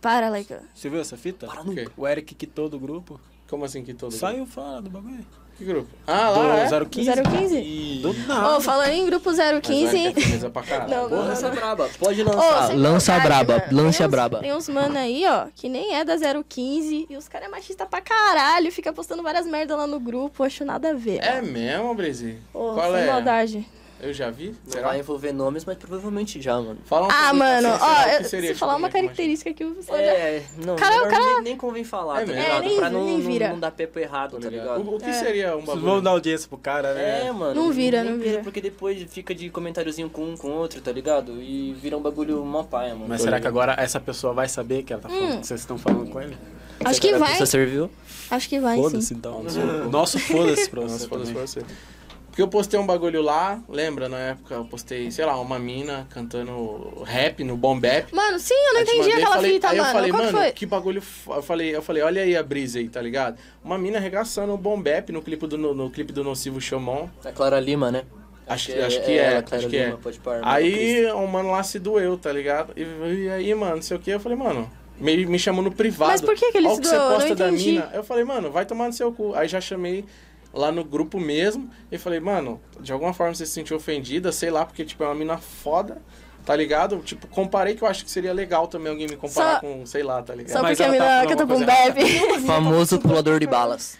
[SPEAKER 4] Para, Laikan.
[SPEAKER 1] Você viu essa fita?
[SPEAKER 4] Ah,
[SPEAKER 3] nunca.
[SPEAKER 1] O Eric quitou do grupo.
[SPEAKER 3] Como assim que todo grupo?
[SPEAKER 1] Saiu fora do bagulho.
[SPEAKER 3] Que grupo? Ah,
[SPEAKER 1] do
[SPEAKER 3] lá, é?
[SPEAKER 1] 015.
[SPEAKER 4] 015?
[SPEAKER 1] E- Do
[SPEAKER 4] Ô,
[SPEAKER 1] nada.
[SPEAKER 4] falando em grupo 015...
[SPEAKER 3] Ah. Mas, olha, que é firmeza pra caralho.
[SPEAKER 4] Não, não, não.
[SPEAKER 2] braba, pode
[SPEAKER 4] Ô, sem
[SPEAKER 2] Lança a
[SPEAKER 4] maldade,
[SPEAKER 2] braba,
[SPEAKER 4] mano.
[SPEAKER 2] lance
[SPEAKER 4] Tem
[SPEAKER 2] a
[SPEAKER 4] uns-
[SPEAKER 2] braba.
[SPEAKER 4] Tem uns mano aí, ó, que nem é da 015 e os caras é machista pra caralho, fica postando várias merda lá no grupo, acho nada a ver.
[SPEAKER 3] É mesmo, Brezi?
[SPEAKER 4] Ô,
[SPEAKER 3] Qual
[SPEAKER 4] sem
[SPEAKER 3] é?
[SPEAKER 4] maldade.
[SPEAKER 3] Eu já vi?
[SPEAKER 2] Não
[SPEAKER 3] Será?
[SPEAKER 2] vai envolver nomes, mas provavelmente já, mano.
[SPEAKER 3] Fala um
[SPEAKER 4] Ah,
[SPEAKER 3] pouquinho,
[SPEAKER 4] mano,
[SPEAKER 3] assim,
[SPEAKER 4] ó,
[SPEAKER 3] será que seria,
[SPEAKER 4] eu- se
[SPEAKER 3] tipo,
[SPEAKER 4] falar uma
[SPEAKER 3] meio que
[SPEAKER 4] característica que o pessoal já...
[SPEAKER 2] É, não,
[SPEAKER 4] Cara,
[SPEAKER 2] melhor
[SPEAKER 4] o cara-
[SPEAKER 2] Nem, nem convém falar,
[SPEAKER 3] É
[SPEAKER 2] tá
[SPEAKER 3] mesmo.
[SPEAKER 2] ligado?
[SPEAKER 4] É, nem-
[SPEAKER 2] pra não,
[SPEAKER 4] nem
[SPEAKER 2] não-
[SPEAKER 4] vira.
[SPEAKER 2] não dar pepo errado, tá ligado?
[SPEAKER 3] O, o
[SPEAKER 4] É.
[SPEAKER 3] que seria um
[SPEAKER 1] Vocês
[SPEAKER 3] bagulho?
[SPEAKER 1] vão dar audiência pro cara, né?
[SPEAKER 2] É, mano.
[SPEAKER 4] Não vira, não
[SPEAKER 2] nem
[SPEAKER 4] vira.
[SPEAKER 2] Porque depois fica de comentáriozinho com um, com outro, tá ligado? E vira um bagulho mó paia, mano.
[SPEAKER 1] Mas será que agora essa pessoa vai saber que ela tá
[SPEAKER 4] Hum.
[SPEAKER 1] falando, que vocês estão falando com ele?
[SPEAKER 4] Acho que vai,
[SPEAKER 2] Você serviu?
[SPEAKER 4] acho que vai, sim.
[SPEAKER 1] Foda-se então. Nosso foda-se pra
[SPEAKER 3] Nossa,
[SPEAKER 1] você.
[SPEAKER 3] foda-se
[SPEAKER 1] também.
[SPEAKER 3] pra você. Porque eu postei um bagulho lá, lembra, na época eu postei, sei lá, uma mina cantando rap no Bombep.
[SPEAKER 4] Mano, sim, eu não entendi aquela
[SPEAKER 3] falei,
[SPEAKER 4] fita,
[SPEAKER 3] aí
[SPEAKER 4] mano.
[SPEAKER 3] eu falei,
[SPEAKER 4] Qual
[SPEAKER 3] mano, é,
[SPEAKER 4] que foi?
[SPEAKER 3] que bagulho. f- Eu falei, eu falei, olha aí a brisa aí, tá ligado? Uma mina arregaçando o Bombep no clipe do, no, no clipe do Nocivo Chamon.
[SPEAKER 2] A Clara Lima, né?
[SPEAKER 3] Acho, que- acho que é,
[SPEAKER 2] ela, Clara
[SPEAKER 3] acho que
[SPEAKER 2] Lima,
[SPEAKER 3] é.
[SPEAKER 2] pode parar.
[SPEAKER 3] Aí um mano lá se doeu, tá ligado? E, e aí, mano, não sei o que, eu falei, mano, me, me chamou no privado.
[SPEAKER 4] Mas por que que ele
[SPEAKER 3] "Ó o
[SPEAKER 4] se
[SPEAKER 3] que você
[SPEAKER 4] doeu? Eu
[SPEAKER 3] posta
[SPEAKER 4] não
[SPEAKER 3] da
[SPEAKER 4] entendi."
[SPEAKER 3] mina. Eu falei, mano, vai tomar no seu cu. Aí já chamei lá no grupo mesmo e falei, mano, de alguma forma você se sentiu ofendida, sei lá, porque, tipo, é uma mina foda. Tá ligado? Tipo, comparei que eu acho que seria legal também alguém me comparar
[SPEAKER 4] Só-
[SPEAKER 3] com, sei lá, tá ligado?
[SPEAKER 4] Só
[SPEAKER 1] Mas
[SPEAKER 4] porque a
[SPEAKER 1] ela tá
[SPEAKER 4] mina
[SPEAKER 1] falando
[SPEAKER 4] canta
[SPEAKER 1] uma
[SPEAKER 4] boom
[SPEAKER 1] coisa errada.
[SPEAKER 4] bap.
[SPEAKER 2] Famoso pulador de balas.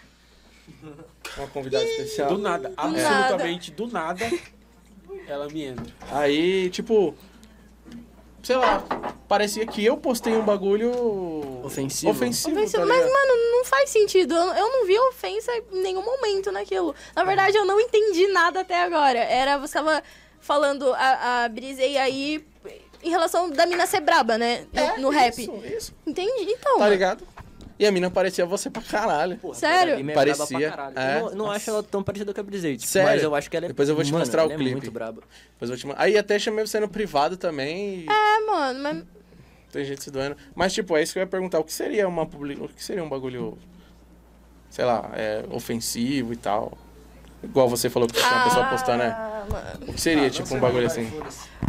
[SPEAKER 3] Uma convidada especial.
[SPEAKER 1] Do nada, absolutamente do nada, ela me entra.
[SPEAKER 3] Aí, tipo, sei lá, parecia que eu postei um bagulho
[SPEAKER 2] Ofensivo.
[SPEAKER 3] Ofensivo,
[SPEAKER 4] Ofensivo,
[SPEAKER 3] tá
[SPEAKER 4] mas,
[SPEAKER 3] ligado?
[SPEAKER 4] mano, não faz sentido. Eu, eu não vi ofensa em nenhum momento naquilo. Na verdade, eu não entendi nada até agora. Era, você tava falando a, a brisei aí em relação da mina ser braba, né? No, no rap.
[SPEAKER 3] É, Isso, isso.
[SPEAKER 4] Entendi, então.
[SPEAKER 3] Tá ligado? E a mina parecia você pra caralho.
[SPEAKER 2] Porra,
[SPEAKER 4] Sério?
[SPEAKER 2] aquela ali me agrava
[SPEAKER 3] Parecia,
[SPEAKER 2] é pra caralho.
[SPEAKER 3] é.
[SPEAKER 2] Eu não, não acho ela tão parecida com a Brisei, tipo,
[SPEAKER 3] Sério?
[SPEAKER 2] mas eu acho que ela é.
[SPEAKER 3] Depois eu vou te
[SPEAKER 2] mano,
[SPEAKER 3] mostrar o
[SPEAKER 2] ela
[SPEAKER 3] clipe.
[SPEAKER 2] É muito braba.
[SPEAKER 3] Depois eu vou te mandar. Aí até chamei você no privado também. e
[SPEAKER 4] É, mano, mas
[SPEAKER 3] Tá Tem gente se doendo. Mas, tipo, é isso que eu ia perguntar. O que seria uma public... O que seria um bagulho, sei lá, é, ofensivo e tal? Igual você falou que tinha uma
[SPEAKER 4] Ah,
[SPEAKER 3] pessoa postando, né? O que seria, tipo, um bagulho assim?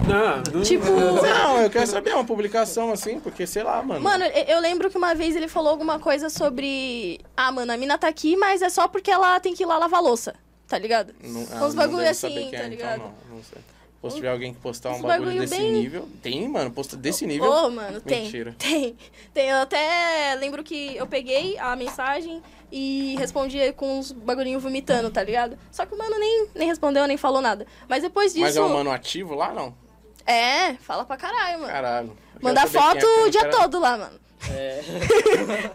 [SPEAKER 1] Não, não-
[SPEAKER 4] Tipo.
[SPEAKER 3] Não, eu quero saber é uma publicação assim, porque sei lá, mano.
[SPEAKER 4] Mano, eu eu lembro que uma vez ele falou alguma coisa sobre. Ah, mano, a mina tá aqui, mas é só porque ela tem que ir lá lavar louça, tá ligado?
[SPEAKER 3] não, ah, não
[SPEAKER 4] uns bagulho
[SPEAKER 3] devo saber
[SPEAKER 4] assim,
[SPEAKER 3] quem é,
[SPEAKER 4] tá
[SPEAKER 3] então,
[SPEAKER 4] ligado?
[SPEAKER 3] não, não sei. Ou se tiver alguém que postar um
[SPEAKER 4] uns
[SPEAKER 3] bagulho,
[SPEAKER 4] bagulho
[SPEAKER 3] desse
[SPEAKER 4] bem-
[SPEAKER 3] nível. Tem, mano, posta desse nível.
[SPEAKER 4] Ô, mano, tem.
[SPEAKER 3] Mentira.
[SPEAKER 4] Tem. Tem. Eu até lembro que eu peguei a mensagem e respondi com uns bagulhinhos vomitando, tá ligado? Só que o mano nem, nem respondeu, nem falou nada. Mas depois disso.
[SPEAKER 3] Mas é um mano ativo lá, não?
[SPEAKER 4] É, fala pra caralho, mano.
[SPEAKER 3] Caralho. Eu
[SPEAKER 4] Mandar
[SPEAKER 3] quero saber
[SPEAKER 4] foto
[SPEAKER 3] quem é, porque eu
[SPEAKER 4] o
[SPEAKER 3] não
[SPEAKER 4] dia
[SPEAKER 3] quero-
[SPEAKER 4] todo lá, mano. É.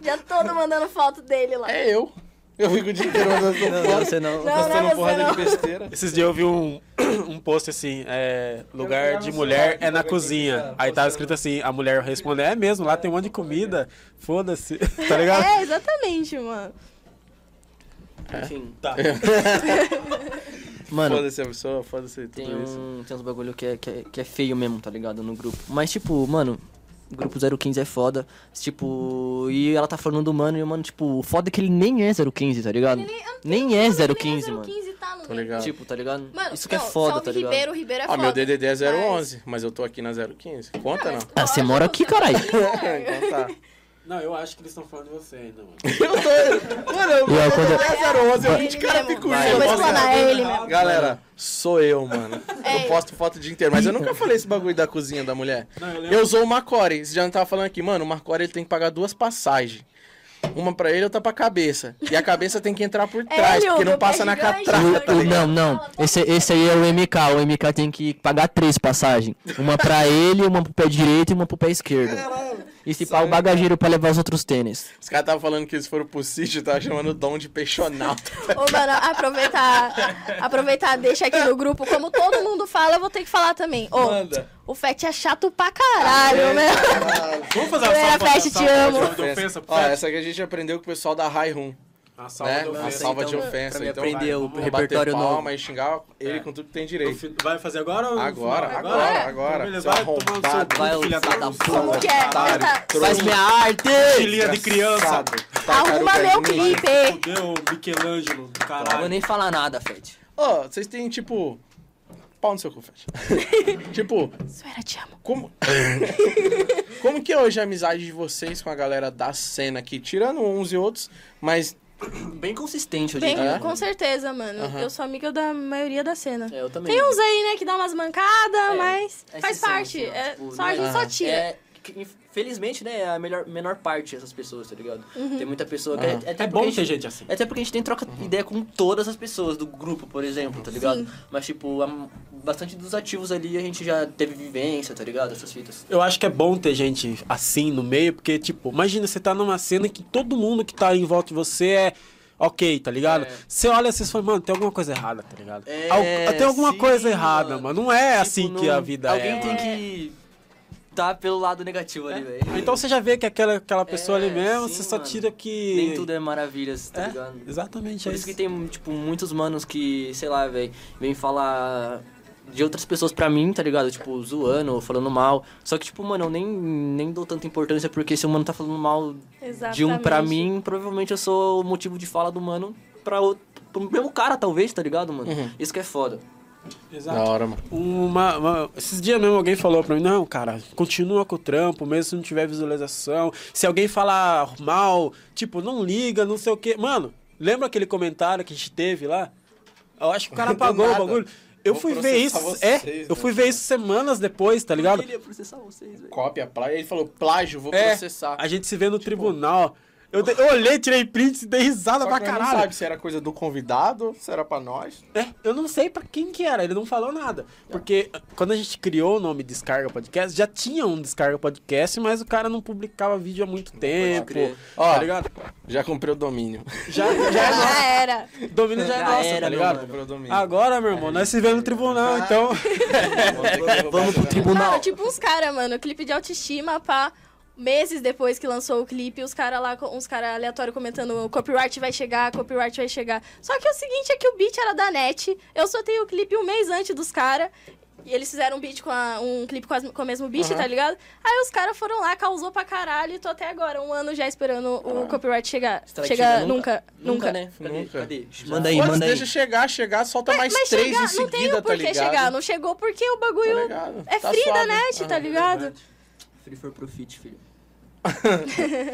[SPEAKER 4] dia todo mandando foto dele lá.
[SPEAKER 3] É eu. Eu tá fico o dia inteiro mandando foto.
[SPEAKER 2] Não, você não.
[SPEAKER 4] Não, não é você não.
[SPEAKER 3] besteira.
[SPEAKER 1] Esses dias eu vi um, um post assim, é, lugar de mulher é na cozinha. Aí tava escrito assim, a mulher responde, é mesmo, lá tem um monte de comida, foda-se, tá ligado?
[SPEAKER 4] É, exatamente, mano.
[SPEAKER 3] É.
[SPEAKER 2] Enfim.
[SPEAKER 1] Tá.
[SPEAKER 2] Mano,
[SPEAKER 3] Foda-se a pessoa, foda-se tudo
[SPEAKER 2] Tem,
[SPEAKER 3] isso.
[SPEAKER 2] um, tem uns bagulho que é, que, é, que é feio mesmo, tá ligado? No grupo. Mas, tipo, mano, grupo 015 é foda. Tipo, e ela tá falando do mano, e o mano, tipo, o foda é que ele nem é 015, tá ligado? Nem, é 015, mano.
[SPEAKER 4] 015 tá no
[SPEAKER 3] Tô ligado.
[SPEAKER 2] Tipo, tá ligado?
[SPEAKER 4] Mano,
[SPEAKER 2] Isso que é
[SPEAKER 4] não,
[SPEAKER 2] foda,
[SPEAKER 4] salve
[SPEAKER 2] tá ligado?
[SPEAKER 4] Ribeiro, Ribeiro é
[SPEAKER 3] Ah,
[SPEAKER 4] foda.
[SPEAKER 3] meu DDD é 011, mas eu tô aqui na 015. Conta não?
[SPEAKER 2] Ah, você mora
[SPEAKER 4] tá
[SPEAKER 2] aqui, caralho.
[SPEAKER 4] É.
[SPEAKER 3] então tá.
[SPEAKER 1] Não, eu acho que eles estão falando de você ainda, mano.
[SPEAKER 3] Mano, eu
[SPEAKER 2] E aí, quando-
[SPEAKER 3] é 011, eu
[SPEAKER 4] Ele
[SPEAKER 3] de cara
[SPEAKER 4] mesmo.
[SPEAKER 3] fico
[SPEAKER 4] Vai, eu vou explanar é ele mesmo.
[SPEAKER 3] Galera, sou eu, mano.
[SPEAKER 4] É
[SPEAKER 3] Eu
[SPEAKER 4] ele.
[SPEAKER 3] posto foto o dia inteiro, mas eu nunca falei esse bagulho da cozinha da mulher.
[SPEAKER 1] Não, eu lembro.
[SPEAKER 3] Eu sou o Macore, você já não tava falando aqui, mano, o Macore ele tem que pagar duas passagens. Uma pra ele, outra pra cabeça. E a cabeça tem que entrar por
[SPEAKER 4] É
[SPEAKER 3] trás,
[SPEAKER 4] ele,
[SPEAKER 3] porque
[SPEAKER 4] o
[SPEAKER 3] não
[SPEAKER 4] do
[SPEAKER 3] passa
[SPEAKER 4] pé
[SPEAKER 3] na
[SPEAKER 4] gigante.
[SPEAKER 3] catraca, tá
[SPEAKER 4] O- o-
[SPEAKER 3] ligado?
[SPEAKER 2] não, não. Esse, esse aí é o MK. O MK tem que pagar três passagens. Uma pra ele, uma pro pé direito e uma pro pé esquerdo. E se pá, o bagageiro pra levar os outros tênis.
[SPEAKER 3] Os caras estavam falando que eles foram pro sítio, tava chamando o Dom de peixonal.
[SPEAKER 4] Ô, mano, aproveitar, aproveitar, deixa aqui no grupo. Como todo mundo fala, eu vou ter que falar também. Ô,
[SPEAKER 3] Manda.
[SPEAKER 4] o Fett é chato pra
[SPEAKER 2] Ah,
[SPEAKER 4] caralho,
[SPEAKER 2] é.
[SPEAKER 4] né?
[SPEAKER 1] Vamos fazer
[SPEAKER 4] Primeira
[SPEAKER 1] uma salva
[SPEAKER 4] festa,
[SPEAKER 1] salva
[SPEAKER 4] te amo.
[SPEAKER 1] de ofensa pro
[SPEAKER 3] Ó,
[SPEAKER 1] Fred?
[SPEAKER 3] essa que a gente aprendeu com o pessoal da High Room,
[SPEAKER 1] Uma salva
[SPEAKER 3] né?
[SPEAKER 1] de
[SPEAKER 3] Uma
[SPEAKER 1] ofensa.
[SPEAKER 3] salva de
[SPEAKER 2] então,
[SPEAKER 3] ofensa.
[SPEAKER 2] pra mim
[SPEAKER 3] então,
[SPEAKER 2] aprender
[SPEAKER 3] vai,
[SPEAKER 2] o
[SPEAKER 3] vamos
[SPEAKER 2] repertório
[SPEAKER 3] bater palma
[SPEAKER 2] novo.
[SPEAKER 3] e xingar
[SPEAKER 1] É.
[SPEAKER 3] ele com tudo que tem
[SPEAKER 1] No
[SPEAKER 3] direito.
[SPEAKER 1] fi- Vai fazer agora ou no
[SPEAKER 3] Agora,
[SPEAKER 1] final?
[SPEAKER 3] agora, agora.
[SPEAKER 1] Então, beleza,
[SPEAKER 3] Seu
[SPEAKER 1] vai tomar no seu
[SPEAKER 3] arrombado.
[SPEAKER 1] cu,
[SPEAKER 2] Vai,
[SPEAKER 1] filha
[SPEAKER 2] filha da puta.
[SPEAKER 4] Como que é?
[SPEAKER 3] Otário,
[SPEAKER 4] Tá-
[SPEAKER 3] trouxa,
[SPEAKER 2] Faz minha arte!
[SPEAKER 1] Filhinha
[SPEAKER 3] Tá
[SPEAKER 1] de criança.
[SPEAKER 3] desgraçado,
[SPEAKER 4] Arruma
[SPEAKER 3] tacaruga
[SPEAKER 4] meu
[SPEAKER 3] de mim.
[SPEAKER 4] clipe.
[SPEAKER 1] Fudeu, Michelangelo, do
[SPEAKER 2] Não vou
[SPEAKER 1] caralho.
[SPEAKER 2] nem falar nada, Fed.
[SPEAKER 3] Ó, vocês têm, tipo... Pau no seu cu, Fred. tipo,
[SPEAKER 4] Suera, te amo.
[SPEAKER 3] como... como que é hoje a amizade de vocês com a galera da cena aqui? Tirando uns e outros, mas...
[SPEAKER 2] Bem consistente hoje em
[SPEAKER 4] Bem,
[SPEAKER 2] dia.
[SPEAKER 4] com certeza, mano. Eu sou amiga da maioria da cena.
[SPEAKER 2] né? É, eu também.
[SPEAKER 4] Tem uns aí, né, que dá umas mancadas, mas
[SPEAKER 2] É
[SPEAKER 4] faz
[SPEAKER 2] exceção,
[SPEAKER 4] parte.
[SPEAKER 2] assim, ó,
[SPEAKER 4] é-
[SPEAKER 2] tipo,
[SPEAKER 4] só
[SPEAKER 2] né?
[SPEAKER 4] a gente só tira.
[SPEAKER 2] É, que, inf- felizmente, né, é a melhor, menor parte dessas pessoas, tá ligado?
[SPEAKER 4] Uhum.
[SPEAKER 2] Tem muita pessoa que... É, até
[SPEAKER 1] É
[SPEAKER 2] porque
[SPEAKER 1] bom
[SPEAKER 2] a
[SPEAKER 1] ter gente assim.
[SPEAKER 2] Até porque a gente tem troca ideia com todas as pessoas do grupo, por exemplo, tá ligado? Mas, tipo, a- bastante dos ativos ali a gente já teve vivência, tá ligado? Essas fitas.
[SPEAKER 1] Eu acho que é bom ter gente assim no meio, porque, tipo, imagina você tá numa cena que todo mundo que tá em volta de você é ok, tá ligado?
[SPEAKER 2] É.
[SPEAKER 1] Você olha assim e fala, mano, tem alguma coisa errada, tá ligado?
[SPEAKER 2] É,
[SPEAKER 1] Al- tem alguma
[SPEAKER 2] sim,
[SPEAKER 1] coisa
[SPEAKER 2] mano.
[SPEAKER 1] errada, mano. Não é
[SPEAKER 2] Tipo,
[SPEAKER 1] assim
[SPEAKER 2] não-
[SPEAKER 1] que a vida
[SPEAKER 2] alguém
[SPEAKER 1] é.
[SPEAKER 2] Alguém
[SPEAKER 1] mano.
[SPEAKER 2] tem que...
[SPEAKER 4] É.
[SPEAKER 2] Tá pelo lado negativo ali, velho.
[SPEAKER 1] Então você já vê que aquela, aquela pessoa ali mesmo,
[SPEAKER 2] É, sim,
[SPEAKER 1] você só
[SPEAKER 2] mano.
[SPEAKER 1] tira que.
[SPEAKER 2] Nem tudo é maravilhas, tá
[SPEAKER 1] É,
[SPEAKER 2] ligado?
[SPEAKER 1] exatamente.
[SPEAKER 2] Por
[SPEAKER 1] é
[SPEAKER 2] isso que tem, tipo, muitos manos que, sei lá, velho, vem falar de outras pessoas pra mim, tá ligado? Tipo, zoando, ou falando mal. Só que, tipo, mano, eu nem, nem dou tanta importância porque se o mano tá falando mal
[SPEAKER 4] Exatamente.
[SPEAKER 2] de um pra mim, provavelmente eu sou o motivo de fala do mano pra outro. Pro mesmo cara, talvez, tá ligado, mano?
[SPEAKER 5] Uhum.
[SPEAKER 2] Isso que é foda.
[SPEAKER 1] Exato.
[SPEAKER 3] Da hora, mano.
[SPEAKER 1] Uma, uma- esses dias mesmo alguém falou pra mim, não, cara, continua com o trampo, mesmo se não tiver visualização. Se alguém falar mal, tipo, não liga, não sei o quê. Mano, lembra aquele comentário que a gente teve lá? Eu acho que o cara
[SPEAKER 3] Do
[SPEAKER 1] apagou o
[SPEAKER 3] nada.
[SPEAKER 1] bagulho. Eu
[SPEAKER 3] Vou
[SPEAKER 1] fui ver
[SPEAKER 3] processar
[SPEAKER 1] isso.
[SPEAKER 3] vocês,
[SPEAKER 1] é,
[SPEAKER 3] né,
[SPEAKER 1] eu fui ver isso semanas depois, tá ligado?
[SPEAKER 2] Eu queria processar vocês, velho.
[SPEAKER 3] Cópia, plágio. Ele falou, plágio, vou
[SPEAKER 1] É,
[SPEAKER 3] processar. Tipo,
[SPEAKER 1] a gente se vê no tribunal. Eu, dei- eu olhei, tirei print e dei risada
[SPEAKER 3] Só
[SPEAKER 1] pra
[SPEAKER 3] que nós não
[SPEAKER 1] tá caralho.
[SPEAKER 3] sabe se era coisa do convidado, se era pra nós.
[SPEAKER 1] É, eu não sei pra quem que era, ele não falou nada. Porque quando a gente criou o nome Descarga Podcast, já tinha um Descarga Podcast, mas o cara não publicava vídeo há muito tempo.
[SPEAKER 2] crer.
[SPEAKER 1] Tá
[SPEAKER 3] Ó.
[SPEAKER 1] ligado?
[SPEAKER 3] Já comprei o domínio.
[SPEAKER 1] Já, já é nosso.
[SPEAKER 4] Já era.
[SPEAKER 1] Domínio já é
[SPEAKER 2] Já
[SPEAKER 1] nosso,
[SPEAKER 2] era,
[SPEAKER 1] tá
[SPEAKER 2] meu
[SPEAKER 1] ligado?
[SPEAKER 2] mano.
[SPEAKER 3] Comprei o domínio.
[SPEAKER 1] Agora, meu irmão, nós se vemos no tribunal, então.
[SPEAKER 3] Vamos pro
[SPEAKER 2] Tribunal.
[SPEAKER 3] Tipo,
[SPEAKER 4] tipo Não, tipo uns caras, mano. Clipe de autoestima, pá. meses depois que lançou o clipe, os caras lá, co- uns caras aleatórios comentando copyright vai chegar, copyright vai chegar. Só que o seguinte é que o beat era da NET, eu soltei o clipe um mês antes dos caras. E eles fizeram um beat com a- um clipe com, as- com o mesmo beat, tá ligado? Aí os caras foram lá, causou pra caralho e tô até agora, um ano já esperando o copyright chegar.
[SPEAKER 2] Será que
[SPEAKER 4] Chega
[SPEAKER 2] chega
[SPEAKER 4] nunca,
[SPEAKER 2] nunca?
[SPEAKER 4] nunca.
[SPEAKER 2] né? Cadê?
[SPEAKER 3] tá Nunca.
[SPEAKER 2] Cadê?
[SPEAKER 5] Manda aí,
[SPEAKER 3] Mas
[SPEAKER 5] manda aí.
[SPEAKER 3] deixa chegar, chegar, solta mais
[SPEAKER 4] Mas
[SPEAKER 3] três
[SPEAKER 4] chegar,
[SPEAKER 3] em
[SPEAKER 4] não tem
[SPEAKER 3] seguida,
[SPEAKER 4] o
[SPEAKER 3] tá
[SPEAKER 4] porquê
[SPEAKER 3] ligado?
[SPEAKER 4] chegar, não chegou porque o
[SPEAKER 3] Tá
[SPEAKER 4] bagulho
[SPEAKER 3] ligado?
[SPEAKER 4] é
[SPEAKER 3] Tá
[SPEAKER 4] free da
[SPEAKER 3] suave.
[SPEAKER 4] net, tá
[SPEAKER 3] Aham.
[SPEAKER 4] ligado?
[SPEAKER 2] Free for profit, filho.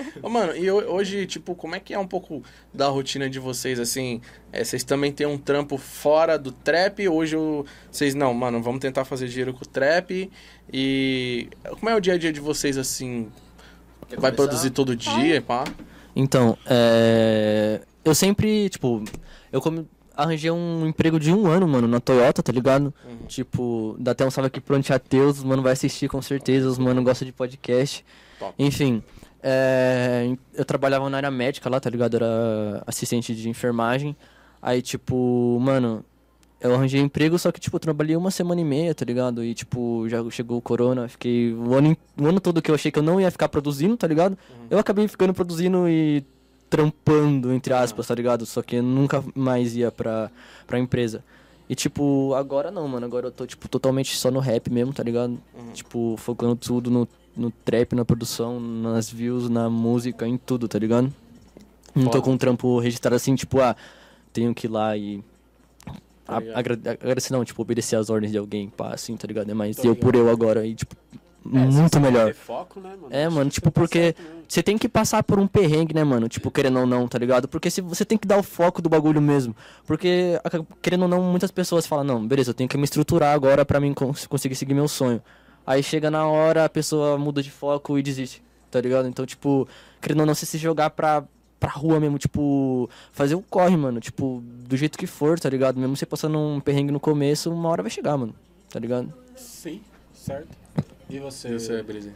[SPEAKER 4] tipo?
[SPEAKER 3] Ô, Mano, e ho- hoje, tipo, como é que é um pouco da rotina de vocês, assim? É, vocês também têm um trampo fora do trap? Hoje o- vocês, não, mano, vamos tentar fazer dinheiro com o trap. E como é o dia a dia de vocês, assim? Vai produzir todo dia, pá?
[SPEAKER 2] Então, é... eu sempre, tipo, eu come- arranjei um emprego de um ano, mano, na Toyota, tá ligado? Tipo, dá até um salve aqui pro Antiateus, os mano vai assistir com certeza, os mano gosta de podcast.
[SPEAKER 3] Top.
[SPEAKER 2] Enfim, é, eu trabalhava na área médica lá, tá ligado? Era assistente de enfermagem. Aí, tipo, mano, eu arranjei emprego, só que, tipo, eu trabalhei uma semana e meia, tá ligado? E, tipo, já chegou o corona, fiquei o ano, in- o ano todo que eu achei que eu não ia ficar produzindo, tá ligado? Eu acabei ficando produzindo e trampando, entre aspas, tá ligado? Só que eu nunca mais ia pra, pra empresa. E, tipo, agora não, mano. Agora eu tô, tipo, totalmente só no rap mesmo, tá ligado?
[SPEAKER 1] Uhum.
[SPEAKER 2] Tipo, focando tudo no, no trap, na produção, nas views, na música, em tudo, tá ligado? Não tô
[SPEAKER 3] Foda.
[SPEAKER 2] com um trampo registrado assim, tipo, ah, tenho que ir lá e
[SPEAKER 3] Tá
[SPEAKER 2] a-
[SPEAKER 3] ligado.
[SPEAKER 2] agra- agradecer não, tipo, obedecer às ordens de alguém, pá, assim, tá ligado? É mais
[SPEAKER 1] Tá
[SPEAKER 2] eu
[SPEAKER 1] ligado.
[SPEAKER 2] por eu agora e, tipo,
[SPEAKER 1] É, se
[SPEAKER 2] muito
[SPEAKER 1] você
[SPEAKER 2] melhor.
[SPEAKER 1] manter Foco, né, mano?
[SPEAKER 2] É,
[SPEAKER 1] Acho
[SPEAKER 2] mano,
[SPEAKER 1] que
[SPEAKER 2] tipo,
[SPEAKER 1] você tá
[SPEAKER 2] porque-
[SPEAKER 1] certo mesmo.
[SPEAKER 2] Você tem que passar por um perrengue, né, mano? Tipo, querendo ou não, tá ligado? Porque se você tem que dar o foco do bagulho mesmo. Porque, aca- querendo ou não, muitas pessoas falam, não, beleza, eu tenho que me estruturar agora pra mim cons- conseguir seguir meu sonho. Aí chega na hora, a pessoa muda de foco e desiste, tá ligado? Então, tipo, querendo ou não, você se jogar pra, pra rua mesmo, tipo, fazer o corre, mano. Tipo, do jeito que for, tá ligado? Mesmo você passando um perrengue no começo, uma hora vai chegar, mano. Tá ligado?
[SPEAKER 1] Sim, certo. E você?
[SPEAKER 3] E você, Brisa?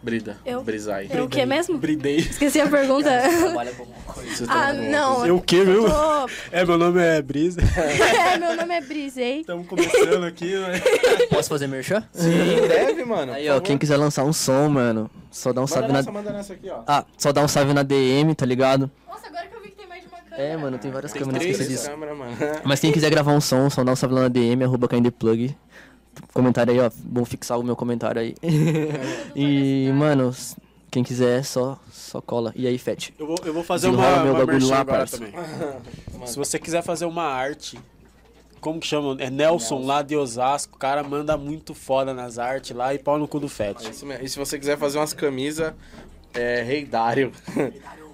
[SPEAKER 3] Brida.
[SPEAKER 4] Eu?
[SPEAKER 3] Brisai.
[SPEAKER 4] Eu É o que mesmo?
[SPEAKER 1] Bridei.
[SPEAKER 4] Esqueci a pergunta.
[SPEAKER 2] Trabalha com
[SPEAKER 3] Você tá
[SPEAKER 4] ah,
[SPEAKER 3] com-
[SPEAKER 4] não.
[SPEAKER 1] Eu o quê,
[SPEAKER 4] eu
[SPEAKER 1] meu?
[SPEAKER 4] tô-
[SPEAKER 1] É, meu nome é Brisa.
[SPEAKER 4] É, meu nome é Brisei.
[SPEAKER 1] Estamos começando aqui, né?
[SPEAKER 2] Posso fazer merchan?
[SPEAKER 3] Sim, deve, mano.
[SPEAKER 2] Aí,
[SPEAKER 3] por
[SPEAKER 2] ó,
[SPEAKER 3] favor.
[SPEAKER 2] quem quiser lançar um som, mano, só dá um
[SPEAKER 3] Manda
[SPEAKER 2] salve na...
[SPEAKER 3] nessa, manda nessa aqui, ó.
[SPEAKER 2] Ah, só dá um salve na DM, tá ligado?
[SPEAKER 4] Nossa, agora que eu vi que tem mais de uma câmera.
[SPEAKER 2] É, mano, tem várias
[SPEAKER 3] Tem
[SPEAKER 2] câmeras,
[SPEAKER 3] três
[SPEAKER 2] esqueci disso.
[SPEAKER 3] câmeras, mano. É
[SPEAKER 2] Mas quem quiser gravar um som, só dá um salve lá na DM, arroba KNDplug. Comentário aí, ó, bom fixar o meu comentário aí. e, mano, s- quem quiser, só, só cola. E aí, Fete?
[SPEAKER 1] Eu vou, eu vou fazer
[SPEAKER 2] Desenrola
[SPEAKER 1] uma,
[SPEAKER 2] meu
[SPEAKER 1] uma
[SPEAKER 2] bagulho
[SPEAKER 1] merchan
[SPEAKER 2] lá,
[SPEAKER 1] agora
[SPEAKER 2] parça.
[SPEAKER 1] também. Se você quiser fazer uma arte, como que chama? É Nelson, lá de Osasco. O cara manda muito foda nas artes lá e pau no cu do Fete.
[SPEAKER 3] Isso mesmo. E se você quiser fazer umas camisas, é Rei Dário.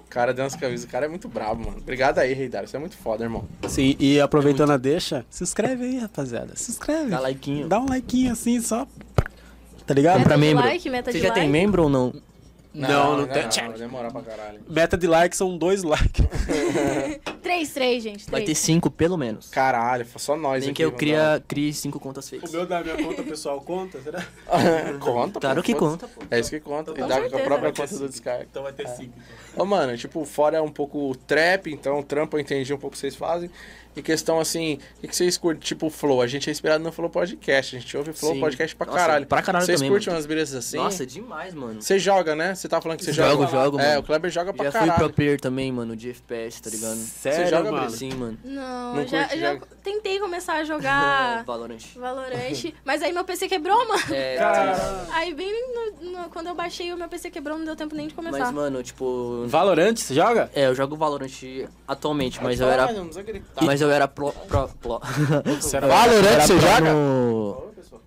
[SPEAKER 3] O cara deu umas camisas. O cara é muito brabo, mano. Obrigado aí, Rei Dário. Você é muito foda, irmão.
[SPEAKER 1] Sim, e aproveitando a deixa, se inscreve aí, rapaziada. Se inscreve.
[SPEAKER 2] Dá likeinho.
[SPEAKER 1] É Dá um likeinho assim só. Tá ligado?
[SPEAKER 4] Meta
[SPEAKER 2] pra
[SPEAKER 4] de
[SPEAKER 2] membro.
[SPEAKER 4] like, meta
[SPEAKER 2] Você
[SPEAKER 4] de
[SPEAKER 2] já
[SPEAKER 4] like.
[SPEAKER 2] tem membro ou não?
[SPEAKER 1] Não, não
[SPEAKER 3] ainda
[SPEAKER 1] tem-
[SPEAKER 3] Vai demorar pra caralho.
[SPEAKER 1] Meta de like são dois likes.
[SPEAKER 4] 3, 3, gente.
[SPEAKER 2] Vai ter
[SPEAKER 4] Três.
[SPEAKER 2] cinco, pelo menos.
[SPEAKER 3] Caralho, foi só nós
[SPEAKER 2] Nem
[SPEAKER 3] aqui, um
[SPEAKER 2] que eu
[SPEAKER 3] mano.
[SPEAKER 2] cria, crie cinco contas fakes.
[SPEAKER 1] da minha conta pessoal conta, será?
[SPEAKER 3] conta,
[SPEAKER 2] Claro
[SPEAKER 3] pô,
[SPEAKER 2] que
[SPEAKER 3] foda-se.
[SPEAKER 2] conta, pô. né?
[SPEAKER 3] É isso que conta. E
[SPEAKER 4] Com
[SPEAKER 3] dá com a
[SPEAKER 4] certeza.
[SPEAKER 3] própria conta do descarga.
[SPEAKER 1] Então vai ter cinco.
[SPEAKER 3] Ô, mano, tipo, fora um pouco o trap, então, o trampo eu entendi um pouco o que vocês fazem. E questão assim, o que que vocês curtem? Tipo, flow. A gente é inspirado no Flow Podcast. A gente ouve Flow
[SPEAKER 2] Sim.
[SPEAKER 3] Podcast pra
[SPEAKER 2] Nossa,
[SPEAKER 3] caralho.
[SPEAKER 2] pra caralho
[SPEAKER 3] Vocês
[SPEAKER 2] também,
[SPEAKER 3] curtem
[SPEAKER 2] mano.
[SPEAKER 3] umas brilhas assim?
[SPEAKER 2] Nossa, demais, mano.
[SPEAKER 3] Você joga, né? Você tá falando que você
[SPEAKER 2] Jogo,
[SPEAKER 3] joga.
[SPEAKER 2] jogo,
[SPEAKER 3] É,
[SPEAKER 2] mano.
[SPEAKER 3] o Kleber joga pra
[SPEAKER 2] Já fui
[SPEAKER 3] caralho.
[SPEAKER 2] pro player também, mano, de FPS, tá ligado?
[SPEAKER 1] Sério,
[SPEAKER 3] joga,
[SPEAKER 1] mano?
[SPEAKER 2] Sim, mano.
[SPEAKER 4] Não,
[SPEAKER 3] Não
[SPEAKER 4] eu já,
[SPEAKER 3] curte,
[SPEAKER 4] já
[SPEAKER 3] joga.
[SPEAKER 4] tentei começar a jogar
[SPEAKER 2] Valorant.
[SPEAKER 4] Valorant, mas aí meu PC quebrou, mano.
[SPEAKER 2] É,
[SPEAKER 4] Aí bem no- no- quando eu baixei, o meu PC quebrou, não deu tempo nem de começar.
[SPEAKER 2] mas, mano, tipo.
[SPEAKER 1] Valorante, você joga?
[SPEAKER 2] É, eu jogo Valorant atualmente, mas eu era.
[SPEAKER 3] Não precisa gritar.
[SPEAKER 2] Mas eu era pro. pro, pro
[SPEAKER 1] Será?
[SPEAKER 2] eu era
[SPEAKER 3] Valorant, você
[SPEAKER 2] pro
[SPEAKER 3] joga?
[SPEAKER 2] no-
[SPEAKER 3] Ô, pessoal.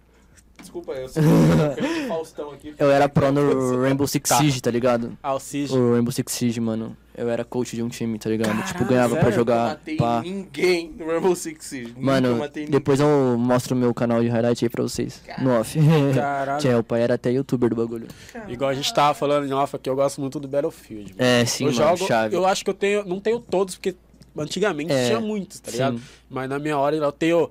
[SPEAKER 3] Desculpa, eu sou um o é Faustão aqui.
[SPEAKER 2] Eu era pro no Rainbow Six
[SPEAKER 1] Tá.
[SPEAKER 2] Siege, tá ligado?
[SPEAKER 1] Alcige.
[SPEAKER 2] O Rainbow Six Siege, mano. Eu era coach de um time, tá ligado? tipo, ganhava pra
[SPEAKER 1] sério?
[SPEAKER 3] Eu
[SPEAKER 2] jogar.
[SPEAKER 3] matei
[SPEAKER 2] Pá.
[SPEAKER 3] ninguém no Rainbow Six Siege. Nunca
[SPEAKER 2] Mano,
[SPEAKER 3] matei ninguém.
[SPEAKER 2] depois eu mostro o meu canal de highlight aí pra vocês. No off.
[SPEAKER 1] Caralho.
[SPEAKER 2] Tchau, o pai era até youtuber do bagulho.
[SPEAKER 1] Igual a gente tava falando em off aqui, eu gosto muito do Battlefield. mano.
[SPEAKER 2] É, sim,
[SPEAKER 1] eu
[SPEAKER 2] mano,
[SPEAKER 1] jogo,
[SPEAKER 2] chave.
[SPEAKER 1] eu acho que eu tenho, não tenho todos, porque antigamente
[SPEAKER 2] É,
[SPEAKER 1] tinha muitos, tá
[SPEAKER 2] sim.
[SPEAKER 1] ligado? Mas na minha hora eu tenho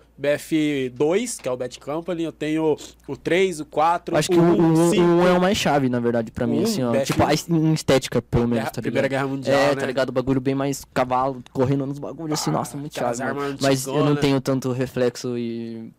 [SPEAKER 1] BF2, que é o Bat Company, eu tenho o 3, o 4,
[SPEAKER 2] Acho
[SPEAKER 1] o
[SPEAKER 2] que o
[SPEAKER 1] 1, o 5.
[SPEAKER 2] 1 é o mais chave, na verdade, pra mim,
[SPEAKER 1] Um,
[SPEAKER 2] assim, ó.
[SPEAKER 1] Back
[SPEAKER 2] Tipo, a es- em estética, pelo menos,
[SPEAKER 1] Guerra-
[SPEAKER 2] tá ligado?
[SPEAKER 1] Primeira Guerra Mundial,
[SPEAKER 2] É,
[SPEAKER 1] né?
[SPEAKER 2] tá ligado? O bagulho bem mais cavalo, correndo nos bagulhos, assim,
[SPEAKER 1] Ah,
[SPEAKER 2] nossa, muito
[SPEAKER 1] aquelas
[SPEAKER 2] chave. mano.
[SPEAKER 1] armas
[SPEAKER 2] Mas eu não
[SPEAKER 1] antigonas.
[SPEAKER 2] tenho tanto reflexo e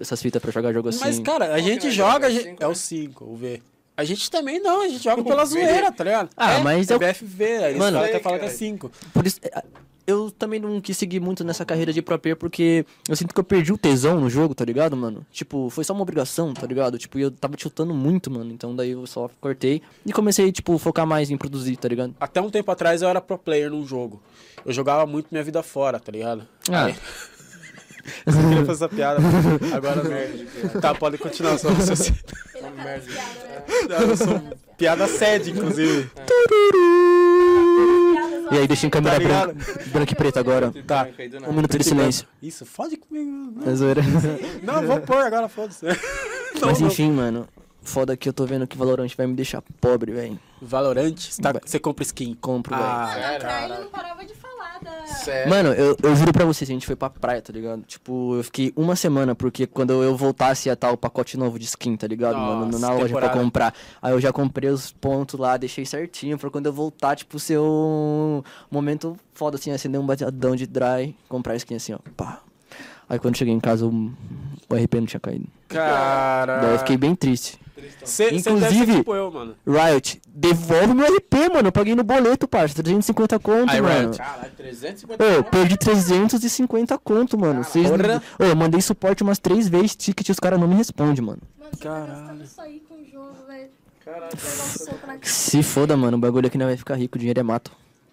[SPEAKER 2] essas fitas pra jogar jogo assim.
[SPEAKER 1] Mas, cara, a
[SPEAKER 3] que é
[SPEAKER 1] gente
[SPEAKER 3] o
[SPEAKER 1] joga.
[SPEAKER 3] jogo?
[SPEAKER 1] a
[SPEAKER 3] É o
[SPEAKER 1] gente-
[SPEAKER 3] cinco,
[SPEAKER 1] É o 5,
[SPEAKER 3] né?
[SPEAKER 1] o V. A gente também não, a gente joga pela zoeira, tá ligado?
[SPEAKER 2] Ah, mas eu-
[SPEAKER 1] BFV, aí eles
[SPEAKER 2] Mano,
[SPEAKER 1] falam- até
[SPEAKER 3] sei,
[SPEAKER 1] falam que é
[SPEAKER 3] cara.
[SPEAKER 1] 5.
[SPEAKER 2] Por isso, é, eu também não quis seguir muito nessa carreira de pro player, porque eu sinto que eu perdi o tesão no jogo, tá ligado, mano? Tipo, foi só uma obrigação, tá ligado? Tipo, e eu tava tiltando muito, mano. Então daí eu só cortei e comecei, tipo, focar mais em produzir, tá ligado?
[SPEAKER 1] Até um tempo atrás eu era pro player num jogo. Eu jogava muito minha vida fora, tá ligado?
[SPEAKER 2] Ah,
[SPEAKER 1] Eu queria fazer essa piada, mas agora merda. Tá, pode continuar só você.
[SPEAKER 4] né?
[SPEAKER 1] Eu sou piada sede, inclusive.
[SPEAKER 2] e aí deixei em câmera
[SPEAKER 1] Tá ligado?
[SPEAKER 2] branca, branca e preta agora.
[SPEAKER 1] Tá.
[SPEAKER 2] Um minuto de silêncio.
[SPEAKER 1] Isso, fode comigo. Não,
[SPEAKER 2] É zoeira.
[SPEAKER 1] não vou pôr agora, foda-se.
[SPEAKER 2] Mas enfim, mano. Foda que eu tô vendo que Valorant vai me deixar pobre, velho.
[SPEAKER 1] Valorante, você, tá- você compra skin.
[SPEAKER 2] Compro, velho.
[SPEAKER 1] Ah, é.
[SPEAKER 4] Mano, a Carly não parava de falar da...
[SPEAKER 3] Sério.
[SPEAKER 2] Mano, eu, eu juro pra vocês, a gente foi pra praia, tá ligado? Tipo, eu fiquei uma semana, porque quando eu voltasse ia estar o pacote novo de skin, tá ligado? mano,
[SPEAKER 1] Nossa,
[SPEAKER 2] na loja pra
[SPEAKER 1] temporada.
[SPEAKER 2] comprar. Aí eu já comprei os pontos lá, deixei certinho pra quando eu voltar, tipo, ser um momento foda, assim, acender um bateadão de dry, comprar a skin assim, ó. Pá. Aí quando cheguei em casa, o, o RP não tinha caído. Daí eu
[SPEAKER 1] cara.
[SPEAKER 2] fiquei bem triste.
[SPEAKER 1] Você deve ser
[SPEAKER 2] Inclusive-
[SPEAKER 1] tipo eu, mano.
[SPEAKER 2] Riot, devolve meu RP, mano. Eu paguei no boleto, parça. 350 conto,
[SPEAKER 1] Aí,
[SPEAKER 2] mano.
[SPEAKER 1] Riot.
[SPEAKER 3] Caralho, 350
[SPEAKER 2] Ô, perdi 350 conto, mano. Vocês...
[SPEAKER 1] porra.
[SPEAKER 2] Ô, eu mandei suporte umas três vezes, ticket, e os caras não me respondem, mano.
[SPEAKER 4] Mano, você tá gastando isso aí com o jogo, velho.
[SPEAKER 3] Caralho.
[SPEAKER 4] Pegar um soco na cara.
[SPEAKER 2] Se foda, mano. O bagulho aqui não vai ficar rico, o dinheiro é mato.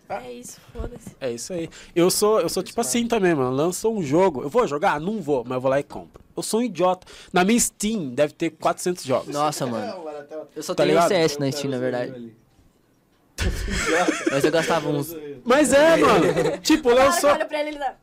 [SPEAKER 4] É isso, foda-se.
[SPEAKER 1] É isso aí. Eu sou, eu sou tipo assim também, mano. Lançou um jogo. Eu vou jogar? Não vou, mas eu vou lá e compro. Eu sou um idiota. Na minha Steam deve ter 400 jogos.
[SPEAKER 2] Nossa, mano. Eu só
[SPEAKER 1] Tá
[SPEAKER 2] tenho
[SPEAKER 1] ligado?
[SPEAKER 2] CS na Steam, na verdade. Mas eu gastava uns.
[SPEAKER 1] Mas é, mano. tipo,
[SPEAKER 4] Na hora
[SPEAKER 1] lançou.
[SPEAKER 4] que olha pra ele, ele dá...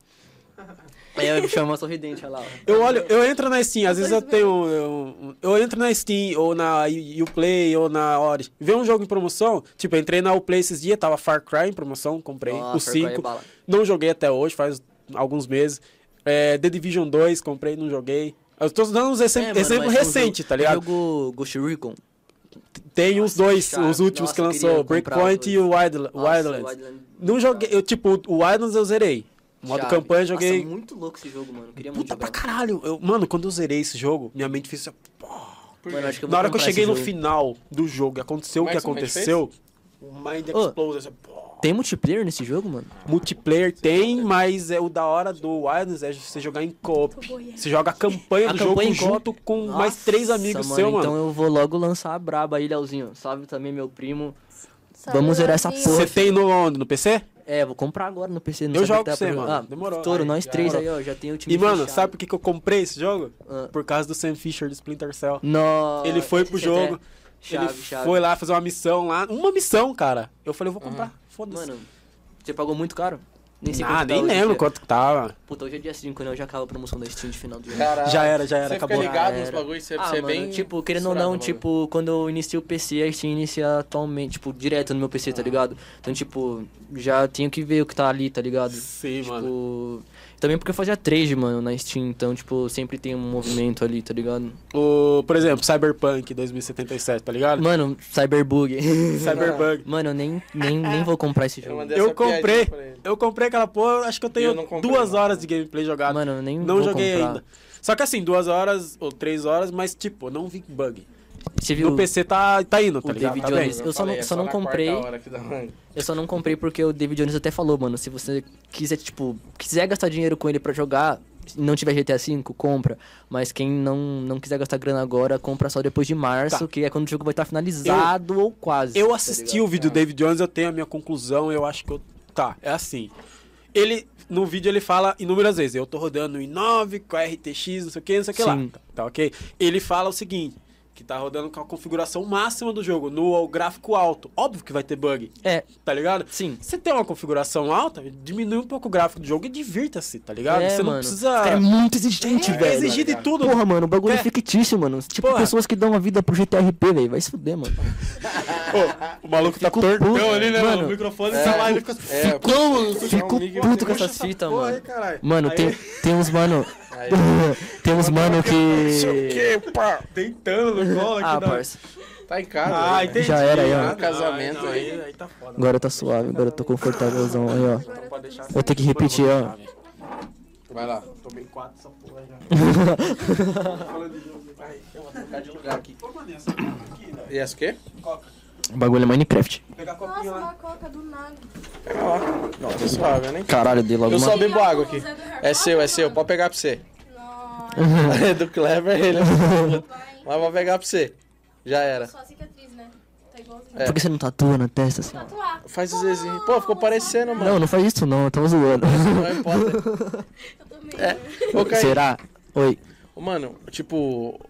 [SPEAKER 2] Aí eu me chamo sorridente, olha lá. ó.
[SPEAKER 1] Eu olho, eu entro na Steam, às vezes eu tenho. Eu, eu entro na Steam, ou na U- Uplay, ou na Ori. Vê um jogo em promoção, tipo, eu entrei na Uplay esses dias, tava Far Cry em promoção, comprei
[SPEAKER 2] Nossa,
[SPEAKER 1] o
[SPEAKER 2] Far Cry é
[SPEAKER 1] 5.
[SPEAKER 2] bala.
[SPEAKER 1] não joguei até hoje, faz alguns meses. É, The Division 2, comprei, não joguei. Eu tô dando uns
[SPEAKER 2] É,
[SPEAKER 1] recen-
[SPEAKER 2] mano,
[SPEAKER 1] exemplo
[SPEAKER 2] mas tem um
[SPEAKER 1] recente,
[SPEAKER 2] jogo-
[SPEAKER 1] tá ligado?
[SPEAKER 2] tem um Jogo Ghost Recon.
[SPEAKER 1] Tem os dois,
[SPEAKER 2] chato.
[SPEAKER 1] os últimos
[SPEAKER 2] Nossa,
[SPEAKER 1] que
[SPEAKER 2] eu
[SPEAKER 1] lançou,
[SPEAKER 2] queria comprar os
[SPEAKER 1] Breakpoint e o Wildla-
[SPEAKER 2] Nossa,
[SPEAKER 1] Wildlands.
[SPEAKER 2] Wildlands.
[SPEAKER 1] Não joguei, eu tipo, o Wildlands eu zerei. Modo
[SPEAKER 2] Chave.
[SPEAKER 1] campanha eu joguei.
[SPEAKER 2] Nossa, muito louco esse um jogo, mano. Queria muito
[SPEAKER 1] Puta pra
[SPEAKER 2] jogar.
[SPEAKER 1] caralho. Eu, mano, quando eu zerei esse jogo, minha mente fez assim,
[SPEAKER 2] Mano, acho que eu vou
[SPEAKER 1] Na hora que eu
[SPEAKER 2] comprar
[SPEAKER 1] cheguei
[SPEAKER 2] esse
[SPEAKER 1] no
[SPEAKER 2] um jogo.
[SPEAKER 1] final do jogo e aconteceu o que
[SPEAKER 3] Mas como é que
[SPEAKER 1] aconteceu, o Mind
[SPEAKER 2] Ô.
[SPEAKER 1] Explosion. assim, pô.
[SPEAKER 2] Tem multiplayer nesse jogo, mano?
[SPEAKER 1] Multiplayer tem, mas é o da hora do Wildlands é você jogar em co-op. Você joga a campanha
[SPEAKER 2] A
[SPEAKER 1] do
[SPEAKER 2] campanha
[SPEAKER 1] jogo
[SPEAKER 2] em co-op.
[SPEAKER 1] junto com
[SPEAKER 2] Nossa,
[SPEAKER 1] mais três amigos
[SPEAKER 2] mano,
[SPEAKER 1] seu,
[SPEAKER 2] Então
[SPEAKER 1] mano.
[SPEAKER 2] eu vou logo lançar a braba aí, Leozinho. Salve também, meu primo.
[SPEAKER 4] Sabe,
[SPEAKER 2] Vamos zerar essa
[SPEAKER 4] Leozinho?
[SPEAKER 2] porra.
[SPEAKER 1] Você tem no onde? No PC?
[SPEAKER 2] É, vou comprar agora no PC. Não
[SPEAKER 1] Eu
[SPEAKER 2] sabia
[SPEAKER 1] jogo
[SPEAKER 2] que dava
[SPEAKER 1] com você,
[SPEAKER 2] pra-
[SPEAKER 1] mano.
[SPEAKER 2] Ah,
[SPEAKER 1] Demorou.
[SPEAKER 2] Estouro,
[SPEAKER 1] Aí,
[SPEAKER 2] nós
[SPEAKER 1] já
[SPEAKER 2] três aí,
[SPEAKER 1] demorou.
[SPEAKER 2] ó. Já tem o time
[SPEAKER 1] E, mano,
[SPEAKER 2] fechado.
[SPEAKER 1] sabe por que, que eu comprei esse jogo?
[SPEAKER 2] Ah.
[SPEAKER 1] Por causa do Sam Fisher do Splinter Cell.
[SPEAKER 2] Nossa.
[SPEAKER 1] Ele foi pro
[SPEAKER 2] esse
[SPEAKER 1] jogo,
[SPEAKER 2] até- Chave,
[SPEAKER 1] Ele
[SPEAKER 2] chave.
[SPEAKER 1] foi lá fazer uma missão lá. Uma missão, cara. Eu falei, eu vou comprar. Foda-se.
[SPEAKER 2] Mano, você pagou muito caro? Nem sei
[SPEAKER 1] ah,
[SPEAKER 2] quanto
[SPEAKER 1] nem
[SPEAKER 2] tá hoje,
[SPEAKER 1] lembro
[SPEAKER 2] dia.
[SPEAKER 1] quanto que tava.
[SPEAKER 2] Puta, hoje é dia 5, né? Eu já acabo a promoção da Steam de final do ano.
[SPEAKER 3] Caralho.
[SPEAKER 1] Já era, já era,
[SPEAKER 3] Você fica
[SPEAKER 1] acabou.
[SPEAKER 3] ligado
[SPEAKER 2] Já
[SPEAKER 3] nos
[SPEAKER 2] era.
[SPEAKER 3] bagulhos, você,
[SPEAKER 2] Ah,
[SPEAKER 3] você é
[SPEAKER 2] mano,
[SPEAKER 3] bem...
[SPEAKER 2] tipo, querendo ou
[SPEAKER 3] fissurado
[SPEAKER 2] não,
[SPEAKER 3] no bagulho.
[SPEAKER 2] tipo, quando eu inicio o PC, a Steam inicia atualmente, tipo, direto no meu PC, tá ligado? Então, tipo, já tenho que ver o que tá ali, tá ligado?
[SPEAKER 1] Sim,
[SPEAKER 2] tipo,
[SPEAKER 1] mano.
[SPEAKER 2] também porque eu fazia trade, mano, na Steam, então, tipo, sempre tem um movimento ali, tá ligado?
[SPEAKER 1] O, por exemplo, Cyberpunk 2077, tá ligado?
[SPEAKER 2] Mano, Cyberbug.
[SPEAKER 1] Cyberpunk.
[SPEAKER 2] mano, eu nem, nem, nem vou comprar esse
[SPEAKER 3] Eu
[SPEAKER 2] jogo.
[SPEAKER 3] mandei
[SPEAKER 1] Eu
[SPEAKER 3] essa piadinha
[SPEAKER 1] comprei,
[SPEAKER 3] pra ele.
[SPEAKER 1] eu comprei aquela porra, acho que eu tenho
[SPEAKER 3] Eu não comprei,
[SPEAKER 1] duas
[SPEAKER 3] não.
[SPEAKER 1] horas de gameplay jogado.
[SPEAKER 2] Mano, eu nem
[SPEAKER 1] não
[SPEAKER 2] vou
[SPEAKER 1] joguei
[SPEAKER 2] comprar.
[SPEAKER 1] ainda. Só que assim, duas horas ou três horas, mas tipo, eu não vi bug.
[SPEAKER 2] Você
[SPEAKER 1] E
[SPEAKER 2] viu?
[SPEAKER 1] o PC tá, tá indo, tá
[SPEAKER 2] o
[SPEAKER 1] ligado?
[SPEAKER 2] David
[SPEAKER 1] Tá bem.
[SPEAKER 2] Jones. tipo, Eu só
[SPEAKER 3] falei,
[SPEAKER 2] não-
[SPEAKER 3] é
[SPEAKER 2] só não
[SPEAKER 3] na
[SPEAKER 2] comprei.
[SPEAKER 3] quarta hora que dá rango.
[SPEAKER 2] Eu só não comprei porque o David Jones até falou, mano, se você quiser, tipo, quiser gastar dinheiro com ele pra jogar, se não tiver GTA V, compra. Mas quem não, não quiser gastar grana agora, compra só depois de março,
[SPEAKER 1] Tá.
[SPEAKER 2] que é quando o jogo vai estar finalizado ou quase.
[SPEAKER 1] Eu
[SPEAKER 2] tá
[SPEAKER 1] assisti
[SPEAKER 2] ligado?
[SPEAKER 1] o vídeo do David Jones, eu tenho a minha conclusão, eu acho que eu. Tá, é assim. Ele, no vídeo, ele fala inúmeras vezes, eu tô rodando em 9, com a RTX, não sei o que, não sei o que lá.
[SPEAKER 2] Sim.
[SPEAKER 1] Tá ok? Ele fala o seguinte. Que tá rodando com a configuração máxima do jogo, no gráfico alto. Óbvio que vai ter bug,
[SPEAKER 2] É,
[SPEAKER 1] tá ligado?
[SPEAKER 2] sim.
[SPEAKER 1] Você tem uma configuração alta, diminui um pouco o gráfico do jogo e divirta-se, tá ligado?
[SPEAKER 2] é,
[SPEAKER 1] você não
[SPEAKER 2] mano.
[SPEAKER 1] precisa.
[SPEAKER 2] Esse cara É muito exigente,
[SPEAKER 1] É,
[SPEAKER 2] velho. tá
[SPEAKER 1] exigir de tudo.
[SPEAKER 2] Porra, mano, o bagulho é,
[SPEAKER 1] É.
[SPEAKER 2] fictício, mano. Tipo,
[SPEAKER 1] Porra.
[SPEAKER 2] pessoas que dão a vida pro GTRP, velho. Vai se fuder, mano.
[SPEAKER 1] Ô, o maluco tá
[SPEAKER 2] Ficou puto,
[SPEAKER 1] tortão ali, né?
[SPEAKER 2] mano.
[SPEAKER 1] Mano, o microfone tá lá, ele fica.
[SPEAKER 3] É,
[SPEAKER 1] tá
[SPEAKER 2] Fico
[SPEAKER 1] um
[SPEAKER 3] amigo,
[SPEAKER 2] puto com
[SPEAKER 1] puxa
[SPEAKER 2] essas
[SPEAKER 1] essa
[SPEAKER 2] fitas,
[SPEAKER 1] porra
[SPEAKER 2] mano.
[SPEAKER 1] aí, caralho.
[SPEAKER 2] Mano,
[SPEAKER 1] Aí-
[SPEAKER 2] tem, tem uns mano. tem uns mano que.
[SPEAKER 1] que, pá, deitando no colo aqui.
[SPEAKER 2] Ah,
[SPEAKER 1] da-
[SPEAKER 2] parça.
[SPEAKER 3] tá em casa.
[SPEAKER 1] Ah,
[SPEAKER 3] né?
[SPEAKER 1] entendi.
[SPEAKER 2] Já era aí, ó.
[SPEAKER 1] Ah,
[SPEAKER 3] Casamento
[SPEAKER 1] não,
[SPEAKER 3] aí.
[SPEAKER 1] tá foda.
[SPEAKER 2] Agora tá suave, agora eu tô confortávelzão. Aí, ó.
[SPEAKER 4] Agora tá tudo
[SPEAKER 2] Vou ter que repetir, ó.
[SPEAKER 1] Vai lá.
[SPEAKER 6] Tomei quatro essa porra já. Falando de Deus, ai, eu vou trocar de lugar aqui. Ô, mano, essa porra aqui, velho.
[SPEAKER 3] E essa o quê?
[SPEAKER 6] Coca.
[SPEAKER 2] O bagulho é Minecraft.
[SPEAKER 6] Pegar copinho
[SPEAKER 4] Nossa,
[SPEAKER 6] lá.
[SPEAKER 4] uma coca do nada.
[SPEAKER 3] Pega lá. Não, tô é suave, eu nem
[SPEAKER 2] Caralho, dei logo
[SPEAKER 3] Eu
[SPEAKER 2] uma...
[SPEAKER 3] só bebo água aqui. É seu, é seu, pode pegar pra você.
[SPEAKER 4] Nossa,
[SPEAKER 3] É do Clever, ele é muito puto.
[SPEAKER 4] vai.
[SPEAKER 3] Mas vou pegar pra você. Já era.
[SPEAKER 4] Só a cicatriz, né? Tá igualzinho.
[SPEAKER 3] É.
[SPEAKER 2] Por que você não tatua na testa assim? ó?
[SPEAKER 4] Tatuar.
[SPEAKER 3] Faz o Zezinho. Pô, ficou parecendo, mano.
[SPEAKER 2] Não, não faz isso não, eu tava zoando.
[SPEAKER 3] Não importa.
[SPEAKER 4] Eu também.
[SPEAKER 3] É.
[SPEAKER 4] né?
[SPEAKER 3] Ô, Caí,
[SPEAKER 2] Será? Oi.
[SPEAKER 3] Mano, tipo,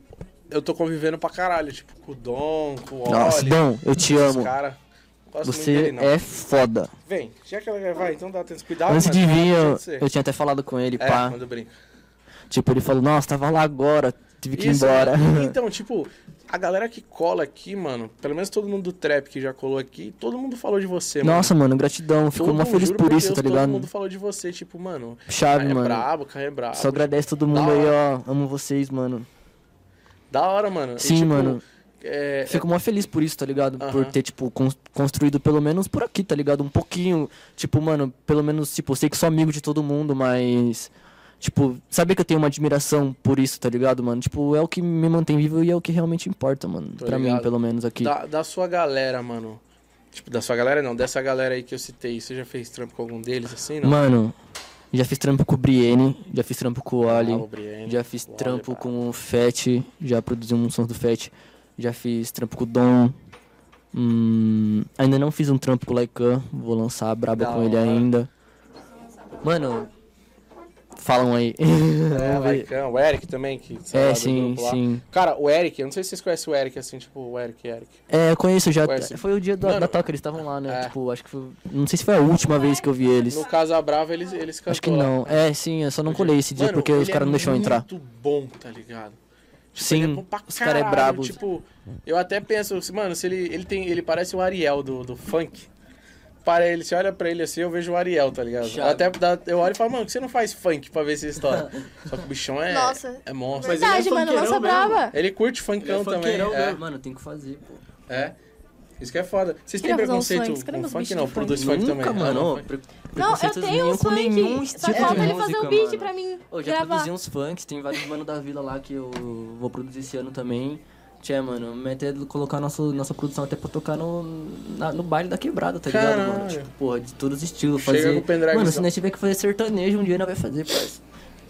[SPEAKER 3] eu tô convivendo pra caralho. Tipo, com o Dom, com o Oli.
[SPEAKER 2] Nossa, Dom, eu te
[SPEAKER 3] os
[SPEAKER 2] amo.
[SPEAKER 3] Cara. Não Gosto muito
[SPEAKER 2] Você
[SPEAKER 3] dele, não.
[SPEAKER 2] é foda.
[SPEAKER 3] Vem, já que ela vai, então dá atenção. Cuidado,
[SPEAKER 2] Antes
[SPEAKER 3] mano.
[SPEAKER 2] de vir, eu,
[SPEAKER 3] Pode ser.
[SPEAKER 2] eu tinha até falado com ele,
[SPEAKER 3] É,
[SPEAKER 2] pá.
[SPEAKER 3] quando brinca.
[SPEAKER 2] Tipo, ele falou, nossa, tava lá agora, tive que ir
[SPEAKER 3] Isso,
[SPEAKER 2] embora.
[SPEAKER 3] mano. Então, tipo, a galera que cola aqui, mano, pelo menos todo mundo do trap que já colou aqui, todo mundo falou de você, mano.
[SPEAKER 2] Nossa, mano, gratidão. Ficou
[SPEAKER 3] Todo
[SPEAKER 2] mó
[SPEAKER 3] mundo,
[SPEAKER 2] feliz
[SPEAKER 3] juro
[SPEAKER 2] por isso,
[SPEAKER 3] Deus,
[SPEAKER 2] tá ligado?
[SPEAKER 3] Todo mundo falou de você, tipo, mano,
[SPEAKER 2] Chave,
[SPEAKER 3] Caio é
[SPEAKER 2] mano.
[SPEAKER 3] brabo, Caio é brabo.
[SPEAKER 2] Só agradece todo mundo
[SPEAKER 3] Da
[SPEAKER 2] aí, ó. Amo vocês, mano.
[SPEAKER 3] Da hora, mano. E,
[SPEAKER 2] Sim,
[SPEAKER 3] tipo,
[SPEAKER 2] mano.
[SPEAKER 3] É,
[SPEAKER 2] Fico mó feliz por isso, tá ligado?
[SPEAKER 3] Aham.
[SPEAKER 2] Por ter, tipo, cons- construído pelo menos por aqui, tá ligado? Um pouquinho. Tipo, mano, pelo menos, tipo, eu sei que sou amigo de todo mundo, mas. Tipo, saber que eu tenho uma admiração por isso, tá ligado, mano? Tipo, é o que me mantém vivo e é o que realmente importa, mano.
[SPEAKER 3] Tô
[SPEAKER 2] pra mim,
[SPEAKER 3] ligado.
[SPEAKER 2] pelo menos aqui.
[SPEAKER 3] da, da sua galera, mano. Tipo, da sua galera não, dessa galera aí que eu citei, você já fez trampo com algum deles, assim, não?
[SPEAKER 2] Mano, já fiz trampo com o Brienne, já fiz trampo com o Ali.
[SPEAKER 3] Ah, o Brienne,
[SPEAKER 2] Já fiz
[SPEAKER 3] o Ali,
[SPEAKER 2] trampo
[SPEAKER 3] pá.
[SPEAKER 2] com o Fett, já produzi um som do Fett, já fiz trampo com o Dom. Hum, ainda não fiz um trampo com o Laikan, vou lançar a braba
[SPEAKER 3] Da
[SPEAKER 2] com ele
[SPEAKER 3] hora.
[SPEAKER 2] ainda. Mano, falam aí.
[SPEAKER 3] É,
[SPEAKER 2] Vamos ver.
[SPEAKER 3] Laicão, o Eric também, que sei lá,
[SPEAKER 2] É,
[SPEAKER 3] do
[SPEAKER 2] sim,
[SPEAKER 3] grupo lá.
[SPEAKER 2] sim.
[SPEAKER 3] Cara, o Eric, eu não sei se vocês conhecem o Eric, assim, tipo, o Eric, Eric.
[SPEAKER 2] É, eu conheço já.
[SPEAKER 3] Conhece.
[SPEAKER 2] Foi o dia da,
[SPEAKER 3] Mano,
[SPEAKER 2] da toca, eles estavam lá, né?
[SPEAKER 3] é.
[SPEAKER 2] Tipo, acho que foi. Não sei se foi a última vez que eu vi eles.
[SPEAKER 3] No Casa Brava, eles, eles cantam
[SPEAKER 2] Acho que
[SPEAKER 3] lá.
[SPEAKER 2] não. É, sim, eu só não colei esse dia
[SPEAKER 3] Mano,
[SPEAKER 2] porque os
[SPEAKER 3] ele
[SPEAKER 2] caras não
[SPEAKER 3] é
[SPEAKER 2] deixaram entrar.
[SPEAKER 3] muito bom, tá ligado? Tipo,
[SPEAKER 2] Sim,
[SPEAKER 3] ele é bom pra
[SPEAKER 2] os cara é
[SPEAKER 3] caralho,
[SPEAKER 2] brabo.
[SPEAKER 3] Tipo, eu até penso, assim, mano, se ele, ele tem. Ele parece o Ariel do, do funk. Para ele, você olha pra ele assim, eu vejo o Ariel, tá ligado? Eu
[SPEAKER 2] Chave.
[SPEAKER 3] até dá- eu olho e falo, mano, por que você não faz funk pra ver essa história? Só que o bichão é,
[SPEAKER 4] Nossa.
[SPEAKER 3] é monstro.
[SPEAKER 6] Mas ele é
[SPEAKER 4] Verdade, mano,
[SPEAKER 6] funkeirão
[SPEAKER 4] lança
[SPEAKER 6] mesmo.
[SPEAKER 4] brava.
[SPEAKER 3] Ele curte funkão também. É,
[SPEAKER 2] Mano, tem que fazer, pô.
[SPEAKER 3] é. Isso que é foda. Vocês têm
[SPEAKER 4] Queremos uns
[SPEAKER 3] preconceito
[SPEAKER 4] funks,
[SPEAKER 3] com
[SPEAKER 4] queremos
[SPEAKER 3] funk?
[SPEAKER 4] bichos
[SPEAKER 3] Não,
[SPEAKER 4] do
[SPEAKER 3] produz funk,
[SPEAKER 2] Nunca,
[SPEAKER 3] também.
[SPEAKER 2] mano.
[SPEAKER 3] Ah,
[SPEAKER 2] Pre-
[SPEAKER 4] Não, eu
[SPEAKER 2] preconceitos
[SPEAKER 4] tenho
[SPEAKER 2] nenhum
[SPEAKER 4] um
[SPEAKER 2] com nenhum
[SPEAKER 4] funk. Só
[SPEAKER 2] estilo
[SPEAKER 4] falta
[SPEAKER 2] de
[SPEAKER 4] ele fazer
[SPEAKER 2] música,
[SPEAKER 4] o beat
[SPEAKER 2] mano.
[SPEAKER 4] pra mim
[SPEAKER 2] Ô, já
[SPEAKER 4] gravar.
[SPEAKER 2] produzi uns funks, tem vários mano da vila lá que eu vou produzir esse ano também. Tchê, mano, mete é colocar nosso, nossa produção até pra tocar no, na- no baile da quebrada, tá ligado, mano?
[SPEAKER 3] Caralho.
[SPEAKER 2] Tipo, porra, de todos os estilos.
[SPEAKER 3] Chega
[SPEAKER 2] Fazer...
[SPEAKER 3] com o pendrive,
[SPEAKER 2] Mano,
[SPEAKER 3] então.
[SPEAKER 2] se nós tiver que fazer sertanejo, um dia nós vai fazer, parça.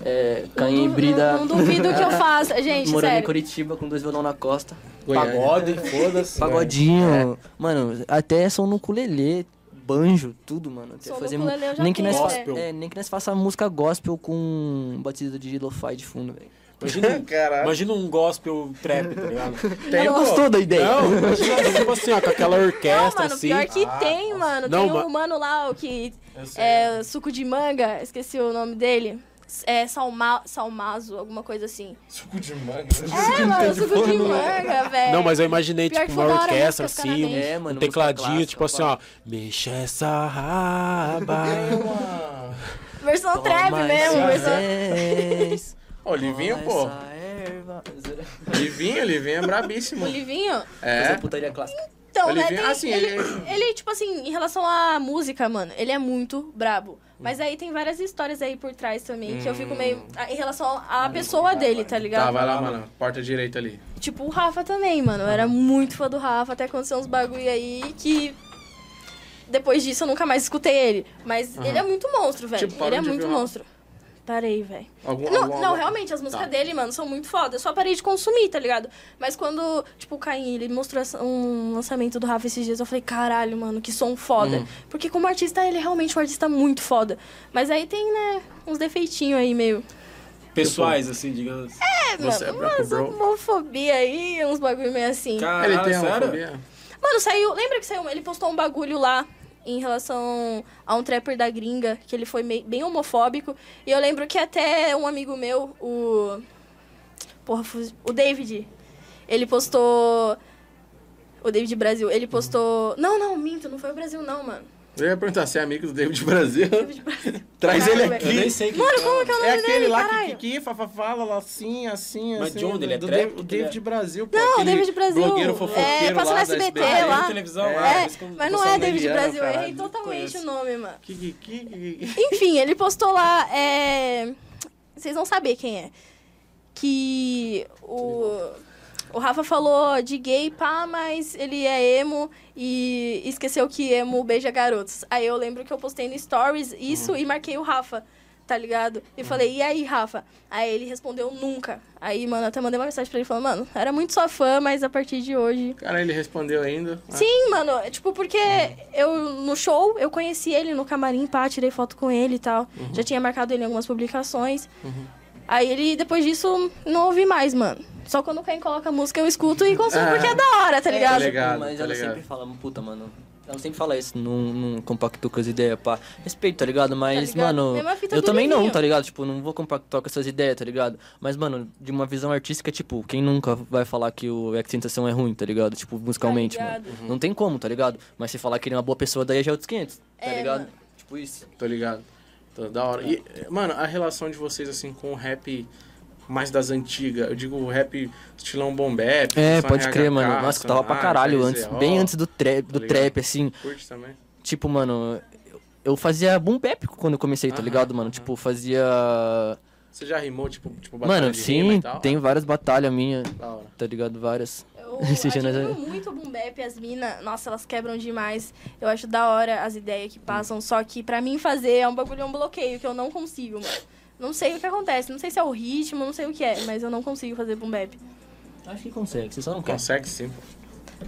[SPEAKER 2] É,
[SPEAKER 4] Não,
[SPEAKER 2] Caimbre da...
[SPEAKER 4] não, não duvido que eu faça, gente,
[SPEAKER 2] Morando em
[SPEAKER 4] um sério.
[SPEAKER 2] Curitiba com dois violão na costa.
[SPEAKER 3] Goiânia.
[SPEAKER 6] Pagode, foda-se.
[SPEAKER 2] Pagodinho. É. Mano, até som no ukulele, banjo, tudo, mano. Até
[SPEAKER 4] Som no
[SPEAKER 2] fazer mu-
[SPEAKER 4] ukulele eu já
[SPEAKER 2] nem que nós
[SPEAKER 4] fiz,
[SPEAKER 2] fa-
[SPEAKER 6] né?
[SPEAKER 2] é, nem que nós faça música gospel com batida de lo-fi de fundo, velho.
[SPEAKER 1] Imagina,
[SPEAKER 3] Caralho.
[SPEAKER 1] imagina um gospel trap, tá ligado?
[SPEAKER 3] Tem,
[SPEAKER 2] Ela
[SPEAKER 3] pô.
[SPEAKER 2] gostou da ideia.
[SPEAKER 1] Não, imagina, tipo assim, ó, com aquela
[SPEAKER 4] Não,
[SPEAKER 1] orquestra,
[SPEAKER 4] mano,
[SPEAKER 1] assim.
[SPEAKER 4] pior que tem, mano.
[SPEAKER 1] Não,
[SPEAKER 4] tem
[SPEAKER 1] ma-
[SPEAKER 4] um humano lá o que é suco de manga, esqueci o nome dele. É salma, salmazo, alguma coisa assim.
[SPEAKER 6] Suco de manga.
[SPEAKER 4] É, mano, suco de manga, velho.
[SPEAKER 1] Não, mas eu imaginei,
[SPEAKER 4] é. Pior
[SPEAKER 1] tipo,
[SPEAKER 4] que
[SPEAKER 1] uma
[SPEAKER 4] foi da hora,
[SPEAKER 1] orquestra,
[SPEAKER 4] músicas
[SPEAKER 1] assim, um,
[SPEAKER 4] canadenses.
[SPEAKER 2] É,
[SPEAKER 1] um
[SPEAKER 2] mano, música
[SPEAKER 1] tecladinho,
[SPEAKER 2] clássica,
[SPEAKER 1] tipo assim, ó. Mexa essa raba.
[SPEAKER 4] Versão Um trap
[SPEAKER 2] Toma
[SPEAKER 4] mesmo, é.
[SPEAKER 2] essa
[SPEAKER 4] versão.
[SPEAKER 2] vez,
[SPEAKER 3] Ó, o Livinho,
[SPEAKER 2] toma
[SPEAKER 3] pô.
[SPEAKER 2] essa erva.
[SPEAKER 3] Livinho, Livinho é brabíssimo.
[SPEAKER 4] O Livinho?
[SPEAKER 3] É.
[SPEAKER 2] Essa putaria clássica.
[SPEAKER 4] Então,
[SPEAKER 3] O
[SPEAKER 4] né,
[SPEAKER 3] Livinho-
[SPEAKER 4] tem-
[SPEAKER 3] ah, sim,
[SPEAKER 4] ele,
[SPEAKER 3] ele-
[SPEAKER 4] ele, tipo assim, em relação à música, mano, ele é muito brabo. Mas aí tem várias histórias aí por trás também, que eu fico
[SPEAKER 3] Hum.
[SPEAKER 4] meio. ah, Em relação à pessoa dele, tá ligado?
[SPEAKER 3] Tá, vai lá, mano. Porta direita ali.
[SPEAKER 4] Tipo, o Rafa também, mano. Eu era muito fã do Rafa, até aconteceu uns bagulho aí que. Depois disso eu nunca mais escutei ele. Mas ele é muito monstro, velho.
[SPEAKER 3] Tipo, parou
[SPEAKER 4] ele é
[SPEAKER 3] de
[SPEAKER 4] muito
[SPEAKER 3] ouvir o Rafa.
[SPEAKER 4] monstro. Parei, velho.
[SPEAKER 3] Algum,
[SPEAKER 4] Não,
[SPEAKER 3] algum-
[SPEAKER 4] não,
[SPEAKER 3] algum-
[SPEAKER 4] realmente, as músicas
[SPEAKER 3] Tá.
[SPEAKER 4] dele, mano, são muito foda. Eu só parei de consumir, tá ligado? Mas quando, tipo, o Caim, ele mostrou essa- um lançamento do Rafa esses dias, eu falei, caralho, mano, que som foda.
[SPEAKER 3] Uhum.
[SPEAKER 4] Porque como artista, ele é realmente um artista muito foda. Mas aí tem, né, uns defeitinhos aí meio.
[SPEAKER 1] Pessoais, assim, digamos.
[SPEAKER 4] É,
[SPEAKER 3] Você é
[SPEAKER 4] mano,
[SPEAKER 3] branco,
[SPEAKER 4] umas
[SPEAKER 3] bro.
[SPEAKER 4] homofobia aí, uns bagulho meio assim.
[SPEAKER 1] Caralho,
[SPEAKER 3] Ele tem
[SPEAKER 1] sério?
[SPEAKER 3] homofobia?
[SPEAKER 4] Mano, saiu. Lembra que saiu. Ele postou um bagulho lá em relação a um trapper da gringa, que ele foi meio- bem homofóbico. E eu lembro que até um amigo meu, o. Porra, fugi- o David. Ele postou. O David Brasil, ele postou. Não, não, minto, não foi o Brasil, não, mano.
[SPEAKER 3] Eu ia perguntar se é amigo do David Brasil.
[SPEAKER 4] David Brasil.
[SPEAKER 3] Traz ele
[SPEAKER 4] Caralho,
[SPEAKER 3] é
[SPEAKER 4] velho.
[SPEAKER 1] Eu nem
[SPEAKER 3] aqui.
[SPEAKER 1] sei que.
[SPEAKER 4] Mano, como que é o nome
[SPEAKER 3] É aquele
[SPEAKER 4] dele,
[SPEAKER 3] lá que,
[SPEAKER 4] caralho?
[SPEAKER 3] que, que fa- fa- fala lá assim, assim,
[SPEAKER 1] Mas
[SPEAKER 3] assim.
[SPEAKER 1] de onde ele é?
[SPEAKER 3] do
[SPEAKER 1] Trap?
[SPEAKER 3] David- O David Brasil, pô.
[SPEAKER 4] Não, o
[SPEAKER 3] aquele
[SPEAKER 4] David Brasil.
[SPEAKER 3] blogueiro fofoqueiro
[SPEAKER 4] É, passa no
[SPEAKER 3] lá da
[SPEAKER 4] SBT
[SPEAKER 3] SBT.
[SPEAKER 1] Ah,
[SPEAKER 4] lá.
[SPEAKER 1] televisão
[SPEAKER 3] É.
[SPEAKER 1] lá.
[SPEAKER 4] É, mas não é
[SPEAKER 3] Bolsonaro,
[SPEAKER 4] David Brasil, eu
[SPEAKER 3] caralho,
[SPEAKER 4] errei totalmente
[SPEAKER 3] conheço.
[SPEAKER 4] o nome, mano.
[SPEAKER 3] Que, que, que, que- que-
[SPEAKER 4] Enfim, ele postou lá é, Vocês vão saber quem é. Que o, o Rafa falou de gay, pá, mas ele é emo e esqueceu que emo beija garotos. Aí eu lembro que eu postei no Stories isso e marquei o Rafa, tá ligado? E falei, e aí, Rafa? Aí ele respondeu nunca. Aí, mano, eu até mandei uma mensagem pra ele falando, mano, era muito sua fã, mas a partir de hoje.
[SPEAKER 3] Cara, ele respondeu ainda. Ah,
[SPEAKER 4] Sim, mano, é tipo, porque eu no show eu conheci ele no camarim, pá, tirei foto com ele e tal. Já tinha marcado ele em algumas publicações. Aí ele, depois disso, não ouvi mais, mano. Só quando o Caim coloca música eu escuto e consumo
[SPEAKER 3] Ah.
[SPEAKER 4] porque é da hora, tá ligado?
[SPEAKER 3] legal. ligado,
[SPEAKER 2] Mas
[SPEAKER 3] tá
[SPEAKER 2] ela
[SPEAKER 3] ligado.
[SPEAKER 2] sempre fala, puta, mano. Ela sempre fala isso, não, não compactou com as ideias, pá. Respeito, tá ligado? Mas,
[SPEAKER 4] ligado?
[SPEAKER 2] mano.
[SPEAKER 4] Mesma fita
[SPEAKER 2] Eu
[SPEAKER 4] do
[SPEAKER 2] também não,
[SPEAKER 4] Livinho.
[SPEAKER 2] tá ligado? Tipo, não vou compactuar com essas ideias, tá ligado? Mas, mano, de uma visão artística, tipo, quem nunca vai falar que o é que Tentação é ruim, tá ligado? Tipo, musicalmente,
[SPEAKER 4] Tá
[SPEAKER 2] mano.
[SPEAKER 4] ligado.
[SPEAKER 2] Não tem como, tá ligado? Mas se falar que ele é uma boa pessoa, daí já é outros 500, tá
[SPEAKER 4] É,
[SPEAKER 2] ligado?
[SPEAKER 4] mano.
[SPEAKER 2] Tipo isso.
[SPEAKER 3] Tô ligado. Tô da hora. E, mano, a relação de vocês, assim, com o rap mais das antigas. Eu digo o rap estilão bombep.
[SPEAKER 2] É, pode crer, mano. Nossa, eu tava pra caralho antes, bem antes do trap,
[SPEAKER 3] Tá
[SPEAKER 2] do
[SPEAKER 3] ligado?
[SPEAKER 2] trap assim.
[SPEAKER 3] Curte também.
[SPEAKER 2] Tipo, mano, eu- eu fazia boom bap quando eu comecei, tá
[SPEAKER 3] Aham,
[SPEAKER 2] ligado, mano?
[SPEAKER 3] aham.
[SPEAKER 2] Tipo, fazia
[SPEAKER 3] Você já rimou, tipo, tipo batalha
[SPEAKER 2] Mano,
[SPEAKER 3] de rima
[SPEAKER 2] sim,
[SPEAKER 3] e tal? Ah,
[SPEAKER 2] tem várias batalhas minhas,
[SPEAKER 3] Da hora.
[SPEAKER 2] tá ligado? Várias.
[SPEAKER 4] Eu
[SPEAKER 2] Esse
[SPEAKER 4] admiro
[SPEAKER 2] gênero é-
[SPEAKER 4] muito o Boom Bap, as minas. Nossa, elas quebram demais. Eu acho da hora as ideias que passam. Só que pra mim fazer é um bagulho, é um bloqueio que eu não consigo, mano. Não sei o que acontece. Não sei se é o ritmo, não sei o que é. Mas eu não consigo fazer Boom Bap.
[SPEAKER 2] Acho que consegue, você só não
[SPEAKER 3] Consegue sim, pô.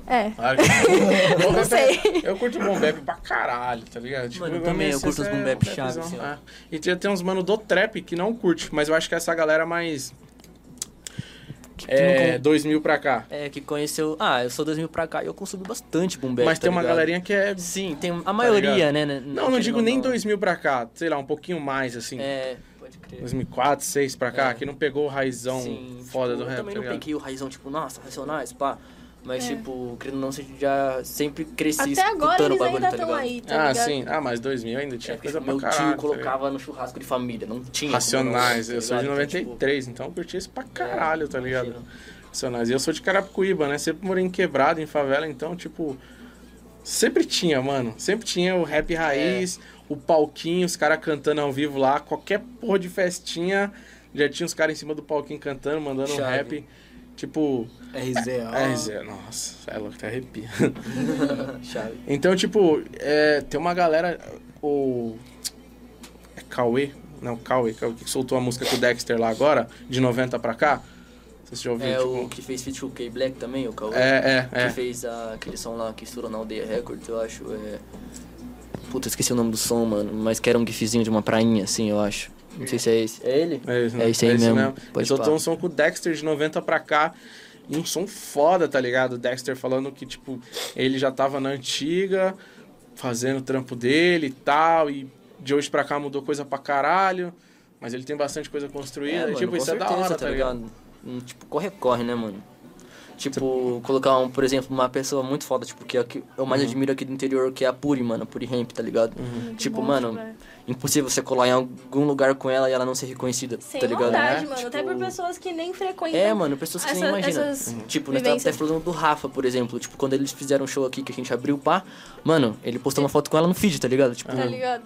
[SPEAKER 4] É.
[SPEAKER 3] Claro que-
[SPEAKER 4] Não sei.
[SPEAKER 3] Eu curto o bombep pra caralho, tá ligado?
[SPEAKER 2] Mano, eu também, eu curto os boom bap
[SPEAKER 3] chaves.
[SPEAKER 2] chave, assim, ó.
[SPEAKER 3] é. E já tem uns mano do trap que não curte, mas eu acho que essa galera mais... É, 2000 pra cá.
[SPEAKER 2] É, que conheceu. Ah, eu sou 2000 pra cá e eu consumi bastante boom bap.
[SPEAKER 3] Mas
[SPEAKER 2] tá
[SPEAKER 3] tem uma
[SPEAKER 2] ligado?
[SPEAKER 3] galerinha que é...
[SPEAKER 2] Sim, tem a maioria,
[SPEAKER 3] ligado?
[SPEAKER 2] né? né?
[SPEAKER 3] Não, não
[SPEAKER 2] querendo
[SPEAKER 3] digo
[SPEAKER 2] ou
[SPEAKER 3] nem
[SPEAKER 2] não.
[SPEAKER 3] 2000 pra cá. Sei lá, um pouquinho mais, assim.
[SPEAKER 2] É, pode crer.
[SPEAKER 3] 2004, 2006 pra cá, que não pegou o raizão
[SPEAKER 2] Sim,
[SPEAKER 3] foda
[SPEAKER 2] tipo,
[SPEAKER 3] do
[SPEAKER 2] Eu
[SPEAKER 3] rap,
[SPEAKER 2] também
[SPEAKER 3] tá
[SPEAKER 2] não
[SPEAKER 3] ligado?
[SPEAKER 2] peguei o raizão, tipo, nossa, racionais, pá. Mas,
[SPEAKER 4] É.
[SPEAKER 2] tipo, querendo ou não, você já sempre cresci
[SPEAKER 4] Até
[SPEAKER 2] escutando
[SPEAKER 4] agora
[SPEAKER 2] o
[SPEAKER 4] eles
[SPEAKER 2] bagulho,
[SPEAKER 4] ainda
[SPEAKER 2] tá
[SPEAKER 4] estão
[SPEAKER 2] ligado?
[SPEAKER 4] aí, tá
[SPEAKER 3] Ah,
[SPEAKER 4] ligado?
[SPEAKER 3] sim. Ah, mas 2000 ainda tinha
[SPEAKER 2] É,
[SPEAKER 3] coisa pra
[SPEAKER 2] meu
[SPEAKER 3] caralho.
[SPEAKER 2] tio
[SPEAKER 3] tá ligado?
[SPEAKER 2] colocava no churrasco de família, não tinha. como
[SPEAKER 3] Racionais,
[SPEAKER 2] não,
[SPEAKER 3] eu
[SPEAKER 2] tá
[SPEAKER 3] sou de
[SPEAKER 2] ligado? Então, tipo, é,
[SPEAKER 3] 93, então eu curti isso pra caralho, tá ligado?
[SPEAKER 2] imagino.
[SPEAKER 3] Racionais. E eu sou de Carapicuíba, né? Sempre morei em quebrado, em favela, então, tipo. Sempre tinha, mano. Sempre tinha o rap raiz,
[SPEAKER 2] É.
[SPEAKER 3] o palquinho, os caras cantando ao vivo lá. Qualquer porra de festinha, já tinha os caras em cima do palquinho cantando, mandando um
[SPEAKER 2] Chave.
[SPEAKER 3] rap. Tipo, é,
[SPEAKER 6] RZO.
[SPEAKER 3] Zé, nossa, é louco, até arrepia.
[SPEAKER 2] Chave.
[SPEAKER 3] Então, tipo, é, tem uma galera. O. É Cauê? Não, Cauê, Cauê, que soltou a música com o Dexter lá agora, de 90 pra cá. Vocês já ouviram?
[SPEAKER 2] É
[SPEAKER 3] tipo,
[SPEAKER 2] o que fez feat com o K Black também, o Cauê.
[SPEAKER 3] É, é,
[SPEAKER 2] Que
[SPEAKER 3] é.
[SPEAKER 2] fez a- aquele som lá que estourou na aldeia Records, eu acho. É... Puta, esqueci o nome do som, mano. Mas que era um gifzinho de uma prainha, assim, eu acho. Não sei se é esse. É ele?
[SPEAKER 3] É isso,
[SPEAKER 2] É isso aí mesmo.
[SPEAKER 3] Ele
[SPEAKER 2] Pode
[SPEAKER 3] soltou
[SPEAKER 2] pá.
[SPEAKER 3] um som com o Dexter de 90 pra cá. E um som foda, tá ligado? O Dexter falando que, tipo, ele já tava na antiga, fazendo o trampo dele e tal. E de hoje pra cá mudou coisa pra caralho. Mas ele tem bastante coisa construída. e,
[SPEAKER 2] mano,
[SPEAKER 3] tipo,
[SPEAKER 2] com
[SPEAKER 3] isso é da
[SPEAKER 2] certeza,
[SPEAKER 3] hora, tá ligado?
[SPEAKER 2] Hum, Tipo, corre, corre, né, mano? Tipo, colocar, um, por exemplo, uma pessoa muito foda, tipo, que é a que eu mais admiro aqui do interior, que é a Puri, mano, a Puri Ramp, tá ligado? Tipo,
[SPEAKER 4] bom,
[SPEAKER 2] mano,
[SPEAKER 4] velho.
[SPEAKER 2] impossível você colar em algum lugar com ela e ela não ser reconhecida,
[SPEAKER 4] Sem
[SPEAKER 2] tá ligado?
[SPEAKER 4] maldade,
[SPEAKER 3] É,
[SPEAKER 4] mano. Até
[SPEAKER 2] tipo-
[SPEAKER 4] por pessoas que nem frequentam.
[SPEAKER 2] É, mano, pessoas que você nem
[SPEAKER 4] Então, Essa-
[SPEAKER 2] imagina.
[SPEAKER 4] essas
[SPEAKER 2] Tipo, nós tava até
[SPEAKER 4] vivências.
[SPEAKER 2] falando do Rafa, por exemplo. Tipo, quando eles fizeram um show aqui que a gente abriu o pá, mano, ele postou uma foto com ela no feed, tá ligado? Tipo,
[SPEAKER 4] Tá ligado?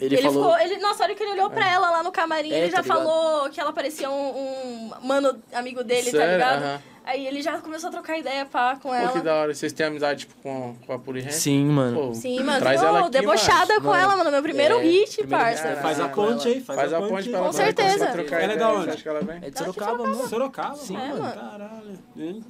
[SPEAKER 2] ele,
[SPEAKER 4] Ele,
[SPEAKER 2] falou.
[SPEAKER 4] ficou. Ele, nossa, a hora que ele olhou pra ela lá no camarim,
[SPEAKER 2] É,
[SPEAKER 4] ele
[SPEAKER 2] tá
[SPEAKER 4] já
[SPEAKER 2] ligado?
[SPEAKER 4] falou que ela parecia um, um mano amigo dele, tá
[SPEAKER 3] Sério?
[SPEAKER 4] ligado?
[SPEAKER 3] Aham.
[SPEAKER 4] Aí ele já começou a trocar ideia pá,
[SPEAKER 3] Pô,
[SPEAKER 4] com
[SPEAKER 3] que
[SPEAKER 4] ela.
[SPEAKER 3] da hora. Vocês têm amizade tipo, com, com a Puri Rap?
[SPEAKER 2] Sim, mano.
[SPEAKER 3] Pô,
[SPEAKER 4] Sim, mano.
[SPEAKER 3] Traz
[SPEAKER 4] Ô,
[SPEAKER 3] ela aqui,
[SPEAKER 4] debochada
[SPEAKER 3] mano.
[SPEAKER 4] com ela, mano. Meu primeiro
[SPEAKER 2] É, primeiro
[SPEAKER 4] hit,
[SPEAKER 2] hit,
[SPEAKER 4] parça.
[SPEAKER 2] né?
[SPEAKER 1] Faz a
[SPEAKER 3] Caralho.
[SPEAKER 1] ponte aí, faz,
[SPEAKER 3] Faz a ponte pra ela
[SPEAKER 4] Com
[SPEAKER 3] também,
[SPEAKER 4] certeza.
[SPEAKER 3] começar a trocar
[SPEAKER 1] Ela é
[SPEAKER 3] ideia,
[SPEAKER 1] da
[SPEAKER 3] você
[SPEAKER 1] onde?
[SPEAKER 3] acha que ela vem?
[SPEAKER 2] É de Sorocaba, mano.
[SPEAKER 1] Sorocaba, Sim,
[SPEAKER 4] É,
[SPEAKER 1] mano.
[SPEAKER 4] mano.
[SPEAKER 1] Caralho. Tem uns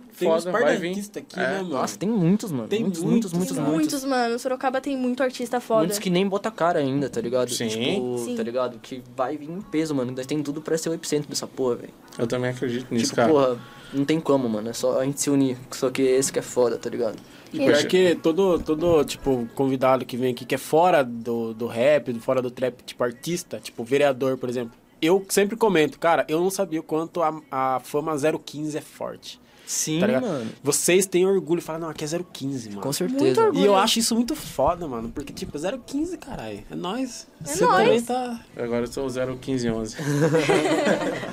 [SPEAKER 3] Foda,
[SPEAKER 1] par de
[SPEAKER 3] vai vir.
[SPEAKER 1] artistas aqui,
[SPEAKER 3] É.
[SPEAKER 1] né, mano?
[SPEAKER 2] Nossa, tem muitos, mano.
[SPEAKER 1] Tem
[SPEAKER 2] muitos,
[SPEAKER 1] muitos,
[SPEAKER 2] muitos, muitos,
[SPEAKER 4] Tem
[SPEAKER 1] cara.
[SPEAKER 2] muitos.
[SPEAKER 4] muitos, mano. Sorocaba tem muito artista foda.
[SPEAKER 2] Muitos que nem bota a cara ainda, tá ligado?
[SPEAKER 3] Sim.
[SPEAKER 2] Tipo,
[SPEAKER 4] Sim.
[SPEAKER 2] tá ligado? Que vai vir em peso, mano. Ainda tem tudo pra ser o epicentro dessa porra, velho.
[SPEAKER 3] Eu também acredito nisso,
[SPEAKER 2] Tipo,
[SPEAKER 3] cara.
[SPEAKER 2] porra, não tem como, mano. É só a gente se unir. Só que esse que é foda, tá ligado?
[SPEAKER 1] E pior que todo, todo, tipo, convidado que vem aqui, que é fora do, do rap, do- fora do trap, tipo, artista, tipo, vereador, por exemplo. Eu sempre comento, cara, eu não sabia o quanto a, a fama 015 é forte.
[SPEAKER 2] Sim,
[SPEAKER 1] Tá ligado?
[SPEAKER 2] mano.
[SPEAKER 1] Vocês têm orgulho e falam, não, aqui é 015, mano.
[SPEAKER 2] Com
[SPEAKER 4] Muito
[SPEAKER 2] certeza.
[SPEAKER 4] orgulho.
[SPEAKER 1] E eu acho isso muito foda, mano. Porque, tipo, 015, caralho. É nóis. Você também
[SPEAKER 4] nóis.
[SPEAKER 1] tá.
[SPEAKER 3] Agora eu sou 01511.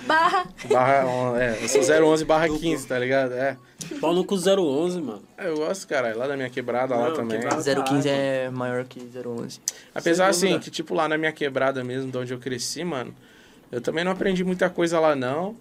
[SPEAKER 4] Barra.
[SPEAKER 3] barra, on- é, eu sou 011 barra 15, tá ligado? É.
[SPEAKER 1] Pau no cu 011, mano.
[SPEAKER 3] É, Eu gosto, cara. Lá da minha quebrada, lá
[SPEAKER 1] Não,
[SPEAKER 3] também.
[SPEAKER 1] quebrada.
[SPEAKER 2] 015 é maior que 011.
[SPEAKER 3] Apesar,
[SPEAKER 1] Sem dúvida.
[SPEAKER 3] assim, que, tipo, lá na minha quebrada mesmo, de onde eu cresci, mano, Eu também não aprendi muita coisa lá, não.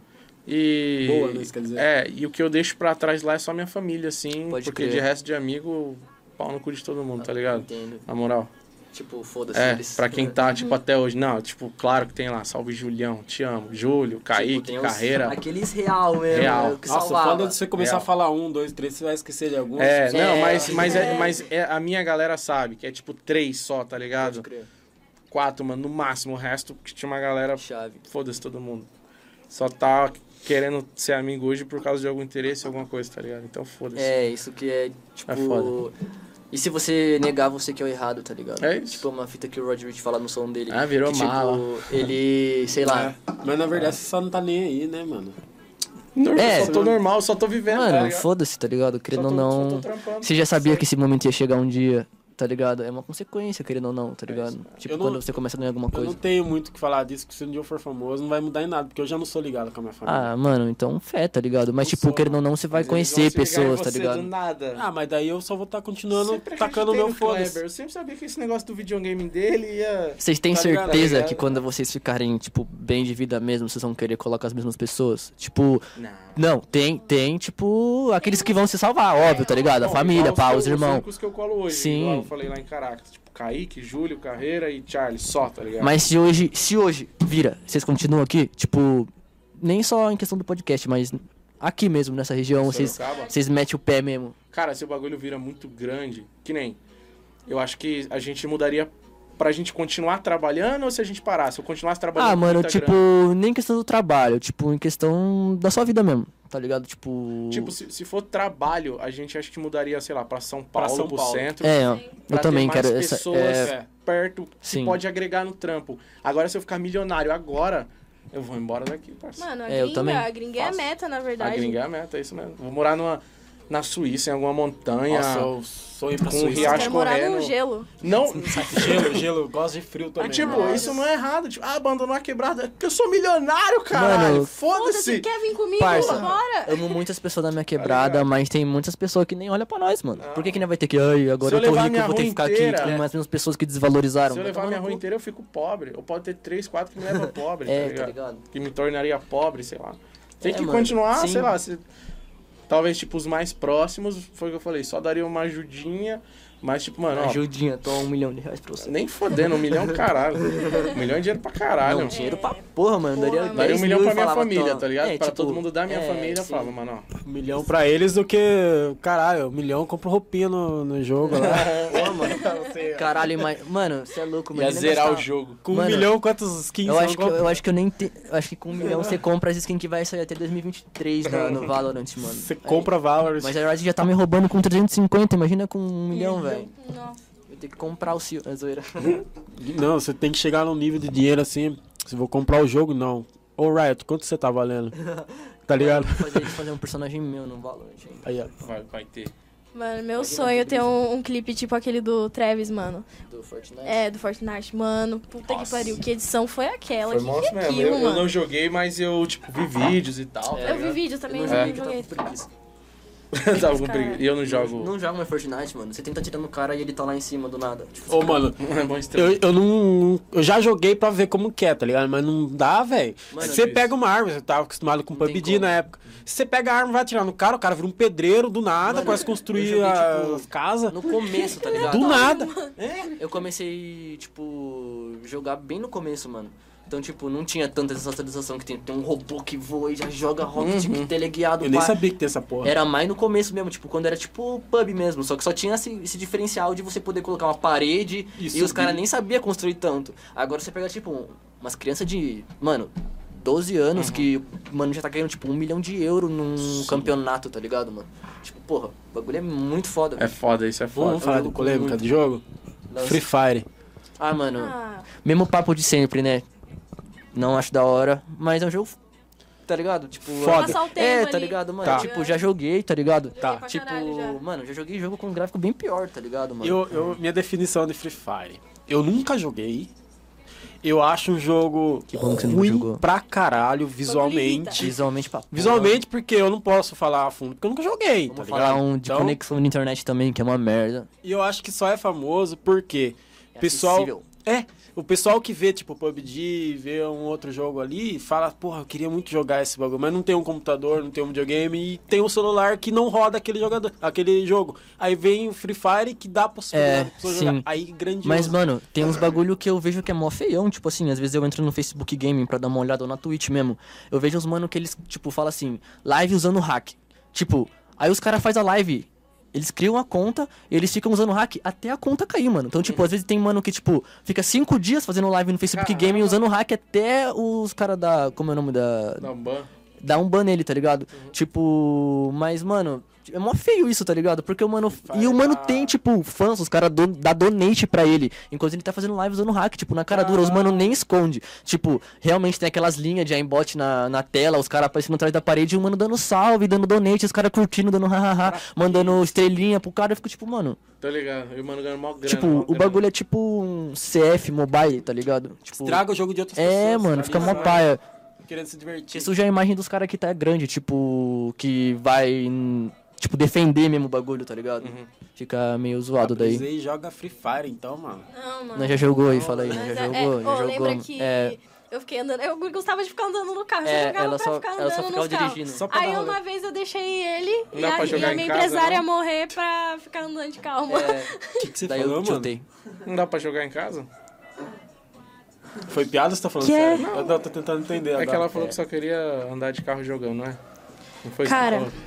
[SPEAKER 3] E.
[SPEAKER 1] Boa, né, isso quer dizer.
[SPEAKER 3] É, e o que eu deixo pra trás lá é só minha família, assim.
[SPEAKER 2] Pode
[SPEAKER 3] porque
[SPEAKER 2] crer.
[SPEAKER 3] de resto de amigo, pau no cu de todo mundo, tá
[SPEAKER 1] Ah,
[SPEAKER 3] ligado?
[SPEAKER 2] Entendo.
[SPEAKER 3] Na moral.
[SPEAKER 2] Tipo, foda-se
[SPEAKER 3] É,
[SPEAKER 2] eles.
[SPEAKER 3] pra quem tá, tipo, até hoje. Não, tipo, claro que tem lá. Salve Julião, te amo. Júlio,
[SPEAKER 2] Tipo,
[SPEAKER 3] Kaique,
[SPEAKER 2] tem uns-
[SPEAKER 3] Carreira.
[SPEAKER 2] Aqueles real mesmo,
[SPEAKER 3] Real.
[SPEAKER 2] né, que
[SPEAKER 1] Nossa,
[SPEAKER 2] salvava.
[SPEAKER 1] foda de você começar
[SPEAKER 3] Real.
[SPEAKER 1] a falar um, dois, três, você vai esquecer de alguns.
[SPEAKER 3] É,
[SPEAKER 2] Sim.
[SPEAKER 3] não, mas, mas, é, mas é, a minha galera sabe que é tipo três só, tá
[SPEAKER 2] Pode
[SPEAKER 3] ligado?
[SPEAKER 2] crer.
[SPEAKER 3] Quatro, mano, no máximo. O resto que tinha uma galera,
[SPEAKER 2] Chave.
[SPEAKER 3] foda-se todo mundo. Só tá querendo ser amigo hoje por causa de algum interesse, alguma coisa, tá ligado? Então foda-se.
[SPEAKER 2] É, isso que é, tipo...
[SPEAKER 3] É foda.
[SPEAKER 2] E se você negar, você que é o errado, tá ligado?
[SPEAKER 3] É isso.
[SPEAKER 2] Tipo, uma fita que o Roger Rich fala no som dele.
[SPEAKER 3] Ah, virou
[SPEAKER 2] que, tipo,
[SPEAKER 3] mala.
[SPEAKER 2] ele, sei lá...
[SPEAKER 3] né?
[SPEAKER 1] Mas na verdade você só não tá nem aí, né, mano?
[SPEAKER 3] Normal,
[SPEAKER 2] É.
[SPEAKER 3] só tô normal, só tô vivendo, tá
[SPEAKER 2] Mano,
[SPEAKER 3] ligado?
[SPEAKER 2] foda-se, tá ligado?
[SPEAKER 3] Só
[SPEAKER 2] Querendo
[SPEAKER 3] tô,
[SPEAKER 2] ou
[SPEAKER 3] só tô
[SPEAKER 2] não...
[SPEAKER 3] trampando.
[SPEAKER 2] Você já sabia que esse momento ia chegar um dia, tá ligado? É uma consequência, querendo ou não, tá ligado? tipo,
[SPEAKER 1] Eu não-
[SPEAKER 2] quando você começa a ganhar alguma
[SPEAKER 1] Eu não
[SPEAKER 2] coisa.
[SPEAKER 1] tenho muito o que falar disso, porque se um dia eu for famoso não vai mudar em nada, porque eu já não sou ligado com a minha família.
[SPEAKER 2] Ah, mano, então fé, tá ligado? Mas,
[SPEAKER 1] Não
[SPEAKER 2] tipo,
[SPEAKER 1] sou,
[SPEAKER 2] querendo ou não, você vai
[SPEAKER 3] Eles vão se ligar
[SPEAKER 2] conhecer
[SPEAKER 3] em
[SPEAKER 2] pessoas,
[SPEAKER 3] você
[SPEAKER 2] tá ligado?
[SPEAKER 3] Do nada.
[SPEAKER 1] Ah, mas daí eu só vou estar continuando
[SPEAKER 3] Sempre
[SPEAKER 1] tacando
[SPEAKER 3] acreditei
[SPEAKER 1] meu
[SPEAKER 3] no Kleber.
[SPEAKER 1] foda-se.
[SPEAKER 3] Eu sempre sabia que esse negócio do videogame dele ia.
[SPEAKER 2] Vocês têm
[SPEAKER 3] Tá ligado,
[SPEAKER 2] certeza
[SPEAKER 3] tá ligado?
[SPEAKER 2] que quando vocês ficarem, tipo, bem de vida mesmo, vocês vão querer colocar as mesmas pessoas? Tipo,
[SPEAKER 3] Não.
[SPEAKER 2] não, tem, tem, tipo, aqueles que vão se salvar, óbvio, tá ligado? A família, pá, os irmãos.
[SPEAKER 3] Os que eu colo hoje,
[SPEAKER 2] Sim.
[SPEAKER 3] igual eu falei lá em Caracas. Tipo, Kaique, Júlio, Carreira e Charles, só, tá ligado?
[SPEAKER 2] Mas se hoje, se hoje, vira, vocês continuam aqui, tipo, nem só em questão do podcast, mas aqui mesmo, nessa região, vocês,
[SPEAKER 3] Sorocaba?
[SPEAKER 2] vocês metem o pé mesmo.
[SPEAKER 3] Cara, se o bagulho vira muito grande, que nem... Eu acho que a gente mudaria pra gente continuar trabalhando ou se a gente parasse? Se eu continuasse trabalhando...
[SPEAKER 2] Ah,
[SPEAKER 3] com
[SPEAKER 2] mano,
[SPEAKER 3] muita
[SPEAKER 2] tipo,
[SPEAKER 3] grana.
[SPEAKER 2] nem em questão do trabalho, tipo, em questão da sua vida mesmo, tá ligado? Tipo.
[SPEAKER 3] Tipo, se, se for trabalho, a gente acho que mudaria, sei lá, pra São Paulo,
[SPEAKER 1] São
[SPEAKER 3] pro
[SPEAKER 1] Paulo.
[SPEAKER 3] centro.
[SPEAKER 2] é, ó,
[SPEAKER 3] pra
[SPEAKER 2] eu
[SPEAKER 3] ter
[SPEAKER 2] também
[SPEAKER 3] mais
[SPEAKER 2] quero. Essa,
[SPEAKER 3] pessoas
[SPEAKER 2] é,
[SPEAKER 3] é, perto que
[SPEAKER 2] Sim.
[SPEAKER 3] pode agregar no trampo. Agora, se eu ficar milionário agora, eu vou embora daqui, parceiro.
[SPEAKER 4] Mano, a
[SPEAKER 2] É, eu também.
[SPEAKER 4] gringa, a gringa é
[SPEAKER 3] Fácil.
[SPEAKER 4] meta, na
[SPEAKER 3] A
[SPEAKER 4] verdade.
[SPEAKER 3] gringa é a meta, é isso mesmo. Vou morar numa, na Suíça, em alguma montanha.
[SPEAKER 1] Nossa, eu sonho pra
[SPEAKER 3] Com
[SPEAKER 1] Suíça.
[SPEAKER 3] riacho.
[SPEAKER 4] Quero morar
[SPEAKER 3] correndo.
[SPEAKER 4] num gelo.
[SPEAKER 3] Não,
[SPEAKER 1] Gelo, gelo, eu gosto de frio também. né?
[SPEAKER 3] mas, tipo,
[SPEAKER 1] mano.
[SPEAKER 3] isso não é errado. Tipo, ah, abandonou a quebrada. é Porque eu sou milionário, caralho.
[SPEAKER 2] Mano,
[SPEAKER 3] Foda-se.
[SPEAKER 4] Foda-se, quer vir comigo?
[SPEAKER 2] Parça.
[SPEAKER 4] Bora!
[SPEAKER 2] Amo muitas pessoas da minha quebrada,
[SPEAKER 3] Tá ligado?
[SPEAKER 2] mas tem muitas pessoas que nem olham pra nós, mano. Por que que nem vai ter que. Ai, agora
[SPEAKER 3] Se eu
[SPEAKER 2] eu tô
[SPEAKER 3] levar
[SPEAKER 2] rico,
[SPEAKER 3] minha
[SPEAKER 2] eu vou ter que
[SPEAKER 3] rua
[SPEAKER 2] ficar
[SPEAKER 3] inteira,
[SPEAKER 2] aqui. Tem
[SPEAKER 3] é.
[SPEAKER 2] mais umas pessoas que desvalorizaram.
[SPEAKER 3] Se eu
[SPEAKER 2] Vai
[SPEAKER 3] levar
[SPEAKER 2] tomar
[SPEAKER 3] minha
[SPEAKER 2] no
[SPEAKER 3] rua
[SPEAKER 2] cu.
[SPEAKER 3] inteira, eu fico pobre. Eu posso ter três, quatro que me levam pobre,
[SPEAKER 2] É,
[SPEAKER 3] tá, ligado?
[SPEAKER 2] tá ligado?
[SPEAKER 3] Que me tornaria pobre, sei lá. Tem
[SPEAKER 2] É,
[SPEAKER 3] que
[SPEAKER 2] mano,
[SPEAKER 3] continuar,
[SPEAKER 2] sim.
[SPEAKER 3] sei lá. se- Talvez, tipo, os mais próximos, foi o que eu falei, só daria uma ajudinha. Mas, tipo, mano, ó,
[SPEAKER 2] Ajudinha, toma um milhão de reais pra você.
[SPEAKER 3] nem fodendo, um milhão, caralho. Um milhão é dinheiro pra caralho.
[SPEAKER 2] Não, dinheiro pra porra, mano. daria,
[SPEAKER 3] Daria
[SPEAKER 2] 10
[SPEAKER 3] um milhão
[SPEAKER 2] mil e
[SPEAKER 3] pra minha
[SPEAKER 2] falava,
[SPEAKER 3] família,
[SPEAKER 2] toma.
[SPEAKER 3] tá ligado?
[SPEAKER 2] É,
[SPEAKER 3] pra
[SPEAKER 2] tipo,
[SPEAKER 3] todo mundo da minha
[SPEAKER 2] é,
[SPEAKER 3] família,
[SPEAKER 2] sim.
[SPEAKER 3] falava, mano, ó.
[SPEAKER 1] Um milhão pra eles do que. Caralho, um milhão compra roupinha no, no jogo lá.
[SPEAKER 2] Pô, mano. Caralho, ima- mano, você é louco, mano.
[SPEAKER 3] Ia
[SPEAKER 2] Ele
[SPEAKER 3] zerar o é
[SPEAKER 2] gastava-
[SPEAKER 3] jogo.
[SPEAKER 1] Com um
[SPEAKER 2] Mano,
[SPEAKER 1] milhão, quantos skins
[SPEAKER 2] Eu
[SPEAKER 1] você
[SPEAKER 2] acho, que,
[SPEAKER 1] não compra?
[SPEAKER 2] eu acho que eu nem te... eu acho que com um milhão você compra as skins que vai sair até 2023 na- no Valorant, mano.
[SPEAKER 1] Você
[SPEAKER 2] Aí-
[SPEAKER 1] compra Valorant.
[SPEAKER 2] Mas a Riot já tá me roubando com 350, imagina com um milhão, velho.
[SPEAKER 4] Nossa.
[SPEAKER 2] Eu tenho que comprar o Sil. É zoeira.
[SPEAKER 1] Não, você tem que chegar num nível de dinheiro assim. Se eu vou comprar o jogo, não. Ô Riot, quanto você tá valendo? Tá ligado?
[SPEAKER 2] Vou fazer, fazer um personagem meu no Valorant.
[SPEAKER 1] Aí,
[SPEAKER 2] ainda.
[SPEAKER 1] ó.
[SPEAKER 3] Vai, vai ter.
[SPEAKER 4] Mano, meu sonho é ter um, um clipe tipo aquele do Travis, mano.
[SPEAKER 2] Do Fortnite.
[SPEAKER 4] É, do Fortnite. Mano, puta que pariu. Que edição foi aquela?
[SPEAKER 3] Foi
[SPEAKER 4] que
[SPEAKER 3] mó
[SPEAKER 4] que é
[SPEAKER 3] mesmo.
[SPEAKER 4] aquilo,
[SPEAKER 3] eu, eu
[SPEAKER 4] mano?
[SPEAKER 3] não joguei, mas eu, tipo, vi vídeos e tal.
[SPEAKER 2] É,
[SPEAKER 3] tá
[SPEAKER 4] Eu vi
[SPEAKER 3] ligado?
[SPEAKER 4] vídeo também,
[SPEAKER 2] Eu
[SPEAKER 4] mas
[SPEAKER 2] não
[SPEAKER 4] eu
[SPEAKER 3] É.
[SPEAKER 4] não joguei.
[SPEAKER 2] preguiça.
[SPEAKER 3] Tava com preguiça. E eu não jogo.
[SPEAKER 2] Não joga mais Fortnite, mano. Você tenta atirar no cara e ele tá lá em cima do nada. Tipo,
[SPEAKER 1] Ô, mano,
[SPEAKER 3] É bom esse
[SPEAKER 2] Então.
[SPEAKER 3] tempo.
[SPEAKER 1] eu, eu não. Eu já joguei pra ver como que é, tá ligado? Mas não dá, velho.
[SPEAKER 2] Mano,
[SPEAKER 1] Você
[SPEAKER 3] isso.
[SPEAKER 1] pega uma arma, você tava acostumado com
[SPEAKER 2] Não tem
[SPEAKER 1] PUBG
[SPEAKER 2] como.
[SPEAKER 1] na época. Você pega a arma e vai atirar no cara, o cara vira um pedreiro do nada,
[SPEAKER 2] Mano,
[SPEAKER 1] começa a
[SPEAKER 2] eu
[SPEAKER 1] construir
[SPEAKER 2] joguei,
[SPEAKER 1] a-
[SPEAKER 2] tipo,
[SPEAKER 1] as casas.
[SPEAKER 2] no começo, tá ligado?
[SPEAKER 1] Do nada.
[SPEAKER 2] Eu comecei, tipo, jogar bem no começo, mano. Então, tipo, não tinha tanta essa atualização que tem. Tem um robô que voa e já joga rocket que teleguiado.
[SPEAKER 1] Eu nem
[SPEAKER 2] pá.
[SPEAKER 1] sabia que tem essa porra.
[SPEAKER 2] Era mais no começo mesmo, tipo, quando era tipo pub mesmo. Só que só tinha esse, esse diferencial de você poder colocar uma parede
[SPEAKER 1] E
[SPEAKER 2] e,
[SPEAKER 1] subir.
[SPEAKER 2] os caras nem sabiam construir tanto. Agora você pega, tipo, um- umas crianças de, mano, 12 anos que, mano, já tá ganhando, tipo, um milhão de euros num campeonato, tá ligado, mano? Tipo, porra, o bagulho é muito foda.
[SPEAKER 3] É foda, isso é
[SPEAKER 1] Vamos
[SPEAKER 3] foda.
[SPEAKER 1] falar
[SPEAKER 2] jogo
[SPEAKER 1] de
[SPEAKER 2] com
[SPEAKER 1] polêmica
[SPEAKER 2] muito.
[SPEAKER 1] do jogo?
[SPEAKER 2] Lança.
[SPEAKER 1] É, Free Fire.
[SPEAKER 2] Ah, mano,
[SPEAKER 4] Ah,
[SPEAKER 2] mesmo papo de sempre, né? Não acho da hora, mas é um jogo, tá ligado? Tipo,
[SPEAKER 1] Foda.
[SPEAKER 4] Passar o tempo
[SPEAKER 2] É, tá
[SPEAKER 4] ali.
[SPEAKER 2] ligado, mano?
[SPEAKER 1] Tá.
[SPEAKER 2] Tipo, já joguei, tá ligado?
[SPEAKER 4] Tá. pra
[SPEAKER 2] Tipo,
[SPEAKER 4] caralho já.
[SPEAKER 2] mano, já joguei jogo com um gráfico bem pior, tá ligado, mano?
[SPEAKER 1] Eu, eu- minha definição de Free Fire. Eu nunca joguei. Eu acho um jogo
[SPEAKER 2] bom que você nunca jogou.
[SPEAKER 1] ruim pra caralho visualmente.
[SPEAKER 2] Visualmente, pra porra.
[SPEAKER 1] Visualmente, porque eu não posso falar a fundo, porque eu nunca joguei,
[SPEAKER 2] Vamos
[SPEAKER 1] tá
[SPEAKER 2] falar
[SPEAKER 1] ligado?
[SPEAKER 2] um de
[SPEAKER 1] Então,
[SPEAKER 2] conexão na internet também, que é uma merda.
[SPEAKER 1] E eu acho que só é famoso porque
[SPEAKER 2] É
[SPEAKER 1] pessoal
[SPEAKER 2] acessível.
[SPEAKER 1] É, o pessoal que vê, tipo, PUBG, vê um outro jogo ali, fala, porra, eu queria muito jogar esse bagulho, mas não tem um computador, não tem um videogame e tem um celular que não roda aquele jogador, aquele jogo. Aí vem o Free Fire que dá possibilidade
[SPEAKER 2] É,
[SPEAKER 1] da pessoa
[SPEAKER 2] sim.
[SPEAKER 1] jogar. Aí grandioso.
[SPEAKER 2] Mas, mano, tem uns bagulho que eu vejo que é mó feião. Tipo assim, às vezes eu entro no Facebook Gaming pra dar uma olhada ou na Twitch mesmo. Eu vejo uns mano que eles, tipo, falam assim, live usando hack. Tipo, aí os caras fazem a live. Eles criam a conta e eles ficam usando hack até a conta cair, mano. Então, tipo, às vezes tem mano que, tipo, fica cinco dias fazendo live no Facebook Gaming usando hack até os caras da. Como é o nome da
[SPEAKER 3] Dá um ban.
[SPEAKER 2] dá um ban nele, tá ligado? Tipo, mas, mano, é mó feio isso, tá ligado? Porque o mano. E o mano tem, tipo, fãs, os caras do, dá donate pra ele. Enquanto ele tá fazendo live usando hack, tipo, na cara dura, os mano nem esconde. Tipo, realmente tem aquelas linhas de aimbot na, na tela, os caras aparecendo atrás da parede, e o mano dando salve, dando donate, os caras curtindo, dando hahaha, mandando estrelinha pro cara. Eu fico, tipo, mano.
[SPEAKER 3] Tô ligado. E o mano ganha mó grana.
[SPEAKER 2] tipo,
[SPEAKER 3] mó
[SPEAKER 2] o
[SPEAKER 3] grana.
[SPEAKER 2] bagulho é tipo um CF mobile, tá ligado? Tipo.
[SPEAKER 1] Estraga o jogo de outras pessoas.
[SPEAKER 2] É, mano,
[SPEAKER 1] tá
[SPEAKER 2] fica mó
[SPEAKER 1] ligado?
[SPEAKER 2] paia.
[SPEAKER 1] Querendo se divertir.
[SPEAKER 2] Isso já é a imagem dos caras que tá grande, tipo, que vai, hum, tipo, defender mesmo o bagulho, tá ligado?
[SPEAKER 3] Uhum.
[SPEAKER 2] Fica meio zoado daí.
[SPEAKER 1] Brisei e joga Free Fire então, mano.
[SPEAKER 4] Não, mano.
[SPEAKER 2] Não, já jogou aí, fala aí.
[SPEAKER 4] Mas
[SPEAKER 2] Já
[SPEAKER 4] é- é,
[SPEAKER 2] jogou, já
[SPEAKER 4] ô,
[SPEAKER 2] jogou.
[SPEAKER 4] lembra
[SPEAKER 2] mano.
[SPEAKER 4] que
[SPEAKER 2] É,
[SPEAKER 4] eu fiquei andando. Eu gostava de ficar andando no carro.
[SPEAKER 2] É,
[SPEAKER 4] eu jogava
[SPEAKER 2] ela
[SPEAKER 4] pra
[SPEAKER 2] só-
[SPEAKER 4] ficar
[SPEAKER 2] ela
[SPEAKER 4] andando
[SPEAKER 2] só ficava
[SPEAKER 4] nos carros.
[SPEAKER 2] dirigindo.
[SPEAKER 1] Só pra
[SPEAKER 4] Aí
[SPEAKER 1] dar rolê.
[SPEAKER 4] uma vez eu deixei ele e
[SPEAKER 3] dá pra
[SPEAKER 4] a, e
[SPEAKER 3] jogar
[SPEAKER 4] a
[SPEAKER 3] em
[SPEAKER 4] minha
[SPEAKER 3] casa,
[SPEAKER 4] empresária
[SPEAKER 3] não?
[SPEAKER 4] morrer pra ficar andando de carro, mano.
[SPEAKER 2] é,
[SPEAKER 1] O que, que você
[SPEAKER 2] daí
[SPEAKER 1] falou,
[SPEAKER 2] eu
[SPEAKER 1] mano?
[SPEAKER 2] chutei.
[SPEAKER 3] Não dá pra jogar em casa?
[SPEAKER 1] Foi piada ou você tá falando
[SPEAKER 4] Que é?
[SPEAKER 1] sério? Eu não, tô tentando entender
[SPEAKER 3] É
[SPEAKER 1] agora.
[SPEAKER 3] que ela falou que só queria andar de carro jogando, não é? Não foi isso que
[SPEAKER 4] Cara.
[SPEAKER 3] ela falou?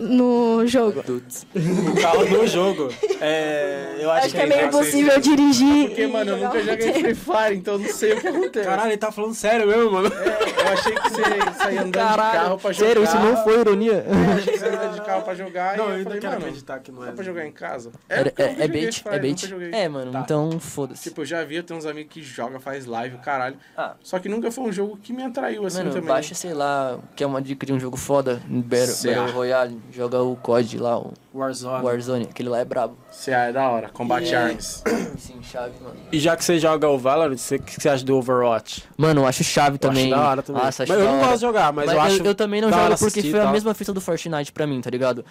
[SPEAKER 4] No jogo.
[SPEAKER 1] O carro do jogo. É, eu acho,
[SPEAKER 4] Acho que é meio
[SPEAKER 1] isso.
[SPEAKER 4] impossível dirigir.
[SPEAKER 3] Porque,
[SPEAKER 4] e
[SPEAKER 3] mano, eu
[SPEAKER 4] jogar
[SPEAKER 3] nunca
[SPEAKER 4] um
[SPEAKER 3] joguei
[SPEAKER 4] tempo.
[SPEAKER 3] Free Fire, então eu não sei o que acontece. É,
[SPEAKER 1] Caralho, ele tá falando sério mesmo, mano.
[SPEAKER 3] Eu achei que você saía andando de carro pra jogar.
[SPEAKER 2] sério, isso não foi ironia?
[SPEAKER 3] Eu achei que você ia andar de carro pra jogar
[SPEAKER 1] Não,
[SPEAKER 3] e eu,
[SPEAKER 1] eu não
[SPEAKER 3] falei,
[SPEAKER 1] quero
[SPEAKER 3] mano,
[SPEAKER 1] acreditar que não
[SPEAKER 3] dá
[SPEAKER 1] é.
[SPEAKER 3] pra jogar em casa?
[SPEAKER 2] Era-
[SPEAKER 3] porque eu
[SPEAKER 2] É,
[SPEAKER 3] nunca
[SPEAKER 2] é
[SPEAKER 3] joguei
[SPEAKER 2] bait,
[SPEAKER 3] Free
[SPEAKER 2] é
[SPEAKER 3] Fire,
[SPEAKER 2] bait.
[SPEAKER 3] nunca joguei. Tá.
[SPEAKER 2] É, mano, então foda-se.
[SPEAKER 3] Tipo, eu já vi, eu tenho uns amigos que jogam, faz live, o caralho.
[SPEAKER 2] Ah.
[SPEAKER 3] Só que nunca foi um jogo que me atraiu assim
[SPEAKER 2] Mano,
[SPEAKER 3] também.
[SPEAKER 2] baixa, sei lá, que é uma dica de um jogo foda, um Battle,
[SPEAKER 3] Sei lá.
[SPEAKER 2] Battle Royale, joga o COD lá, o
[SPEAKER 1] Warzone.
[SPEAKER 2] Warzone, aquele lá é brabo.
[SPEAKER 3] Você é da hora, combate
[SPEAKER 2] Yeah.
[SPEAKER 3] arms.
[SPEAKER 2] Sim, chave, mano.
[SPEAKER 1] E já que você joga o Valorant, você- o que você acha do Overwatch?
[SPEAKER 2] Mano, eu acho chave
[SPEAKER 1] Eu
[SPEAKER 2] também.
[SPEAKER 1] acho da hora também.
[SPEAKER 2] Nossa, acho
[SPEAKER 1] mas eu
[SPEAKER 2] da
[SPEAKER 1] não
[SPEAKER 2] hora.
[SPEAKER 1] gosto de jogar, mas, eu
[SPEAKER 2] eu,
[SPEAKER 1] acho.
[SPEAKER 2] eu também não
[SPEAKER 1] da hora
[SPEAKER 2] jogo porque
[SPEAKER 1] assistir tá? e
[SPEAKER 2] foi a
[SPEAKER 1] tal.
[SPEAKER 2] mesma fita do Fortnite pra mim, tá ligado?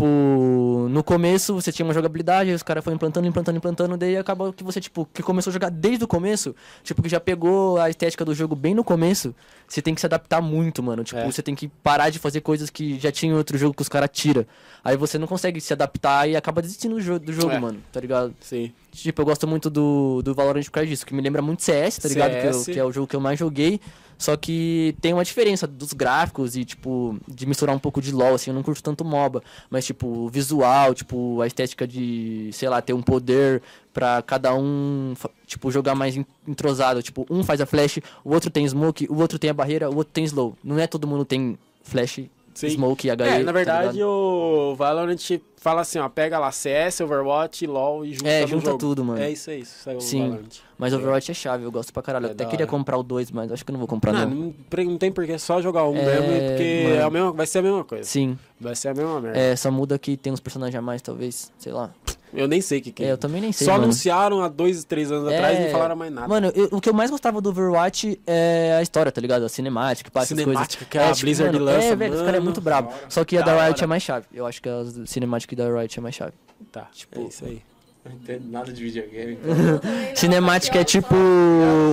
[SPEAKER 2] Tipo, no começo você tinha uma jogabilidade, aí os caras foram implantando, implantando, implantando, daí acabou que você, tipo, que começou a jogar desde o começo, tipo, que já pegou a estética do jogo bem no começo, você tem que se adaptar muito, mano. Tipo,
[SPEAKER 1] É.
[SPEAKER 2] você tem que parar de fazer coisas que já tinha em outro jogo que os caras tira. Aí você não consegue se adaptar e acaba desistindo do jo- do jogo,
[SPEAKER 1] É.
[SPEAKER 2] mano, tá ligado?
[SPEAKER 1] Sim.
[SPEAKER 2] Tipo, eu gosto muito do, do Valorant por causa disso, que me lembra muito CS, tá ligado? Que, eu-
[SPEAKER 1] CS.
[SPEAKER 2] que é o jogo que eu mais joguei. Só que tem uma diferença dos gráficos e, tipo, de misturar um pouco de LoL, assim, eu não curto tanto MOBA. Mas, tipo, o visual, tipo, a estética de, sei lá, ter um poder pra cada um, fa- tipo, jogar mais en- entrosado. Tipo, um faz a flash, o outro tem smoke, o outro tem a barreira, o outro tem slow. Não é todo mundo tem flash,
[SPEAKER 1] Sim.
[SPEAKER 2] smoke e HE,
[SPEAKER 1] É, na
[SPEAKER 2] tá
[SPEAKER 1] verdade,
[SPEAKER 2] ligado?
[SPEAKER 1] o Valorant fala assim, ó, pega lá CS, Overwatch, LoL e junta
[SPEAKER 2] É,
[SPEAKER 1] no
[SPEAKER 2] junta
[SPEAKER 1] jogo.
[SPEAKER 2] tudo, mano.
[SPEAKER 1] É isso aí, isso é o
[SPEAKER 2] Sim.
[SPEAKER 1] Valorant.
[SPEAKER 2] Mas Overwatch é chave, eu gosto pra caralho.
[SPEAKER 1] É
[SPEAKER 2] Até
[SPEAKER 1] da
[SPEAKER 2] queria
[SPEAKER 1] hora.
[SPEAKER 2] comprar o 2, mas acho que eu não vou comprar,
[SPEAKER 1] não,
[SPEAKER 2] não.
[SPEAKER 1] não, pre- não tem porquê só jogar um
[SPEAKER 2] É,
[SPEAKER 1] mesmo, porque
[SPEAKER 2] mano.
[SPEAKER 1] é a mesma, vai ser a mesma coisa.
[SPEAKER 2] Sim.
[SPEAKER 1] Vai ser a mesma merda.
[SPEAKER 2] É, só muda que tem uns personagens a mais, talvez. Sei lá.
[SPEAKER 1] Eu nem sei o que, que
[SPEAKER 2] É, eu também nem sei.
[SPEAKER 1] Só
[SPEAKER 2] mano.
[SPEAKER 1] anunciaram há dois, três anos
[SPEAKER 2] É.
[SPEAKER 1] atrás e não falaram mais nada.
[SPEAKER 2] Mano, eu- o que eu mais gostava do Overwatch é a história, tá ligado? A cinemática, pá, essas coisas.
[SPEAKER 1] Cinemática que a Blizzard
[SPEAKER 2] mano,
[SPEAKER 1] lança,
[SPEAKER 2] É, velho, os caras é
[SPEAKER 1] mano.
[SPEAKER 2] muito brabo. Só que a
[SPEAKER 1] Da
[SPEAKER 2] da Riot
[SPEAKER 1] hora.
[SPEAKER 2] é mais chave. Eu acho que a cinemática da Riot é mais chave.
[SPEAKER 1] Tá,
[SPEAKER 2] tipo-
[SPEAKER 1] tipo, é isso aí.
[SPEAKER 3] Não entendo nada de videogame. então.
[SPEAKER 2] Cinemática é tipo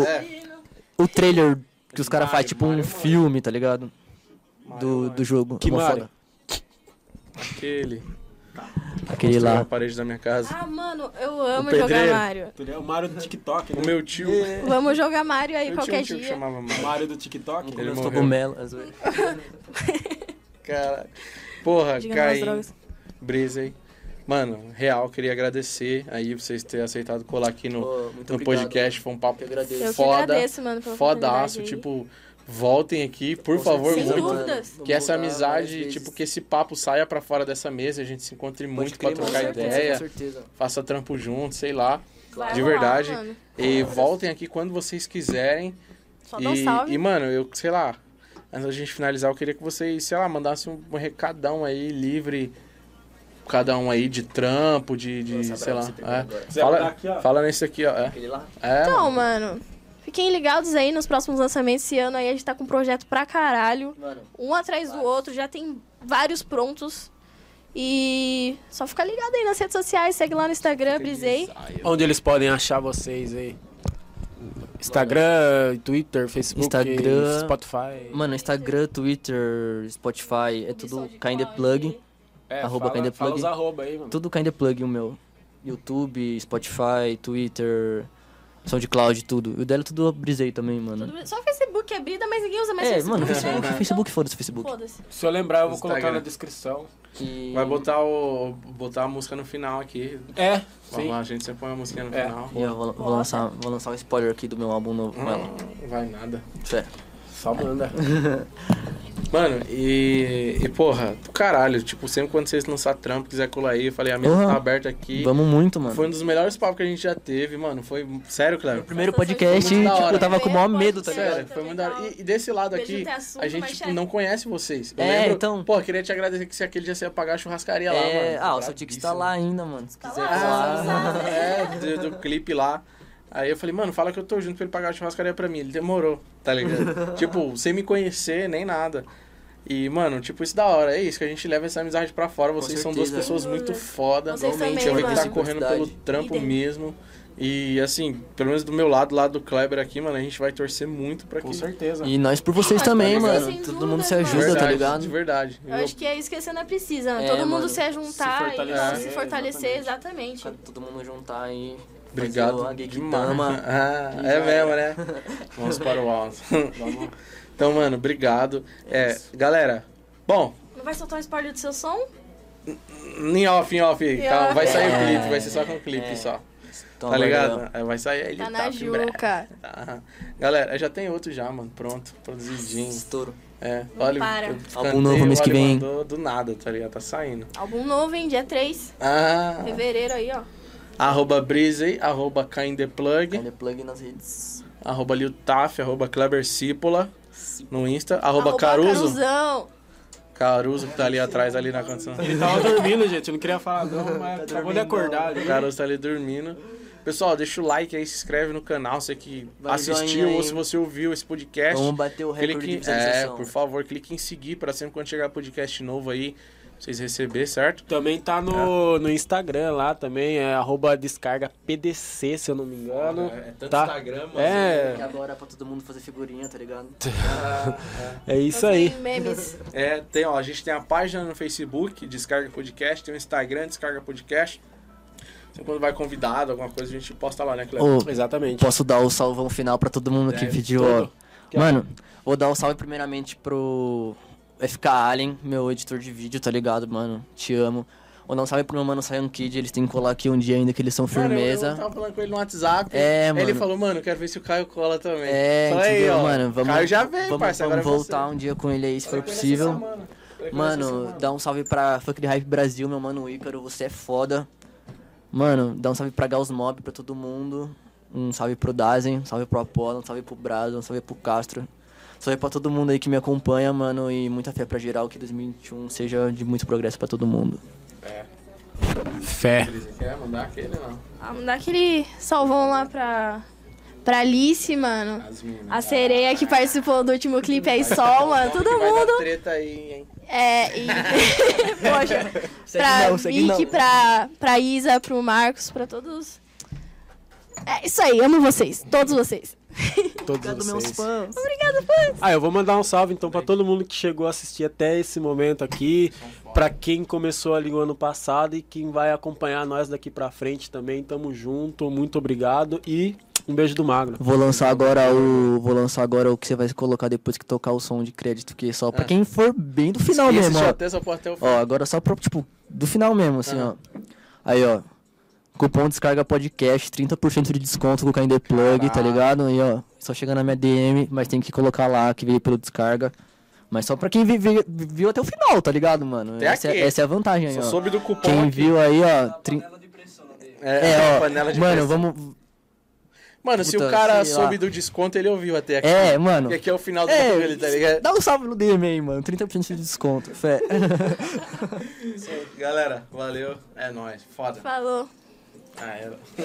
[SPEAKER 3] É.
[SPEAKER 2] o trailer que os caras fazem, tipo um filme, tá ligado? Do, do jogo.
[SPEAKER 1] Que
[SPEAKER 2] é mó
[SPEAKER 1] Mario?
[SPEAKER 2] foda.
[SPEAKER 3] Aquele.
[SPEAKER 2] Aquele
[SPEAKER 3] Construiu a
[SPEAKER 2] lá.
[SPEAKER 3] parede da minha casa.
[SPEAKER 4] Ah, mano, eu amo
[SPEAKER 3] pedreiro.
[SPEAKER 4] jogar Mario.
[SPEAKER 1] O Mario do TikTok, né?
[SPEAKER 3] O meu tio.
[SPEAKER 4] Vamos jogar Mario aí
[SPEAKER 3] Eu tinha
[SPEAKER 4] qualquer
[SPEAKER 3] um tio que
[SPEAKER 4] dia.
[SPEAKER 3] chamava
[SPEAKER 1] O
[SPEAKER 3] Mario.
[SPEAKER 1] Mario do TikTok.
[SPEAKER 3] Ele
[SPEAKER 2] Os
[SPEAKER 3] morreu.
[SPEAKER 2] cogumelos, às vezes.
[SPEAKER 3] Cara. Porra,
[SPEAKER 4] Diga não às
[SPEAKER 3] Caim.
[SPEAKER 4] drogas.
[SPEAKER 3] Brisa aí. Mano, real, queria agradecer aí vocês terem aceitado colar aqui no,
[SPEAKER 2] Pô, muito
[SPEAKER 3] no
[SPEAKER 2] obrigado.
[SPEAKER 3] podcast. Foi um papo
[SPEAKER 2] Eu que agradeço.
[SPEAKER 4] Eu que
[SPEAKER 3] foda.
[SPEAKER 4] agradeço, mano, pela
[SPEAKER 3] Fodaço.
[SPEAKER 4] oportunidade aí.
[SPEAKER 3] Tipo, voltem aqui, por
[SPEAKER 2] Com
[SPEAKER 3] favor,
[SPEAKER 2] certeza,
[SPEAKER 4] certeza. Sem
[SPEAKER 3] muito.
[SPEAKER 4] dúvida.
[SPEAKER 2] mano. Vamos
[SPEAKER 3] Que essa
[SPEAKER 2] voltar
[SPEAKER 3] amizade,
[SPEAKER 2] várias
[SPEAKER 3] tipo,
[SPEAKER 2] vezes.
[SPEAKER 3] que esse papo saia pra fora dessa mesa, a gente se encontre muito pra
[SPEAKER 2] crer, mano,
[SPEAKER 3] trocar
[SPEAKER 4] com certeza,
[SPEAKER 3] ideia,
[SPEAKER 2] Com certeza.
[SPEAKER 3] faça trampo junto, sei lá.
[SPEAKER 4] Vai
[SPEAKER 3] de
[SPEAKER 4] rolar,
[SPEAKER 3] verdade.
[SPEAKER 4] mano.
[SPEAKER 3] E voltem aqui quando vocês quiserem.
[SPEAKER 4] Só dá um
[SPEAKER 3] E,
[SPEAKER 4] salve.
[SPEAKER 3] e, mano, eu, sei lá, antes da gente finalizar, eu queria que vocês, sei lá, mandassem um recadão aí, livre, cada um aí de trampo, de, de,
[SPEAKER 2] Nossa,
[SPEAKER 3] sei lá.
[SPEAKER 2] bravo, você pegou agora.
[SPEAKER 3] É.
[SPEAKER 1] Você vai
[SPEAKER 3] Fala,
[SPEAKER 1] mandar aqui, ó.
[SPEAKER 3] fala nesse aqui, ó. É,
[SPEAKER 2] Aquele lá.
[SPEAKER 3] é
[SPEAKER 4] Então,
[SPEAKER 3] mano.
[SPEAKER 4] mano, fiquem ligados aí nos próximos lançamentos esse ano aí. A gente tá com um projeto pra caralho.
[SPEAKER 2] Mano,
[SPEAKER 4] Um atrás do outro, já tem vários prontos. E só fica ligado aí nas redes sociais, segue lá no Instagram, Brisei.
[SPEAKER 1] Onde eles podem achar vocês aí? Instagram, Twitter, Facebook,
[SPEAKER 2] Instagram.
[SPEAKER 1] Spotify.
[SPEAKER 2] Mano, Instagram, Twitter, Spotify, é tudo Kinda Plug.
[SPEAKER 1] É,
[SPEAKER 2] arroba
[SPEAKER 1] fala,
[SPEAKER 2] Kinda
[SPEAKER 1] fala
[SPEAKER 2] Plug.
[SPEAKER 1] os arroba aí, mano.
[SPEAKER 2] Tudo Kinda Plug, o meu. YouTube, Spotify, Twitter, SoundCloud, tudo. E o dela é tudo eu brisei também, mano.
[SPEAKER 4] Só o Facebook é brida, mas ninguém usa mais
[SPEAKER 2] É,
[SPEAKER 4] Facebook.
[SPEAKER 2] mano,
[SPEAKER 4] né?
[SPEAKER 2] Facebook, Facebook, foda-se o Facebook.
[SPEAKER 4] Foda-se.
[SPEAKER 1] Se eu lembrar, eu vou colocar
[SPEAKER 3] Instagram.
[SPEAKER 1] na descrição.
[SPEAKER 2] E-
[SPEAKER 3] Vai botar, o, botar a música no final aqui.
[SPEAKER 1] É, sim.
[SPEAKER 3] Vamos lá, a gente sempre põe a música no
[SPEAKER 1] É.
[SPEAKER 3] final.
[SPEAKER 2] E eu vou, vou lançar, vou lançar um spoiler aqui do meu álbum novo com ela.
[SPEAKER 3] Não vai nada.
[SPEAKER 2] Fé.
[SPEAKER 1] Só manda.
[SPEAKER 3] Mano, e, e porra, do caralho, tipo, sempre quando vocês lançar trampo, quiser colar aí, eu falei, a mesa
[SPEAKER 1] Uhum.
[SPEAKER 2] Porra.
[SPEAKER 3] tá aberta aqui.
[SPEAKER 2] Vamos muito, mano.
[SPEAKER 3] Foi um dos melhores papos que a gente já teve, mano. Foi sério, Cleber.
[SPEAKER 2] Primeiro
[SPEAKER 4] Nossa,
[SPEAKER 2] podcast,
[SPEAKER 4] foi muito da
[SPEAKER 2] tipo,
[SPEAKER 3] hora.
[SPEAKER 2] eu tava com o maior medo, tá
[SPEAKER 4] Sério?
[SPEAKER 2] ligado?
[SPEAKER 3] Sério, foi muito da hora. E, e desse lado
[SPEAKER 4] Beijo
[SPEAKER 3] aqui,
[SPEAKER 4] até assunto,
[SPEAKER 3] a gente
[SPEAKER 4] mas é-
[SPEAKER 3] tipo,
[SPEAKER 4] chefe.
[SPEAKER 3] não conhece vocês. Eu
[SPEAKER 2] É,
[SPEAKER 3] lembro,
[SPEAKER 2] então.
[SPEAKER 3] Pô, queria te agradecer que se aquele dia você ia pagar a churrascaria lá, mano.
[SPEAKER 2] É, ah, o seu ticket tá lá ainda, mano. Se quiser
[SPEAKER 4] lá,
[SPEAKER 2] falar.
[SPEAKER 3] Ah,
[SPEAKER 4] né?
[SPEAKER 3] é, do, do clipe lá. Aí eu falei, mano, fala que eu tô junto pra ele pagar a churrascaria pra mim. Ele demorou, tá ligado? tipo, sem me conhecer, nem nada. E, mano, tipo, isso da hora. É isso que a gente leva essa amizade pra fora. Vocês são duas
[SPEAKER 2] certeza.
[SPEAKER 3] pessoas
[SPEAKER 4] Sem
[SPEAKER 3] muito
[SPEAKER 4] dúvida.
[SPEAKER 3] foda.
[SPEAKER 4] Vocês também,
[SPEAKER 3] Eu vi que tá
[SPEAKER 4] mano.
[SPEAKER 3] correndo pelo trampo
[SPEAKER 4] Líder.
[SPEAKER 3] mesmo. E, assim, pelo menos do meu lado, lado do Kleber aqui, mano, a gente vai torcer muito pra que...
[SPEAKER 1] Com certeza.
[SPEAKER 2] E nós por vocês também,
[SPEAKER 4] mas
[SPEAKER 2] mano.
[SPEAKER 4] sem
[SPEAKER 2] Todo
[SPEAKER 4] dúvidas,
[SPEAKER 2] mundo se
[SPEAKER 4] mano.
[SPEAKER 3] De
[SPEAKER 2] ajuda,
[SPEAKER 3] verdade,
[SPEAKER 2] tá ligado?
[SPEAKER 3] De verdade.
[SPEAKER 4] Eu acho que é isso que você não precisa.
[SPEAKER 2] É,
[SPEAKER 4] Todo mundo
[SPEAKER 2] mano,
[SPEAKER 4] se juntar
[SPEAKER 1] se
[SPEAKER 4] e
[SPEAKER 1] fortalecer,
[SPEAKER 4] se fortalecer, exatamente.
[SPEAKER 2] Pra todo mundo juntar aí. fazer
[SPEAKER 3] Obrigado
[SPEAKER 2] a gig
[SPEAKER 3] demais.
[SPEAKER 2] dama.
[SPEAKER 3] Ah,
[SPEAKER 2] E já
[SPEAKER 3] é mesmo, né? Vamos para o alto. então, mano, obrigado. É, galera, bom,
[SPEAKER 4] Não vai soltar um spoiler do seu som?
[SPEAKER 3] em off, em off,
[SPEAKER 4] Yeah.
[SPEAKER 3] tá, vai sair o
[SPEAKER 2] É.
[SPEAKER 3] clipe, vai ser só com o clipe
[SPEAKER 2] É.
[SPEAKER 3] só,
[SPEAKER 2] Então,
[SPEAKER 3] tá
[SPEAKER 2] agora-
[SPEAKER 3] ligado? É, Vai sair ele,
[SPEAKER 4] Tá na
[SPEAKER 3] em breve.
[SPEAKER 4] juca.
[SPEAKER 3] Tá. Galera, já tem outro já, mano, pronto, produzidinho.
[SPEAKER 2] Estouro.
[SPEAKER 3] É, olha,
[SPEAKER 4] para.
[SPEAKER 3] eu
[SPEAKER 2] Álbum
[SPEAKER 3] cantei,
[SPEAKER 2] novo mês que
[SPEAKER 3] olha,
[SPEAKER 2] vem.
[SPEAKER 3] mandou do nada, tá ligado? Tá saindo.
[SPEAKER 4] Álbum novo, hein? Dia 3.
[SPEAKER 3] Ah,
[SPEAKER 4] Fevereiro aí, ó.
[SPEAKER 3] arroba Breezy, arroba Kindeplug,
[SPEAKER 2] Kinda Plug nas redes.
[SPEAKER 3] arroba Lil Taf, arroba Kleber Cipola no Insta, arroba
[SPEAKER 4] Arroba
[SPEAKER 3] Caruso.
[SPEAKER 4] Caruzão.
[SPEAKER 3] Caruso que tá ali atrás, ali na canção.
[SPEAKER 1] Ele tava dormindo, gente. Eu não queria falar, não, mas
[SPEAKER 2] Tá
[SPEAKER 1] acabou de acordar. né?
[SPEAKER 3] O
[SPEAKER 1] gente.
[SPEAKER 3] Caruso tá ali dormindo. Pessoal, deixa o like aí, se inscreve no canal, você que
[SPEAKER 2] Vai
[SPEAKER 3] assistiu
[SPEAKER 2] joinha aí.
[SPEAKER 3] ou se você ouviu esse podcast.
[SPEAKER 2] Vamos bater o recorde de
[SPEAKER 3] clique, é,
[SPEAKER 2] visualização.
[SPEAKER 3] por favor, clique em seguir pra sempre quando chegar podcast novo aí, vocês receber, certo?
[SPEAKER 1] Também tá
[SPEAKER 2] É.
[SPEAKER 1] no, no Instagram lá também, é arroba descarga PDC, se eu não me engano.
[SPEAKER 2] Ah,
[SPEAKER 1] tá?
[SPEAKER 2] E
[SPEAKER 1] É,
[SPEAKER 2] agora pra todo mundo fazer figurinha, tá ligado?
[SPEAKER 1] é isso aí.
[SPEAKER 4] Tem Memes.
[SPEAKER 3] É, tem, ó, a gente tem a página no Facebook, Descarga Podcast, tem o Instagram, Descarga Podcast. Então, quando vai convidado, alguma coisa, a gente posta lá, né, Cleber?
[SPEAKER 2] Ô,
[SPEAKER 1] Exatamente.
[SPEAKER 2] posso dar o salvão final pra todo mundo que
[SPEAKER 3] É,
[SPEAKER 2] pediu.
[SPEAKER 1] tudo.
[SPEAKER 2] ó. Mano, vou dar o salve primeiramente pro FK Alien, meu editor de vídeo, tá ligado, mano? Te amo. Vou dar um salve pro meu mano Sion Kid, eles têm que colar aqui um dia ainda que eles são
[SPEAKER 3] Mano, eu-
[SPEAKER 2] firmeza.
[SPEAKER 3] eu tava falando com ele no WhatsApp.
[SPEAKER 2] É,
[SPEAKER 3] aí Ele
[SPEAKER 2] mano.
[SPEAKER 3] falou, mano, eu quero ver se o Caio cola também.
[SPEAKER 2] É,
[SPEAKER 3] Fala aí,
[SPEAKER 2] entendeu,
[SPEAKER 3] ó,
[SPEAKER 2] mano? Vamos,
[SPEAKER 3] Caio já veio,
[SPEAKER 2] vamos,
[SPEAKER 3] parça,
[SPEAKER 2] vamos
[SPEAKER 3] agora é você.
[SPEAKER 2] voltar um dia com ele aí, se for possível.
[SPEAKER 3] é
[SPEAKER 2] Mano, dá um salve pra Funk de Hype Brasil, meu mano Ícaro, você é foda. Mano, dá um salve pra Gauss Mob, pra todo mundo. Um salve pro Dazen, um salve pro Apollo, um salve pro Brado, um salve pro Castro. Um Salve pra todo mundo aí que me acompanha, mano, e muita fé pra geral que 2021 seja de muito progresso pra todo mundo.
[SPEAKER 1] Fé.
[SPEAKER 3] Quer mandar é, aquele, não?
[SPEAKER 4] Ah, mandar aquele salvão lá pra, pra Alice, mano.
[SPEAKER 3] As minas.
[SPEAKER 4] A sereia que participou do último clipe aí, Sol, mano. Todo
[SPEAKER 3] Vai dar
[SPEAKER 4] mundo.
[SPEAKER 3] treta aí, hein?
[SPEAKER 4] É, e. Poxa, pra
[SPEAKER 2] não, segue
[SPEAKER 4] Vicky,
[SPEAKER 2] não.
[SPEAKER 4] pra, pra Isa, pro Marcos, pra todos. É isso aí, amo vocês, todos vocês.
[SPEAKER 1] Todos
[SPEAKER 2] meus
[SPEAKER 1] vocês.
[SPEAKER 2] fãs.
[SPEAKER 4] Obrigada, fãs.
[SPEAKER 1] Ah, eu vou mandar um salve então pra todo mundo que chegou a assistir até esse momento aqui, pra quem começou ali o ano passado e quem vai acompanhar nós daqui pra frente também. Tamo junto, muito obrigado e um beijo do Magro.
[SPEAKER 2] Vou lançar agora o. Vou lançar agora o que você vai colocar depois que tocar o som de crédito, que é só pra quem for bem do final
[SPEAKER 3] Esse
[SPEAKER 2] mesmo, ó.
[SPEAKER 3] sorteio só pode ter o
[SPEAKER 2] Ó, agora só pro, tipo, do final mesmo, assim, ó. Aí, ó. Cupom descarga podcast, 30% de desconto com o Kinda Plug, tá ligado? Aí, ó. Só chega na minha DM, mas tem que colocar lá que veio pelo descarga. Mas só pra quem vi- vi- viu até o final, tá ligado, mano?
[SPEAKER 3] Até
[SPEAKER 2] Essa é,
[SPEAKER 3] aqui.
[SPEAKER 2] essa é a vantagem aí,
[SPEAKER 3] Só
[SPEAKER 2] ó.
[SPEAKER 3] soube do cupom.
[SPEAKER 2] Quem
[SPEAKER 3] aqui.
[SPEAKER 2] viu aí, ó. trin-
[SPEAKER 3] É,
[SPEAKER 2] É,
[SPEAKER 3] a
[SPEAKER 2] ó.
[SPEAKER 3] panela de
[SPEAKER 2] mano,
[SPEAKER 3] pressão.
[SPEAKER 2] vamos.
[SPEAKER 3] Mano, se o
[SPEAKER 2] Puta,
[SPEAKER 3] cara
[SPEAKER 2] sei
[SPEAKER 3] soube
[SPEAKER 2] lá.
[SPEAKER 3] do desconto, ele ouviu até aqui.
[SPEAKER 2] É, mano.
[SPEAKER 3] E aqui é o final do
[SPEAKER 2] É,
[SPEAKER 3] vídeo, ele tá ligado?
[SPEAKER 2] dá um salve no DM aí, mano. 30% de desconto, fé.
[SPEAKER 3] Galera, valeu. É nóis. Foda.
[SPEAKER 4] Falou.
[SPEAKER 3] Ah, era.